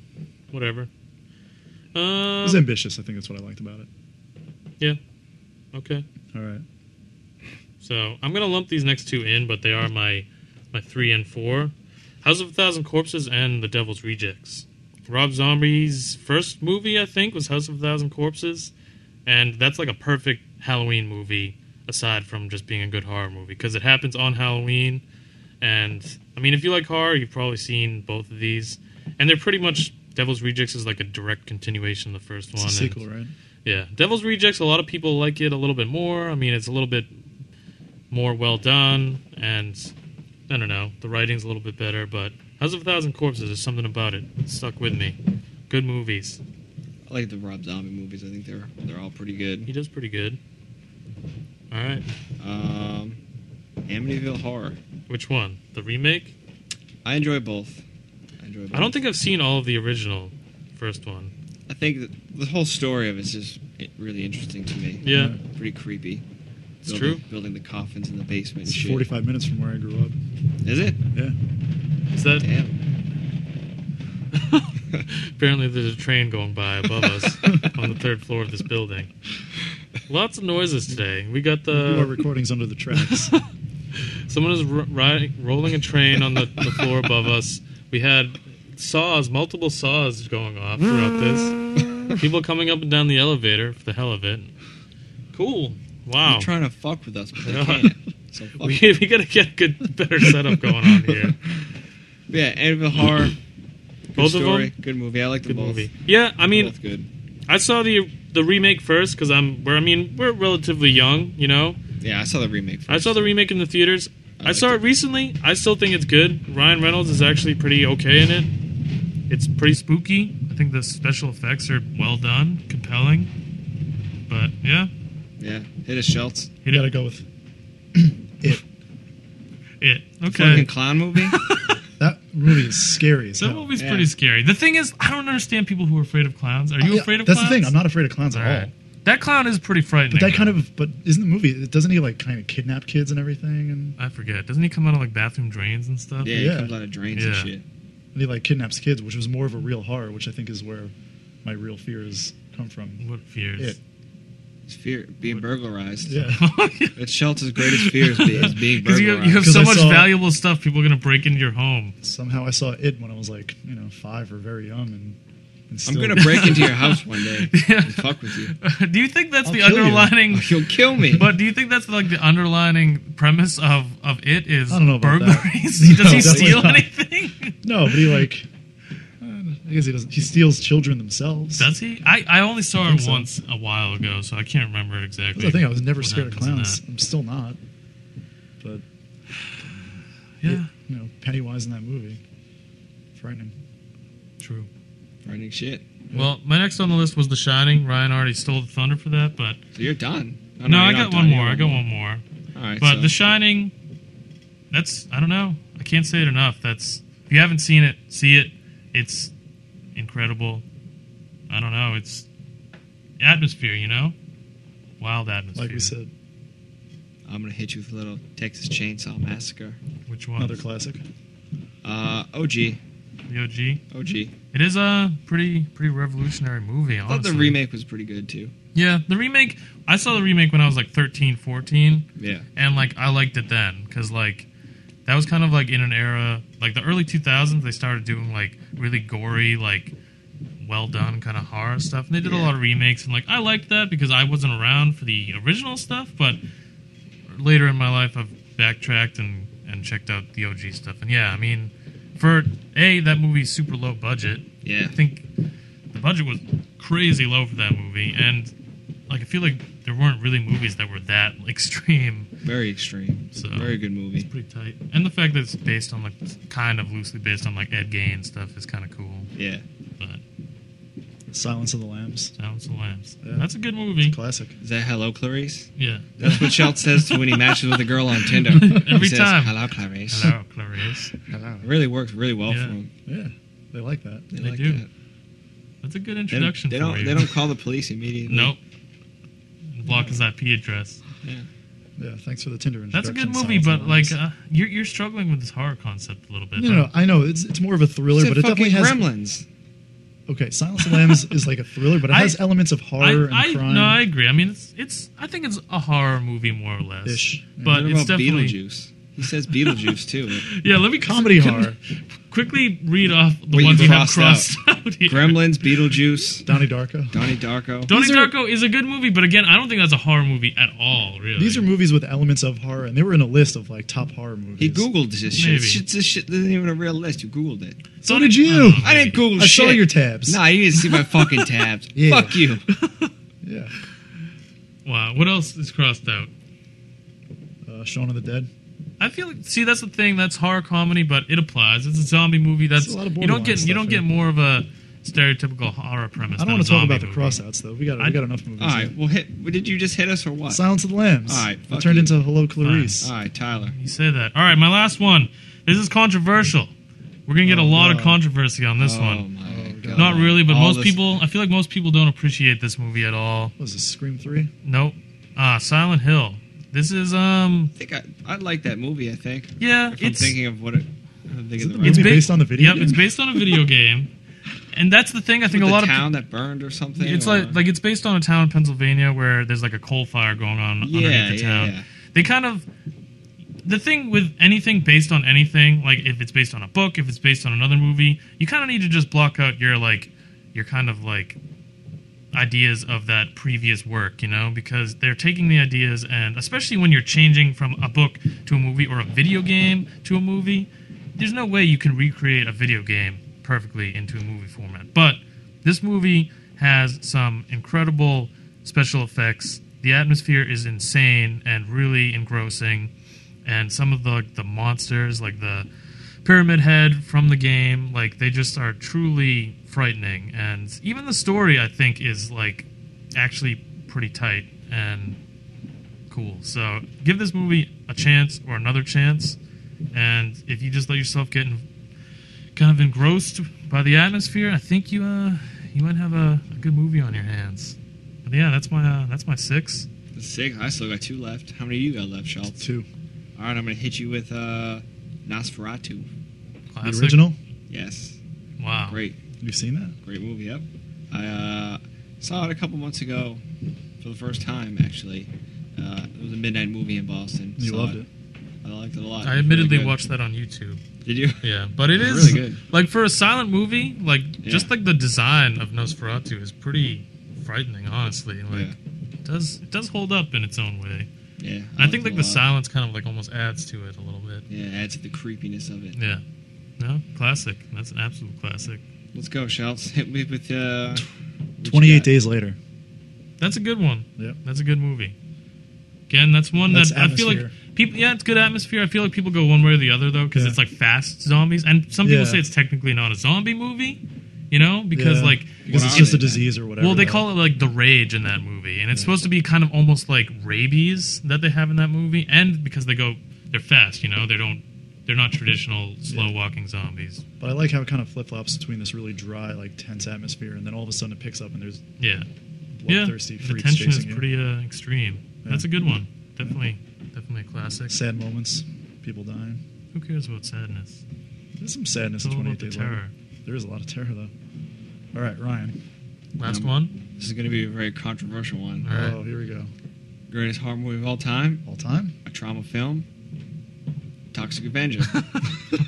[SPEAKER 3] Whatever.
[SPEAKER 4] It
[SPEAKER 3] Um,
[SPEAKER 4] was ambitious. I think that's what I liked about it.
[SPEAKER 3] okay.
[SPEAKER 4] All right.
[SPEAKER 3] So I'm gonna lump these next two in, but they are my my three and four. House of a Thousand Corpses and The Devil's Rejects. Rob Zombie's first movie, I think, was House of a Thousand Corpses, and that's like a perfect Halloween movie, aside from just being a good horror movie, because it happens on Halloween. And I mean, if you like horror, you've probably seen both of these, and they're pretty much Devil's Rejects is like a direct continuation of the first
[SPEAKER 4] It's
[SPEAKER 3] one.
[SPEAKER 4] a
[SPEAKER 3] and-
[SPEAKER 4] sequel, right?
[SPEAKER 3] yeah, Devil's Rejects. A lot of people like it a little bit more. I mean, it's a little bit more well done, and I don't know, the writing's a little bit better. But House of a Thousand Corpses, there's something about it It stuck with me. Good movies.
[SPEAKER 5] I like the Rob Zombie movies. I think they're they're all pretty
[SPEAKER 3] He
[SPEAKER 5] good.
[SPEAKER 3] does pretty good. All right,
[SPEAKER 5] Um, Amityville Horror.
[SPEAKER 3] which one? The remake?
[SPEAKER 5] I enjoy both. I enjoy. Both.
[SPEAKER 3] I don't think I've seen all of the original first one.
[SPEAKER 5] I think that the whole story of it's just it- really interesting to me.
[SPEAKER 3] Yeah,
[SPEAKER 5] Pretty creepy.
[SPEAKER 3] it's
[SPEAKER 5] building,
[SPEAKER 3] true.
[SPEAKER 5] Building the coffins in the basement. and
[SPEAKER 4] It's
[SPEAKER 5] shit.
[SPEAKER 4] 45 minutes from where I grew up.
[SPEAKER 5] Is it?
[SPEAKER 4] Yeah.
[SPEAKER 3] Is that
[SPEAKER 5] Damn.
[SPEAKER 3] apparently there's a train going by above us on the third floor of this building? Lots of noises today. We got the
[SPEAKER 4] Our recordings under the tracks.
[SPEAKER 3] Someone is ro- ri- rolling a train on the, the floor above us. We had saws, multiple saws going off throughout this. People coming up and down the elevator for the hell of it. Cool. Wow.
[SPEAKER 5] They're trying to fuck with us, but they
[SPEAKER 3] Yeah.
[SPEAKER 5] can't. So fuck
[SPEAKER 3] We,
[SPEAKER 5] them.
[SPEAKER 3] we gotta get a good, better setup going on here.
[SPEAKER 5] Yeah, Amityville Horror. Good
[SPEAKER 3] Both of
[SPEAKER 5] story.
[SPEAKER 3] them?
[SPEAKER 5] Good movie. I like them
[SPEAKER 3] Good
[SPEAKER 5] both.
[SPEAKER 3] movie. Yeah, I mean,
[SPEAKER 5] both good.
[SPEAKER 3] I saw the the remake first because I'm. Where I mean, we're relatively young, you know.
[SPEAKER 5] Yeah, I saw the remake. First.
[SPEAKER 3] I saw the remake in the theaters. I, saw it recently. I still think it's good. Ryan Reynolds is actually pretty okay in it. It's pretty spooky. I think the special effects are well done, compelling. But yeah,
[SPEAKER 5] Yeah, hit a Schultz.
[SPEAKER 4] you gotta go with it.
[SPEAKER 3] it.
[SPEAKER 5] Fucking
[SPEAKER 3] Okay.
[SPEAKER 5] clown movie.
[SPEAKER 4] That movie is scary as
[SPEAKER 3] That
[SPEAKER 4] hell.
[SPEAKER 3] movie's
[SPEAKER 5] Yeah.
[SPEAKER 3] pretty scary. The thing is, I don't understand people who are afraid of clowns. Are you
[SPEAKER 4] Yeah,
[SPEAKER 3] afraid of
[SPEAKER 4] That's
[SPEAKER 3] clowns?
[SPEAKER 4] the thing. I'm not afraid of clowns
[SPEAKER 3] All
[SPEAKER 4] at all.
[SPEAKER 3] right. That clown is pretty frightening.
[SPEAKER 4] But that kind of but isn't the movie? Doesn't he like kind of kidnap kids and everything? And,
[SPEAKER 3] I forget. Doesn't he come out of like bathroom drains and stuff?
[SPEAKER 5] Yeah,
[SPEAKER 4] Yeah.
[SPEAKER 5] it comes out of drains and
[SPEAKER 3] Yeah.
[SPEAKER 5] shit.
[SPEAKER 4] and he like kidnaps kids, which was more of a real horror, which I think is where my real fears come from.
[SPEAKER 3] What fears?
[SPEAKER 4] It.
[SPEAKER 5] It's fear being burglarized.
[SPEAKER 4] Yeah.
[SPEAKER 5] It's Shelton's greatest fear is being, is being
[SPEAKER 3] Because you,
[SPEAKER 5] burglarized.
[SPEAKER 3] have- you have
[SPEAKER 4] 'Cause
[SPEAKER 3] so
[SPEAKER 4] I
[SPEAKER 3] much
[SPEAKER 4] saw-
[SPEAKER 3] valuable stuff, people are gonna break into your home.
[SPEAKER 4] Somehow I saw it when I was like you know five or very young, and, and
[SPEAKER 5] I'm
[SPEAKER 4] still,
[SPEAKER 5] gonna break into your house one day and fuck with you. Oh,
[SPEAKER 3] do you think that's
[SPEAKER 4] I'll
[SPEAKER 3] the
[SPEAKER 4] kill you.
[SPEAKER 3] underlining?
[SPEAKER 5] You'll kill me.
[SPEAKER 3] But do you think that's like the underlining premise of of it is
[SPEAKER 4] I don't know about that.
[SPEAKER 3] burglaries?
[SPEAKER 4] No,
[SPEAKER 3] Does he
[SPEAKER 4] definitely
[SPEAKER 3] steal
[SPEAKER 4] not.
[SPEAKER 3] anything?
[SPEAKER 4] No, but he like. I guess he doesn't. He steals children themselves.
[SPEAKER 3] Does he? I, I only saw
[SPEAKER 4] I
[SPEAKER 3] her
[SPEAKER 4] think so.
[SPEAKER 3] once a while ago, so I can't remember exactly.
[SPEAKER 4] That's the thing. I was never
[SPEAKER 3] what
[SPEAKER 4] scared of
[SPEAKER 3] happens in
[SPEAKER 4] clowns.
[SPEAKER 3] that.
[SPEAKER 4] I'm still not. But
[SPEAKER 3] Yeah,
[SPEAKER 4] you know, Pennywise in that movie, frightening.
[SPEAKER 3] true.
[SPEAKER 5] Frightening shit.
[SPEAKER 3] Well, my next on the list was The Shining. Ryan already stole the thunder for that, but
[SPEAKER 5] So you're done.
[SPEAKER 3] no, I
[SPEAKER 5] you're
[SPEAKER 3] got
[SPEAKER 5] not
[SPEAKER 3] one
[SPEAKER 5] done.
[SPEAKER 3] more.
[SPEAKER 5] You
[SPEAKER 3] I got one more.
[SPEAKER 5] All right,
[SPEAKER 3] But
[SPEAKER 5] so-
[SPEAKER 3] The Shining, that's I don't know. I can't say it enough. That's if you haven't seen it, see it. It's incredible. I don't know. It's atmosphere, you know, wild atmosphere.
[SPEAKER 4] Like we said,
[SPEAKER 5] I'm gonna hit you with a little Texas Chainsaw Massacre.
[SPEAKER 3] which one?
[SPEAKER 4] another classic.
[SPEAKER 5] Uh, OG,
[SPEAKER 3] The OG.
[SPEAKER 5] OG.
[SPEAKER 3] It is a pretty pretty revolutionary movie.
[SPEAKER 5] I
[SPEAKER 3] Honestly.
[SPEAKER 5] thought the remake was pretty good too.
[SPEAKER 3] Yeah, the remake. I saw the remake when I was like 13, 14,
[SPEAKER 5] Yeah,
[SPEAKER 3] and like I liked it then because like that was kind of like in an era like the early 2000s they started doing like really gory like well done kind of horror stuff and they did a
[SPEAKER 5] Yeah.
[SPEAKER 3] lot of remakes and like I liked that because I wasn't around for the original stuff but later in my life I've backtracked and and checked out the OG stuff and yeah I mean for a that movie's super low budget
[SPEAKER 5] yeah.
[SPEAKER 3] I think the budget was crazy low for that movie, and like I feel like there weren't really movies that were that extreme.
[SPEAKER 5] Very extreme.
[SPEAKER 3] So
[SPEAKER 5] Very good movie.
[SPEAKER 3] pretty tight. And the fact that it's based on like kind of loosely based on like Ed Gein stuff is kind of cool.
[SPEAKER 5] Yeah.
[SPEAKER 3] But
[SPEAKER 4] Silence of the Lambs,
[SPEAKER 3] Silence of the Lambs,
[SPEAKER 4] Yeah.
[SPEAKER 3] that's a good movie.
[SPEAKER 4] classic.
[SPEAKER 5] Is that Hello Clarice?
[SPEAKER 3] Yeah.
[SPEAKER 5] That's what Schultz says to when he matches with a girl on Tinder.
[SPEAKER 3] Every
[SPEAKER 5] he says,
[SPEAKER 3] time.
[SPEAKER 5] Hello Clarice.
[SPEAKER 3] Hello, Clarice.
[SPEAKER 5] It really works really well
[SPEAKER 3] Yeah.
[SPEAKER 5] for him.
[SPEAKER 4] Yeah, they like that.
[SPEAKER 5] They,
[SPEAKER 3] They
[SPEAKER 5] like
[SPEAKER 3] do.
[SPEAKER 5] That.
[SPEAKER 3] That's a good
[SPEAKER 5] They don't.
[SPEAKER 3] introduction.
[SPEAKER 5] They
[SPEAKER 3] for
[SPEAKER 5] don't,
[SPEAKER 3] you.
[SPEAKER 5] they don't call the police immediately.
[SPEAKER 3] Nope. Block his IP address.
[SPEAKER 4] Yeah, thanks for the Tinder introduction.
[SPEAKER 3] That's a good movie,
[SPEAKER 4] Silence
[SPEAKER 3] but
[SPEAKER 4] of the Lambs.
[SPEAKER 3] like uh, you're you're struggling with this horror concept a little bit.
[SPEAKER 4] no, no, I know it's it's more of a thriller,
[SPEAKER 5] It's
[SPEAKER 4] but it definitely has.
[SPEAKER 5] Gremlins.
[SPEAKER 4] Okay, Silence of the Lambs is like a thriller, but it
[SPEAKER 3] I-
[SPEAKER 4] has elements of horror
[SPEAKER 3] I,
[SPEAKER 4] and
[SPEAKER 3] I,
[SPEAKER 4] crime.
[SPEAKER 3] No, I agree. I mean, it's it's. I think it's a horror movie more or less.
[SPEAKER 4] Ish.
[SPEAKER 3] But
[SPEAKER 5] what
[SPEAKER 3] it's
[SPEAKER 5] about
[SPEAKER 3] definitely.
[SPEAKER 5] Beetlejuice? He says Beetlejuice too.
[SPEAKER 3] Yeah, let me
[SPEAKER 4] Comedy
[SPEAKER 3] can-
[SPEAKER 4] horror.
[SPEAKER 3] Quickly read off the
[SPEAKER 5] What you
[SPEAKER 3] ones we have crossed
[SPEAKER 5] crossed
[SPEAKER 3] out. here.
[SPEAKER 5] Gremlins, Beetlejuice,
[SPEAKER 4] Donnie Darko.
[SPEAKER 5] Donnie Darko.
[SPEAKER 3] Donnie
[SPEAKER 4] These are-
[SPEAKER 3] Darko is a good movie, but again, I don't think that's a horror movie at all. Really,
[SPEAKER 4] These are movies with elements of horror, and they were in a list of like top horror movies.
[SPEAKER 5] He googled this shit.
[SPEAKER 3] Maybe.
[SPEAKER 5] Shit, This shit isn't even a real list. You googled it.
[SPEAKER 4] So
[SPEAKER 3] Donnie-
[SPEAKER 4] did
[SPEAKER 3] I
[SPEAKER 4] you? Oh,
[SPEAKER 3] don't know,
[SPEAKER 5] I didn't
[SPEAKER 3] maybe.
[SPEAKER 5] Google
[SPEAKER 4] I
[SPEAKER 5] shit.
[SPEAKER 4] saw your tabs.
[SPEAKER 5] Nah, you didn't see my fucking tabs.
[SPEAKER 4] Yeah.
[SPEAKER 5] Fuck you.
[SPEAKER 4] Yeah.
[SPEAKER 3] Wow, what else is crossed out?
[SPEAKER 4] Uh, Shaun of the Dead.
[SPEAKER 3] I feel like see that's the thing that's horror comedy, but it applies. It's a zombie movie. That's
[SPEAKER 4] It's a lot of
[SPEAKER 3] you don't
[SPEAKER 4] borderline
[SPEAKER 3] get you
[SPEAKER 4] stuff
[SPEAKER 3] don't get
[SPEAKER 4] here.
[SPEAKER 3] more of a stereotypical horror premise.
[SPEAKER 4] I don't
[SPEAKER 3] want to
[SPEAKER 4] talk about the
[SPEAKER 3] movie.
[SPEAKER 4] crossouts though. We got
[SPEAKER 3] I-
[SPEAKER 4] we got enough movies.
[SPEAKER 5] All right.
[SPEAKER 4] here.
[SPEAKER 5] Well, hit. Did you just hit us or what?
[SPEAKER 4] Silence of the Lambs.
[SPEAKER 5] All right,
[SPEAKER 4] It
[SPEAKER 5] fuck
[SPEAKER 4] turned
[SPEAKER 5] you.
[SPEAKER 4] into Hello Clarice.
[SPEAKER 5] All right, Tyler.
[SPEAKER 3] You say that. All right, my last one. This is controversial. We're gonna
[SPEAKER 4] Oh,
[SPEAKER 3] get a lot of controversy on this
[SPEAKER 5] Oh
[SPEAKER 3] one.
[SPEAKER 5] my god.
[SPEAKER 3] Not really, but
[SPEAKER 5] All
[SPEAKER 3] most
[SPEAKER 5] this-
[SPEAKER 3] people. I feel like most people don't appreciate this movie at all.
[SPEAKER 4] What was this Scream Three?
[SPEAKER 3] Nope. Ah, Silent Hill. This is um.
[SPEAKER 5] I think I, I like that movie. I think.
[SPEAKER 3] Yeah,
[SPEAKER 5] If I'm
[SPEAKER 3] it's
[SPEAKER 5] thinking of what it. I'm thinking of the
[SPEAKER 4] it
[SPEAKER 5] right.
[SPEAKER 4] Movie
[SPEAKER 3] ba-
[SPEAKER 4] based on the video
[SPEAKER 3] Yep,
[SPEAKER 4] game?
[SPEAKER 3] it's based on a video game, and that's the thing. I think
[SPEAKER 5] With
[SPEAKER 3] a
[SPEAKER 5] the
[SPEAKER 3] lot of
[SPEAKER 5] town that burned or something.
[SPEAKER 3] It's
[SPEAKER 5] or-
[SPEAKER 3] like like it's based on a town in Pennsylvania where there's like a coal fire going on
[SPEAKER 5] Yeah,
[SPEAKER 3] underneath the
[SPEAKER 5] yeah,
[SPEAKER 3] town.
[SPEAKER 5] yeah.
[SPEAKER 3] They kind of the thing with anything based on anything, like if it's based on a book, if it's based on another movie, you kind of need to just block out your like your kind of like ideas of that previous work, you know, because they're taking the ideas and especially when you're changing from a book to a movie or a video game to a movie, there's no way you can recreate a video game perfectly into a movie format. But this movie has some incredible special effects. The atmosphere is insane and really engrossing and some of the like, the monsters like the pyramid head from the game like they just are truly frightening and even the story i think is like actually pretty tight and cool so give this movie a chance or another chance And if you just let yourself get in, kind of engrossed by the atmosphere, I think you uh, you might have a, a good movie on your hands. But yeah, that's my uh, that's my six.
[SPEAKER 5] The Sick. I still got two left. How many do you got left, Schultz?
[SPEAKER 4] Two.
[SPEAKER 5] All right, I'm gonna hit you with uh, Nosferatu.
[SPEAKER 3] Classic.
[SPEAKER 4] The original?
[SPEAKER 5] Yes.
[SPEAKER 3] Wow.
[SPEAKER 5] Great,
[SPEAKER 4] You've seen that?
[SPEAKER 5] great movie. Yep. I uh, saw it a couple months ago for the first time. Actually, uh, it was a midnight movie in Boston.
[SPEAKER 4] You
[SPEAKER 5] Saw
[SPEAKER 4] loved it.
[SPEAKER 5] I liked it a lot. It was
[SPEAKER 3] I
[SPEAKER 5] really
[SPEAKER 3] admittedly
[SPEAKER 5] good.
[SPEAKER 3] watched that on YouTube.
[SPEAKER 5] Did you?
[SPEAKER 3] Yeah, but it
[SPEAKER 5] It's
[SPEAKER 3] is
[SPEAKER 5] really good.
[SPEAKER 3] like for a silent movie, like just
[SPEAKER 5] Yeah.
[SPEAKER 3] like the design of Nosferatu is pretty frightening, honestly. Like
[SPEAKER 5] Yeah.
[SPEAKER 3] it does it does hold up in its own way.
[SPEAKER 5] Yeah.
[SPEAKER 3] I
[SPEAKER 5] liked
[SPEAKER 3] think
[SPEAKER 5] it
[SPEAKER 3] like
[SPEAKER 5] a
[SPEAKER 3] the
[SPEAKER 5] lot.
[SPEAKER 3] silence kind of like almost adds to it a little bit.
[SPEAKER 5] Yeah, it adds to the creepiness of it.
[SPEAKER 3] Yeah. No, classic. That's an absolute classic.
[SPEAKER 5] Let's go, Schultz. Hit me with uh, what you
[SPEAKER 4] 28
[SPEAKER 5] got?
[SPEAKER 4] Days Later.
[SPEAKER 3] That's a good one.
[SPEAKER 4] Yeah.
[SPEAKER 3] That's a good movie. Again, that's one
[SPEAKER 4] That's
[SPEAKER 3] that I feel like
[SPEAKER 4] atmosphere.
[SPEAKER 3] people. Yeah, it's good atmosphere. I feel like people go one way or the other though, because
[SPEAKER 4] Yeah.
[SPEAKER 3] it's like fast zombies, and some people
[SPEAKER 4] Yeah.
[SPEAKER 3] say it's technically not a zombie movie, you know, because
[SPEAKER 4] Yeah.
[SPEAKER 3] like
[SPEAKER 4] because
[SPEAKER 5] What
[SPEAKER 4] it's
[SPEAKER 5] are
[SPEAKER 4] just
[SPEAKER 5] they
[SPEAKER 4] a
[SPEAKER 5] then?
[SPEAKER 4] disease or whatever.
[SPEAKER 3] Well, they
[SPEAKER 4] though.
[SPEAKER 3] call it like the rage in that movie, and it's supposed to be kind of almost like rabies that they have in that movie, and because they go they're fast, you know, they don't they're not traditional slow walking zombies.
[SPEAKER 4] But I like how it kind of flip flops between this really dry, like tense atmosphere, and then all of a sudden it picks up and there's
[SPEAKER 3] Yeah, yeah.
[SPEAKER 4] bloodthirsty
[SPEAKER 3] The
[SPEAKER 4] freaks
[SPEAKER 3] tension is
[SPEAKER 4] chasing
[SPEAKER 3] pretty uh, extreme.
[SPEAKER 4] Yeah.
[SPEAKER 3] That's a good one. Definitely, definitely a classic.
[SPEAKER 4] you. Sad moments, people dying.
[SPEAKER 3] Who cares about sadness?
[SPEAKER 4] There's some sadness
[SPEAKER 3] It's
[SPEAKER 4] in
[SPEAKER 3] all
[SPEAKER 4] 28
[SPEAKER 3] about the
[SPEAKER 4] Days
[SPEAKER 3] terror.
[SPEAKER 4] Later. There is a lot of terror though. All right, Ryan.
[SPEAKER 3] Last
[SPEAKER 5] Um,
[SPEAKER 3] one.
[SPEAKER 5] This is going to be a very controversial one.
[SPEAKER 3] All right.
[SPEAKER 4] Oh, here we go.
[SPEAKER 5] Greatest horror movie of all time,
[SPEAKER 4] All time.
[SPEAKER 5] a trauma film, Toxic Avenger.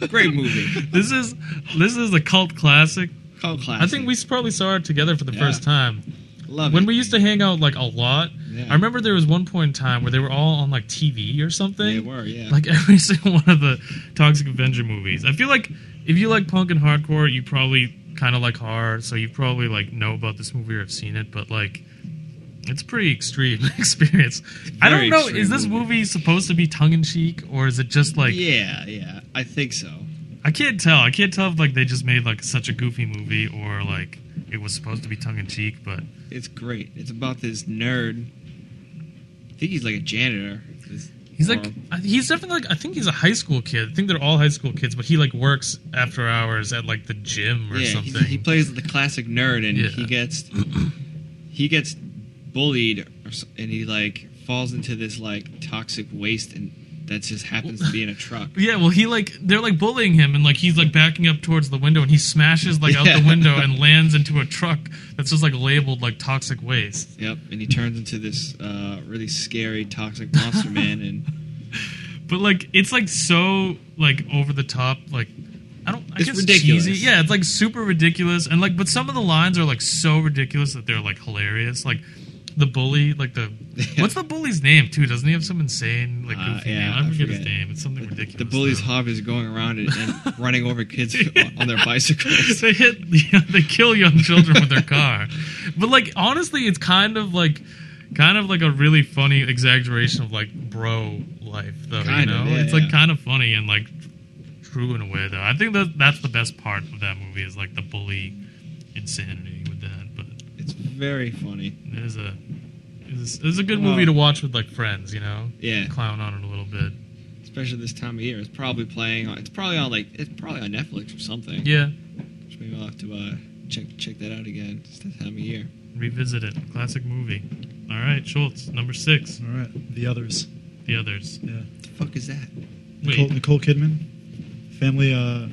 [SPEAKER 5] Great movie.
[SPEAKER 3] This is this is a cult classic.
[SPEAKER 5] Cult classic.
[SPEAKER 3] I think we probably saw it together for the
[SPEAKER 5] Yeah.
[SPEAKER 3] first time.
[SPEAKER 5] love
[SPEAKER 3] when
[SPEAKER 5] it.
[SPEAKER 3] we used to hang out like a lot
[SPEAKER 5] Yeah.
[SPEAKER 3] i remember there was one point in time where they were all on like tv or something
[SPEAKER 5] They were, yeah.
[SPEAKER 3] like every single one of the toxic avenger movies i feel like if you like punk and hardcore you probably kind of like horror so you probably like know about this movie or have seen it but like it's pretty extreme experience i
[SPEAKER 5] Very
[SPEAKER 3] don't know
[SPEAKER 5] extreme
[SPEAKER 3] is this
[SPEAKER 5] movie.
[SPEAKER 3] movie. supposed to be tongue-in-cheek or is it just like
[SPEAKER 5] yeah, yeah. I think so.
[SPEAKER 3] i can't tell i can't tell if like they just made like such a goofy movie or like it was supposed to be tongue-in-cheek but
[SPEAKER 5] It's great. It's about this nerd. I think he's like a janitor. This-
[SPEAKER 3] He's like,
[SPEAKER 5] or-
[SPEAKER 3] I- he's definitely like, I think he's a high school kid. I think they're all high school kids, but he like works after hours at like the gym or
[SPEAKER 5] yeah,
[SPEAKER 3] something.
[SPEAKER 5] He, he plays the classic nerd, and
[SPEAKER 3] Yeah.
[SPEAKER 5] he gets he gets bullied, or, so- and he like falls into this like toxic waste, and that just happens to be in a truck.
[SPEAKER 3] yeah, well, he like they're like bullying him, and like he's like backing up towards the window, and he smashes like out
[SPEAKER 5] Yeah.
[SPEAKER 3] the window and lands into a truck that's just like labeled like toxic waste.
[SPEAKER 5] Yep, and he turns into this uh, really scary, toxic monster man, and
[SPEAKER 3] But like it's like so like over the top. Like I don't. I
[SPEAKER 5] It's
[SPEAKER 3] guess
[SPEAKER 5] ridiculous.
[SPEAKER 3] cheesy. Yeah, it's like super ridiculous. And like, but some of the lines are like so ridiculous that they're like hilarious. Like the bully, like the what's the bully's name too? Doesn't he have some insane like
[SPEAKER 5] Uh,
[SPEAKER 3] goofy
[SPEAKER 5] yeah,
[SPEAKER 3] name? I
[SPEAKER 5] I
[SPEAKER 3] forget, his
[SPEAKER 5] forget.
[SPEAKER 3] name. It's something ridiculous.
[SPEAKER 5] the bully's
[SPEAKER 3] though.
[SPEAKER 5] hobby is going around and, and running over kids on their bicycles.
[SPEAKER 3] they hit, yeah, they kill young children with their car. But like, honestly, it's kind of like, kind of like a really funny exaggeration of like bro life, though.
[SPEAKER 5] Kind
[SPEAKER 3] you know,
[SPEAKER 5] of, yeah,
[SPEAKER 3] it's
[SPEAKER 5] yeah.
[SPEAKER 3] like kind of funny and like true in a way, though. I think that that's the best part of that movie is like the bully insanity with that. But
[SPEAKER 5] It's very funny.
[SPEAKER 3] it is a, it's, it's a good
[SPEAKER 5] Well-
[SPEAKER 3] movie to watch with like friends. You know,
[SPEAKER 5] Yeah.
[SPEAKER 3] clown on it a little bit.
[SPEAKER 5] especially this time of year. It's probably playing. On, it's probably on like it's probably on Netflix or something.
[SPEAKER 3] Yeah,
[SPEAKER 5] Which maybe I'll have to uh, check check that out again. It's that time of year.
[SPEAKER 3] revisit it. Classic movie. All right, Schultz, number six.
[SPEAKER 4] All right. The others.
[SPEAKER 3] The others.
[SPEAKER 4] Yeah.
[SPEAKER 5] What the fuck is that?
[SPEAKER 4] Nicole,
[SPEAKER 3] Wait.
[SPEAKER 4] Nicole Kidman. Family uh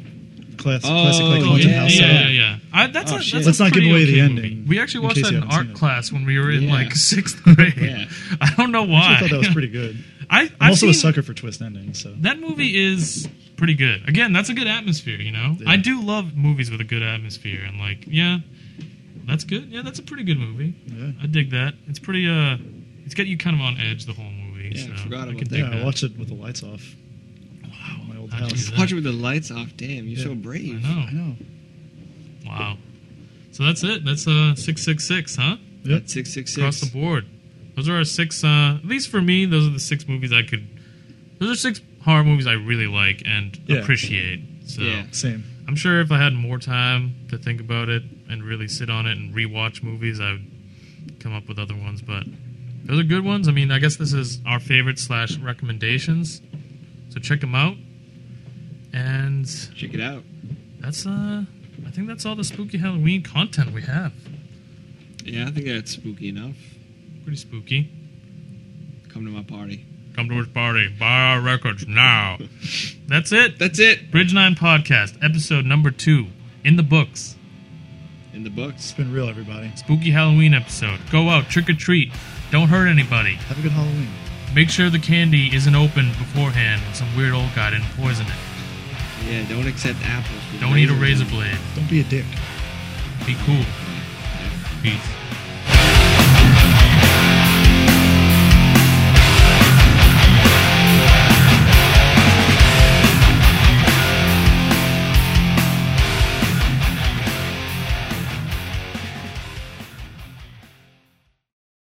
[SPEAKER 4] class, classic like
[SPEAKER 5] Oh,
[SPEAKER 4] haunted
[SPEAKER 5] yeah,
[SPEAKER 4] house.
[SPEAKER 5] yeah,
[SPEAKER 4] uh,
[SPEAKER 3] yeah, yeah. I, that's
[SPEAKER 5] Oh,
[SPEAKER 3] a,
[SPEAKER 5] shit.
[SPEAKER 3] that's
[SPEAKER 4] Let's
[SPEAKER 3] a
[SPEAKER 4] not give
[SPEAKER 3] pretty
[SPEAKER 4] away the
[SPEAKER 3] okay
[SPEAKER 4] ending,
[SPEAKER 3] movie. We actually
[SPEAKER 4] in
[SPEAKER 3] watched
[SPEAKER 4] case
[SPEAKER 3] that
[SPEAKER 4] you
[SPEAKER 3] in
[SPEAKER 4] haven't
[SPEAKER 3] art
[SPEAKER 4] seen it.
[SPEAKER 3] class when we were in
[SPEAKER 5] Yeah.
[SPEAKER 3] like sixth grade.
[SPEAKER 5] Yeah.
[SPEAKER 3] I don't know
[SPEAKER 4] I
[SPEAKER 3] why.
[SPEAKER 4] actually thought that was pretty good.
[SPEAKER 3] I,
[SPEAKER 4] I'm
[SPEAKER 3] I've
[SPEAKER 4] also a
[SPEAKER 3] seen-
[SPEAKER 4] sucker for twist endings, so
[SPEAKER 3] That movie is pretty good. Again, that's a good atmosphere. You know,
[SPEAKER 4] Yeah.
[SPEAKER 3] I do love movies with a good atmosphere, and like, yeah, that's good. Yeah, that's a pretty good movie.
[SPEAKER 4] yeah.
[SPEAKER 3] I dig that. It's pretty. uh It's got you kind of on edge the whole movie.
[SPEAKER 5] Yeah, I
[SPEAKER 3] so
[SPEAKER 5] forgot
[SPEAKER 3] I
[SPEAKER 5] about
[SPEAKER 3] can dig
[SPEAKER 4] Yeah,
[SPEAKER 3] that.
[SPEAKER 4] I watched it with the lights off. Wow, my old
[SPEAKER 3] How'd you
[SPEAKER 4] house.
[SPEAKER 3] do
[SPEAKER 5] Watch it with the lights off. Damn, you're so
[SPEAKER 4] Yeah.
[SPEAKER 3] I
[SPEAKER 5] brave.
[SPEAKER 3] know.
[SPEAKER 4] I know.
[SPEAKER 3] Wow. So that's it. That's uh six six six, huh?
[SPEAKER 4] Yep.
[SPEAKER 5] Six six
[SPEAKER 3] across
[SPEAKER 5] six.
[SPEAKER 3] the board. Those are our six. Uh, at least for me, those are the six movies I could. Those are six horror movies I really like and
[SPEAKER 4] Yeah.
[SPEAKER 3] appreciate. So
[SPEAKER 5] Yeah.
[SPEAKER 4] Same.
[SPEAKER 3] I'm sure if I had more time to think about it and really sit on it and rewatch movies, I would come up with other ones. But those are good ones. I mean, I guess this is our favorite slash recommendations. So check them out. And
[SPEAKER 5] Check it out.
[SPEAKER 3] that's uh, I think that's all the spooky Halloween content we have.
[SPEAKER 5] Yeah, I think that's spooky enough.
[SPEAKER 3] Pretty spooky.
[SPEAKER 5] Come to my party.
[SPEAKER 3] Come to our party. Buy our records now. that's it.
[SPEAKER 5] That's it.
[SPEAKER 3] Bridge Nine Podcast, episode number two, in the books.
[SPEAKER 5] In the books.
[SPEAKER 4] It's been real, everybody.
[SPEAKER 3] Spooky Halloween episode. Go out, trick or treat. Don't hurt anybody.
[SPEAKER 4] Have a good Halloween.
[SPEAKER 3] Make sure the candy isn't opened beforehand and some weird old guy didn't poison it.
[SPEAKER 5] Yeah, don't accept apples. with
[SPEAKER 3] Don't eat a razor
[SPEAKER 5] blades.
[SPEAKER 3] blade.
[SPEAKER 4] Don't be a dick.
[SPEAKER 3] Be cool. Peace.